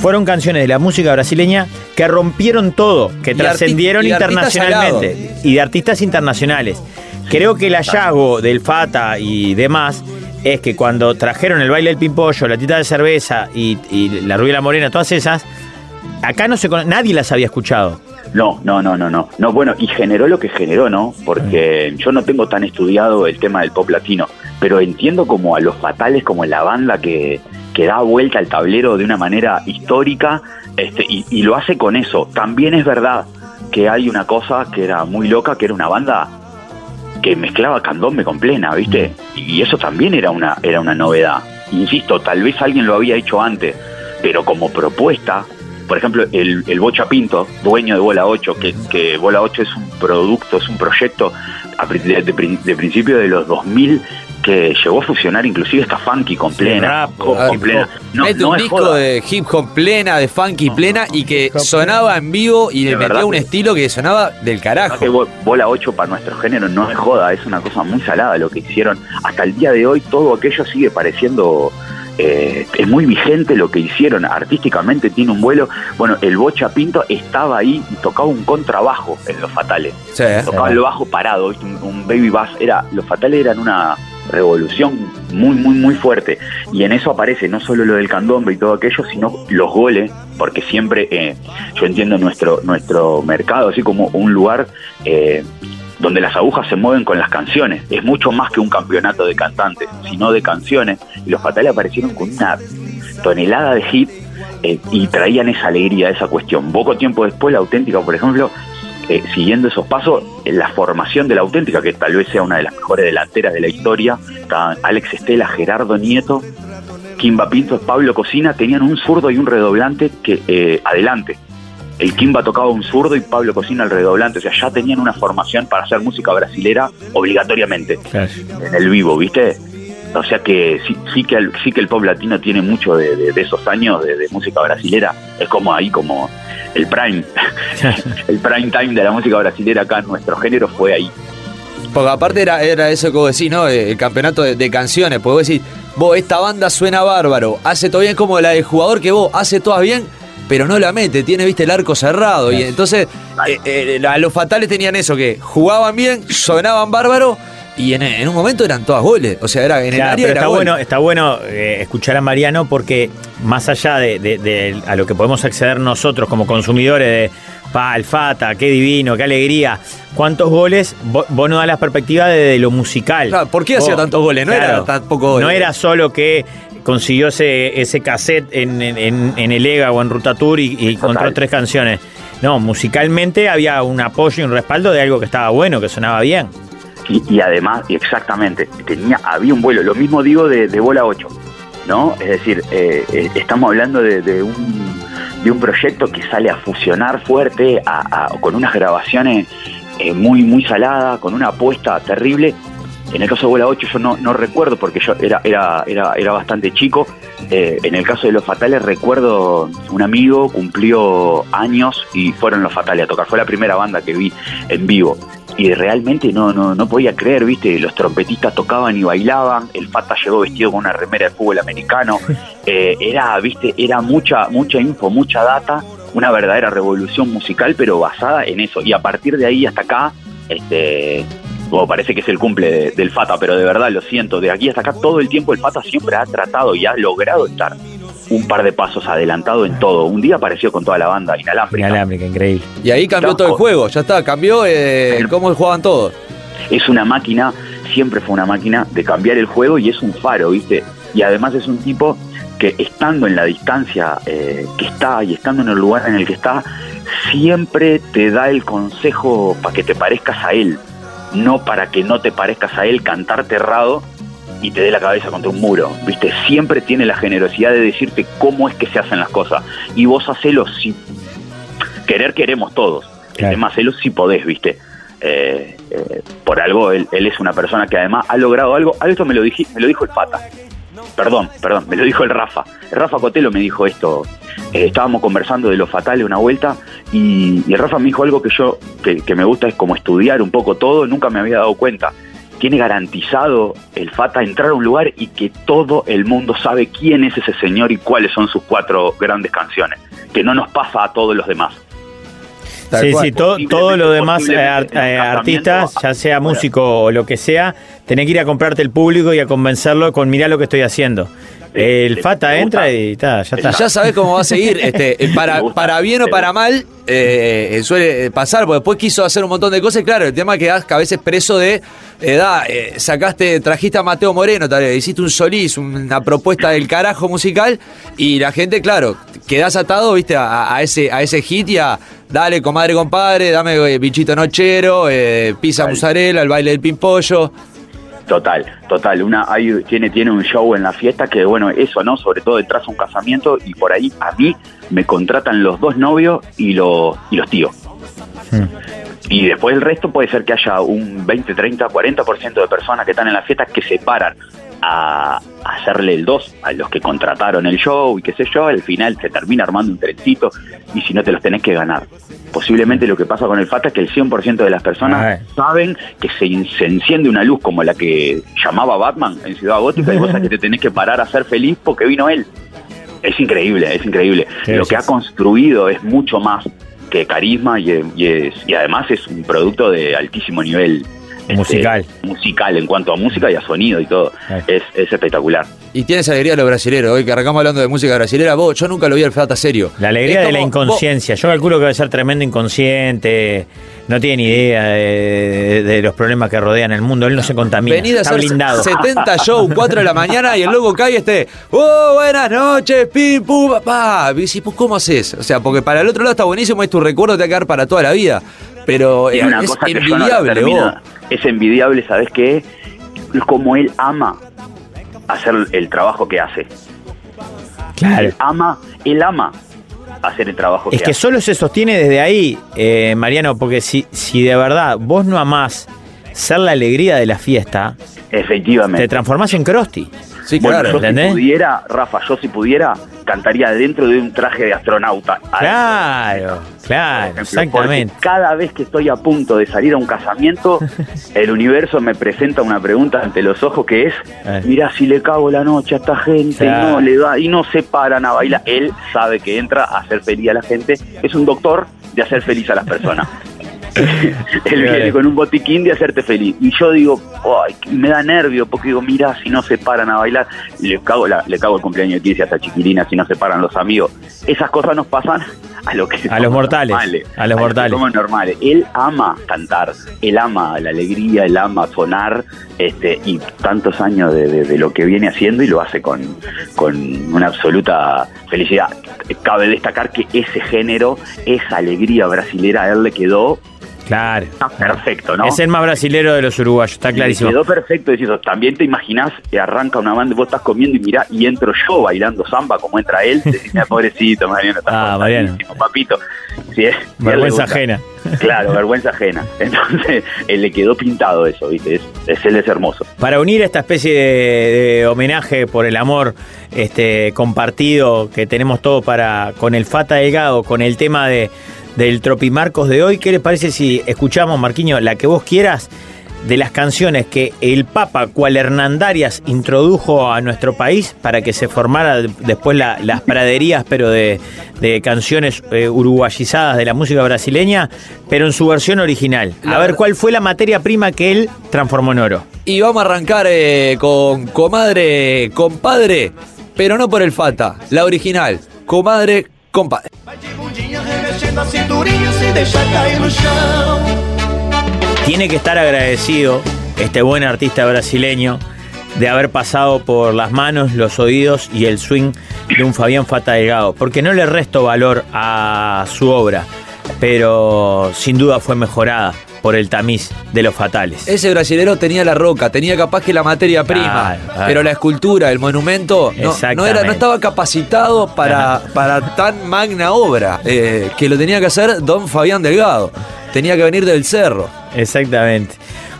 B: fueron canciones de la música brasileña que rompieron todo, que
J: arti-
B: trascendieron
J: y de artistas
B: internacionalmente y de artistas internacionales. Creo que el hallazgo del Fata y demás es que cuando trajeron el baile del pimpollo, la tita de cerveza y, y la rubia y la morena, todas esas, acá no se cono- nadie las había escuchado.
K: No, no, no, no, no. No, bueno, y generó lo que generó, ¿no? Porque yo no tengo tan estudiado el tema del pop latino, pero entiendo como a los fatales, como la banda que, que da vuelta al tablero de una manera histórica este, y, y lo hace con eso. También es verdad que hay una cosa que era muy loca, que era una banda que mezclaba candombe con plena, ¿viste? Y eso también era una, era una novedad. Insisto, tal vez alguien lo había hecho antes, pero como propuesta, por ejemplo, el, el Bocha Pinto, dueño de Bola 8, que, que Bola 8 es un producto, es un proyecto a pri- de, de prin- de principio de los 2000 que llegó a fusionar inclusive hasta funky con plena.
B: rap,
K: con-
J: rap,
K: con plena. No,
J: Mete
K: no
J: un
K: es
J: disco
K: joda.
J: de hip hop plena, de funky plena, y que sonaba en vivo y le
K: De
J: metía
K: verdad
J: un
K: que-
J: estilo que sonaba del
K: Capaz que
J: carajo.
K: bo- bola 8 para nuestro género no es joda, es una cosa muy salada lo que hicieron. Hasta el día de hoy todo aquello sigue pareciendo... eh, es muy vigente lo que hicieron, artísticamente tiene un vuelo. Bueno, el Bocha Pinto estaba ahí y tocaba un contrabajo en Los Fatales.
J: Sí.
K: Tocaba el bajo parado, ¿viste? un, un baby bass. Era, los Fatales eran una revolución muy, muy, muy fuerte. Y en eso aparece no solo lo del candombe y todo aquello, sino los goles, porque siempre eh, yo entiendo nuestro, nuestro mercado así como un lugar eh, donde las agujas se mueven con las canciones. Es mucho más que un campeonato de cantantes, sino de canciones. Y los Fatales aparecieron con una tonelada de hit eh, y traían esa alegría, esa cuestión. Poco tiempo después, la auténtica, por ejemplo, eh, siguiendo esos pasos, eh, la formación de la auténtica, que tal vez sea una de las mejores delanteras de la historia, estaban Alex Estela, Gerardo Nieto, Kimba Pinto, Pablo Cocina, tenían un zurdo y un redoblante que eh, adelante. El Kimba tocaba un zurdo y Pablo Cocina el redoblante. O sea, ya tenían una formación para hacer música brasilera obligatoriamente en el vivo, ¿viste? O sea que sí, sí que el, sí que el pop latino tiene mucho de, de- de esos años de, de música brasilera. Es como ahí, como el prime, el prime time de la música brasilera acá en nuestro género fue ahí.
J: Porque aparte era, era eso que vos decís, ¿no? El campeonato de, de canciones. Porque vos decís, vos, esta banda suena bárbaro, hace todo bien como la del jugador que vos, hace todas bien, pero no la mete, tiene, viste, el arco cerrado. Y entonces, eh, eh, la- los fatales tenían eso, que jugaban bien, sonaban bárbaro, y en, en un momento eran todas goles. O sea, era en el
B: Claro,
J: área
B: pero
J: era
B: está
J: gol.
B: bueno, está bueno eh, escuchar a Mariano porque más allá de, de- de a lo que podemos acceder nosotros como consumidores de pa, el Fata, qué divino, qué alegría, cuántos goles, vos, vos no das la perspectiva de, de lo musical.
J: Claro, ¿por qué hacía
B: Vos-
J: tantos goles? No era tampoco goles.
B: No era solo que consiguió ese, ese cassette en, en- en- en el EGA o en Ruta Tour y, y encontró tres canciones. No, musicalmente había un apoyo y un respaldo de algo que estaba bueno, que sonaba bien.
K: Y, y además, y exactamente, tenía, había un vuelo. Lo mismo digo de, de bola 8, ¿no? Es decir, eh, eh, estamos hablando de, de un, de un proyecto que sale a fusionar fuerte, a- a- con unas grabaciones eh, muy, muy saladas, con una apuesta terrible. En el caso de Bola 8 yo no, no recuerdo porque yo era, era, era, era bastante chico. Eh, en el caso de Los Fatales recuerdo un amigo cumplió años y fueron Los Fatales a tocar. Fue la primera banda que vi en vivo. Y realmente no, no, no podía creer, viste, los trompetistas tocaban y bailaban, el Fata llegó vestido con una remera de fútbol americano, Eh, era, viste, era mucha, mucha info, mucha data, una verdadera revolución musical, pero basada en eso. Y a partir de ahí hasta acá, este, o parece que es el cumple de- del Fata, pero de verdad lo siento, de aquí hasta acá todo el tiempo el Fata siempre ha tratado y ha logrado estar un par de pasos adelantado en todo. Un día apareció con toda la banda inalámbrica.
B: Inalámbrica, increíble.
J: Y ahí cambió todo el juego, ya está, cambió eh, cómo jugaban todos.
K: es una máquina, siempre fue una máquina de cambiar el juego y es un faro, ¿viste? Y además es un tipo que estando en la distancia eh, que está y estando en el lugar en el que está, siempre te da el consejo para que te parezcas a él, no para que no te parezcas a él cantarte errado y te dé la cabeza contra un muro, ¿viste? Siempre tiene la generosidad de decirte cómo es que se hacen las cosas y vos hacelo si querer queremos todos. El tema hacelo si podés, ¿viste? Eh, eh, por algo, él, él es una persona que además ha logrado algo. Algo esto me lo, dije, me lo dijo el Pata. Perdón, perdón, me lo dijo el Rafa. El Rafa Cotelo me dijo esto. Eh, estábamos conversando de lo fatal de una vuelta y, y el Rafa me dijo algo que yo, que, que me gusta, es como estudiar un poco todo. Nunca me había dado cuenta. Tiene garantizado el Fata entrar a un lugar y que todo el mundo sabe quién es ese señor y cuáles son sus cuatro grandes canciones. Que no nos pasa a todos los demás. Tal
B: Sí,
K: cual.
B: sí, todo,
K: Posiblemente-
B: todo lo demás eh, ar-
K: posiblemente
B: eh,
K: en un
B: artistas,
K: casamiento-
B: ya sea músico o lo que sea, tenés que ir a comprarte el público y a convencerlo con mirá lo que estoy haciendo. El
K: sí,
B: Fata
K: me
B: entra
K: gusta.
B: y ta, ya está.
J: Ya sabés cómo va a seguir, este, eh, para,
K: Me gusta,
J: para bien o
K: me
J: para mal, eh, eh, suele pasar, porque después quiso hacer un montón de cosas, y claro, el tema que a veces preso de edad, eh, sacaste, trajiste a Mateo Moreno, tal vez, hiciste un solís, una propuesta del carajo musical, y la gente, claro, quedás atado, viste, a, a ese, a ese hit y a dale, comadre, compadre, dame eh, bichito nochero, eh, pizza
K: Dale.
J: mozzarella, el baile del pimpollo.
K: Total, total. Una, hay, tiene, tiene un show en la fiesta que, bueno, eso, ¿no? Sobre todo detrás de un casamiento y por ahí a mí me contratan los dos novios y los, y los tíos. Y después el resto puede ser que haya un 20, 30, 40% de personas que están en la fiesta que se paran a hacerle el 2 a los que contrataron el show y qué sé yo. Al final se termina armando un trencito y si no te los tenés que ganar. Posiblemente lo que pasa con el FATA es que el 100% de las personas
B: Ah, eh.
K: saben que se, in- se enciende una luz como la que llamaba Batman en Ciudad Gótica y vos sabés que te tenés que parar a ser feliz porque vino él. Es increíble, es increíble.
B: Sí,
K: Lo
B: sí,
K: que ha
B: sí.
K: construido es mucho más que carisma y, eh, y es- y además es un producto de altísimo nivel. este,
B: Musical.
K: musical en cuanto a música y a sonido y todo.
B: Claro.
K: Es, es espectacular.
J: Y tienes alegría de los brasileros. Hoy que arrancamos hablando de música brasilera, vos, yo nunca lo vi al Fata serio.
B: La alegría
J: Es
B: de la
J: como, vos-
B: inconsciencia. Yo calculo que va a ser tremendo inconsciente. No tiene ni idea de, de- de los problemas que rodean el mundo. Él no se contamina.
J: Venid a
B: está
J: hacer
B: blindado.
J: 70 show, 4 de la mañana y el loco cae y este, ¡Oh, buenas noches, pim, pum, papá! Y decís, pues, ¿cómo haces? O sea, porque para el otro lado está buenísimo, es tu recuerdo, te va a quedar para toda la vida. Pero
K: Y
J: eh,
K: una
J: es
K: cosa que yo no la
J: envidiable, vos.
K: termino- Es envidiable, ¿sabes qué? Es como él ama hacer el trabajo que hace.
B: Claro.
K: Él ama, él ama hacer el trabajo
B: Es
K: que
B: que
K: hace.
B: solo se sostiene desde ahí, eh, Mariano, porque si, si de verdad vos no amás ser la alegría de la fiesta,
K: Efectivamente.
B: te transformás en Krusty.
J: Sí,
K: Bueno,
J: claro.
K: yo
B: ¿entendés?
K: si pudiera, Rafa, yo si pudiera, cantaría dentro de un traje de astronauta.
B: Claro, claro,
K: Por ejemplo,
B: exactamente.
K: porque Cada vez que estoy a punto de salir a un casamiento, el universo me presenta una pregunta ante los ojos que es,
B: Eh.
K: mira si le cago la noche a esta gente,
B: Claro.
K: no le da, y no se paran a bailar. Él sabe que entra a hacer feliz a la gente, es un doctor de hacer feliz a las personas. Él viene con un botiquín de hacerte feliz. Y yo digo, ay, me da nervio porque digo, mirá, si no se paran a bailar, le cago, la- le cago el cumpleaños de 15 a esa chiquilina si no se paran los amigos. Esas cosas nos pasan a, lo que
B: A los
K: Este somos
B: mortales, a los
K: que
B: mortales.
K: somos normales. Él ama cantar, él ama la alegría, él ama sonar, este, y tantos años de, de- de lo que viene haciendo y lo hace con, con una absoluta felicidad. Cabe destacar que ese género, esa alegría brasilera, a él le quedó
B: Claro.
K: ah, perfecto, ¿no?
B: Es el más brasilero de los uruguayos, está
K: Y
B: clarísimo.
K: Quedó perfecto, decís, también te imaginás que arranca una banda y vos estás comiendo y mirá, y entro yo bailando samba como entra él, decís, "Ah, pobrecito, Mariano, estás
B: Ah, Mariano.
K: contadísimo, papito. Sí, eh,
B: Vergüenza
K: le gusta.
B: ajena.
K: Claro, vergüenza ajena. Entonces, él le quedó pintado eso, ¿viste? Es, es- él es hermoso.
B: Para unir esta especie de, de homenaje por el amor este, compartido que tenemos todos para con el Fata Delgado, con el tema de, del Tropimarcos de hoy, ¿qué les parece si escuchamos, Marquiño, la que vos quieras? de las canciones que el Papa cual Hernandarias introdujo a nuestro país para que se formara de- después la- las praderías, pero de, de canciones eh, uruguayizadas de la música brasileña, pero en su versión original. A ver cuál fue la materia prima que él transformó en oro.
J: Y vamos a arrancar eh, con comadre, compadre, pero no por el Fata, la original, comadre, compadre.
E: Mexendo a cinturinha se deixar cair no chão.
B: Tiene que estar agradecido este buen artista brasileño de haber pasado por las manos, los oídos y el swing de un Fabián Fata Delgado, porque no le resto valor a su obra, pero sin duda fue mejorada por el tamiz de los fatales.
J: Ese brasilero tenía la roca, tenía capaz que la materia prima,
B: Claro, claro.
J: pero la escultura, el monumento, no, no, era,
B: Exactamente.
J: no estaba capacitado para, para tan magna obra, eh, que lo tenía que hacer don Fabián Delgado, tenía que venir del cerro.
B: Exactamente.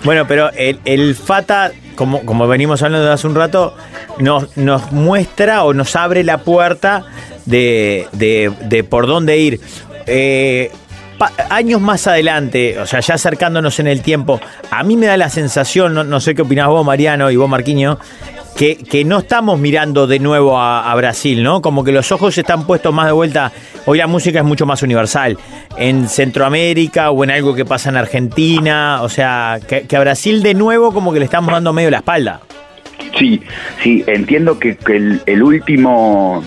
B: Bueno, pero el, el Fata, como, como venimos hablando de hace un rato, nos, nos muestra o nos abre la puerta de, de- de por dónde ir. Eh, pa- años más adelante, o sea, ya acercándonos en el tiempo, a mí me da la sensación, no, no sé qué opinás vos, Mariano, y vos, Marquiño, que, que no estamos mirando de nuevo a, a Brasil, ¿no? Como que los ojos están puestos más de vuelta. Hoy la música es mucho más universal. En Centroamérica o en algo que pasa en Argentina. O sea, que, que a Brasil de nuevo como que le estamos dando medio la espalda.
K: Sí, sí, entiendo que, que el, el último,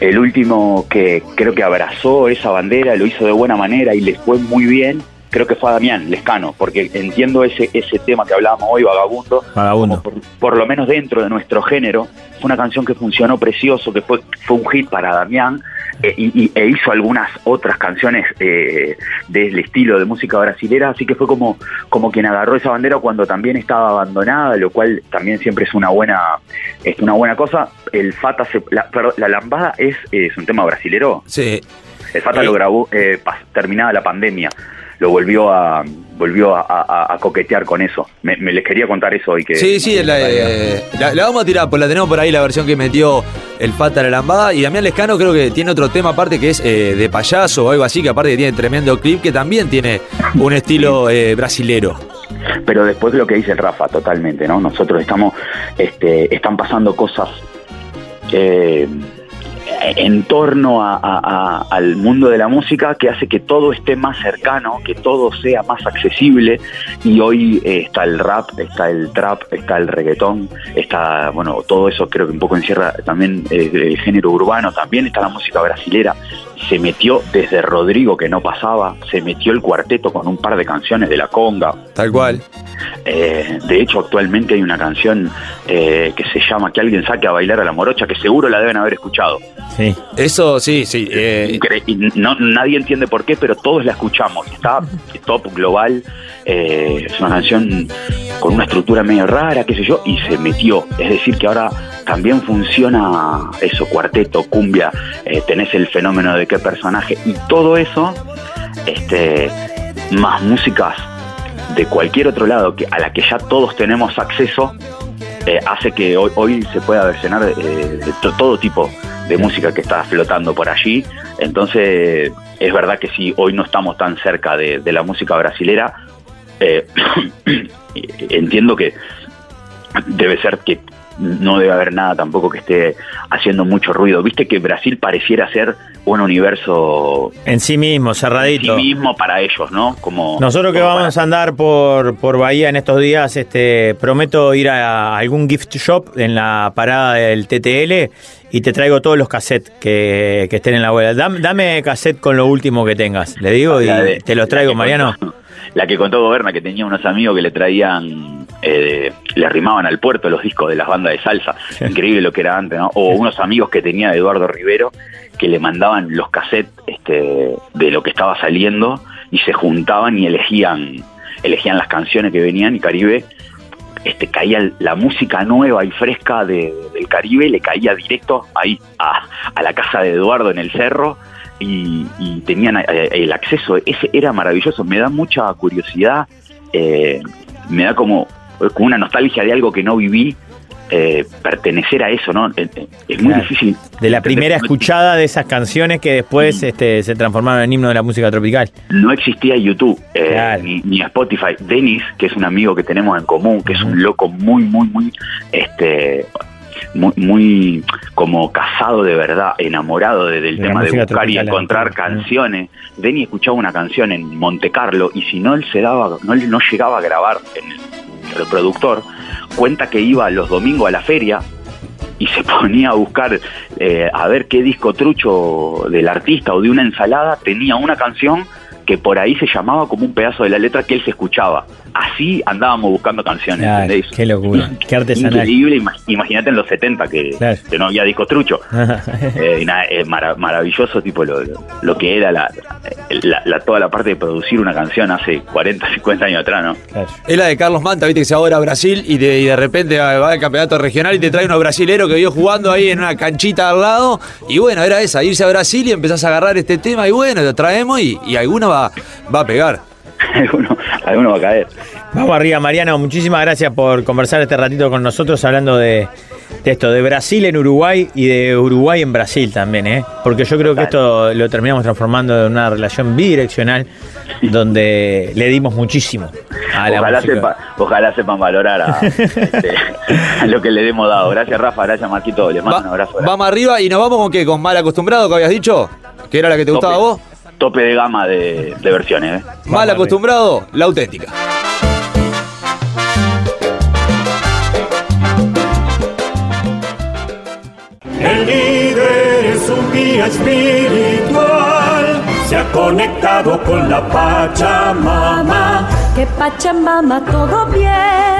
K: el último que creo que abrazó esa bandera, lo hizo de buena manera y les fue muy bien, creo que fue a Damián Lescano, porque entiendo ese, ese tema que hablábamos hoy, Vagabundo,
B: Vagabundo.
K: por, por lo menos dentro de nuestro género, fue una canción que funcionó precioso, que fue, fue un hit para Damián eh, y, y- e hizo algunas otras canciones eh, del estilo de música brasilera, así que fue como, como quien agarró esa bandera cuando también estaba abandonada, lo cual también siempre es una buena, es una buena cosa. El Fata, se- la, perdón, la lambada es, es un tema brasilero,
J: Sí,
K: el Fata lo grabó eh, pas- terminada la pandemia. Lo volvió a volvió a, a- a coquetear con eso. Me, me les quería contar eso hoy que
J: Sí, sí, la, eh, la- la vamos a tirar, pues la tenemos por ahí la versión que metió el Fata a la Lambada. Y Damián Lescano creo que tiene otro tema aparte que es eh, de payaso o algo así, que aparte tiene tremendo clip que también tiene un estilo eh, brasilero.
K: pero después lo que dice el Rafa totalmente, ¿no? Nosotros estamos, este, están pasando cosas eh, en torno a- a- a- al mundo de la música que hace que todo esté más cercano, que todo sea más accesible y hoy eh, está el rap, está el trap, está el reggaetón, está, bueno, todo eso creo que un poco encierra también eh, el género urbano, también está la música brasilera. Se metió desde Rodrigo que no pasaba, se metió el cuarteto con un par de canciones de la conga,
J: Tal cual.
K: eh, de hecho, actualmente hay una canción eh, que se llama Que alguien saque a bailar a la morocha, que seguro la deben haber escuchado.
B: Sí.
J: Eso sí, sí. eh,
K: Incre- y no, nadie entiende por qué, pero todos la escuchamos. Está top global, eh, es una canción con una estructura medio rara, qué sé yo, y se metió. Es decir, que ahora también funciona eso, cuarteto, cumbia, eh, tenés el fenómeno de qué personaje, y todo eso, este, más músicas de cualquier otro lado que, a la que ya todos tenemos acceso, eh, hace que hoy, hoy se pueda versionar eh, de to- todo tipo de música que está flotando por allí. Entonces, es verdad que si hoy no estamos tan cerca de, de la música brasilera, eh, entiendo que debe ser que no debe haber nada tampoco que esté haciendo mucho ruido. Viste que Brasil pareciera ser un universo
B: En sí mismo,
K: en sí
B: cerradito.
K: mismo para ellos, ¿no? Como
B: Nosotros que
K: como para-
B: vamos a andar por, por Bahía en estos días, este, prometo ir a algún gift shop en la parada del TTL y te traigo todos los cassettes que, que estén en la abuela. Dame, dame cassette con lo último que tengas, le digo, y
K: La de-
B: te los
K: la
B: traigo,
K: que
B: Mariano.
K: contó- la que contó Goberna, que tenía unos amigos que le traían, eh, le arrimaban al puerto los discos de las bandas de salsa. Increíble lo que era antes, ¿no? O unos amigos que tenía de Eduardo Rivero, que le mandaban los cassettes este, de lo que estaba saliendo y se juntaban y elegían, elegían las canciones que venían y Caribe. Este, caía la música nueva y fresca de- del Caribe, le caía directo ahí a, a la casa de Eduardo en el cerro y, y tenían eh, el acceso. Ese era maravilloso. Me da mucha curiosidad, eh, me da como, como una nostalgia de algo que no viví eh, pertenecer a eso, ¿no? Eh, eh, Es muy
B: Claro.
K: difícil.
B: De la
K: entender,
B: primera
K: no-
B: escuchada de esas canciones que después este, se transformaron en himno de la música tropical.
K: No existía YouTube eh,
B: Claro.
K: ni, ni Spotify. Denis, que es un amigo que tenemos en común, que es un loco muy, muy, muy, este, muy, muy como casado de verdad, enamorado de- del
B: De la
K: tema de
B: música
K: buscar y
B: tropical,
K: encontrar
B: entonces, ¿no?
K: canciones. Denis escuchaba una canción en Monte Carlo y si no él se daba, no, él no llegaba a grabar en el reproductor, cuenta que iba los domingos a la feria y se ponía a buscar eh, a ver qué disco trucho del artista o de una ensalada tenía una canción que por ahí se llamaba como un pedazo de la letra que él se escuchaba. Así andábamos buscando canciones,
B: Claro,
K: ¿entendéis?
B: qué locura, qué artesanal.
K: Increíble, ima- imagínate en los 70 que,
B: Claro.
K: que no había disco trucho. Eh, y nada, eh, mara- maravilloso tipo lo, lo- lo que era la, la- la- toda la parte de producir una canción hace 40, 50 años atrás, ¿no?
B: Claro.
J: Es la de Carlos Manta, viste que se va ahora a Brasil y de, y de repente va va al campeonato regional y te trae unos brasileros que vio jugando ahí en una canchita al lado. Y bueno, era esa, irse a Brasil y empezás a agarrar este tema y bueno, lo traemos y, y alguna va, va a pegar.
K: alguno, alguno va a caer.
B: Vamos arriba, Mariano. Muchísimas gracias por conversar este ratito con nosotros hablando de, de esto, de Brasil en Uruguay y de Uruguay en Brasil también, ¿eh? Porque yo creo que esto lo terminamos transformando en una relación bidireccional donde le dimos muchísimo
J: Ah,
B: a la
K: ojalá,
B: música.
K: sepa- ojalá sepan valorar a, este, a lo que le hemos dado. Gracias, Rafa. Gracias, Marquito. Les mando
J: Va-
K: un abrazo. grande.
J: vamos arriba y nos vamos con qué, con mal acostumbrado que habías dicho, que era la que te gustaba a vos.
K: Tope de gama de, de versiones. ¿eh?
J: Mal acostumbrado, la auténtica.
E: El líder es un guía espiritual, se ha conectado con la Pachamama.
H: Que Pachamama todo bien.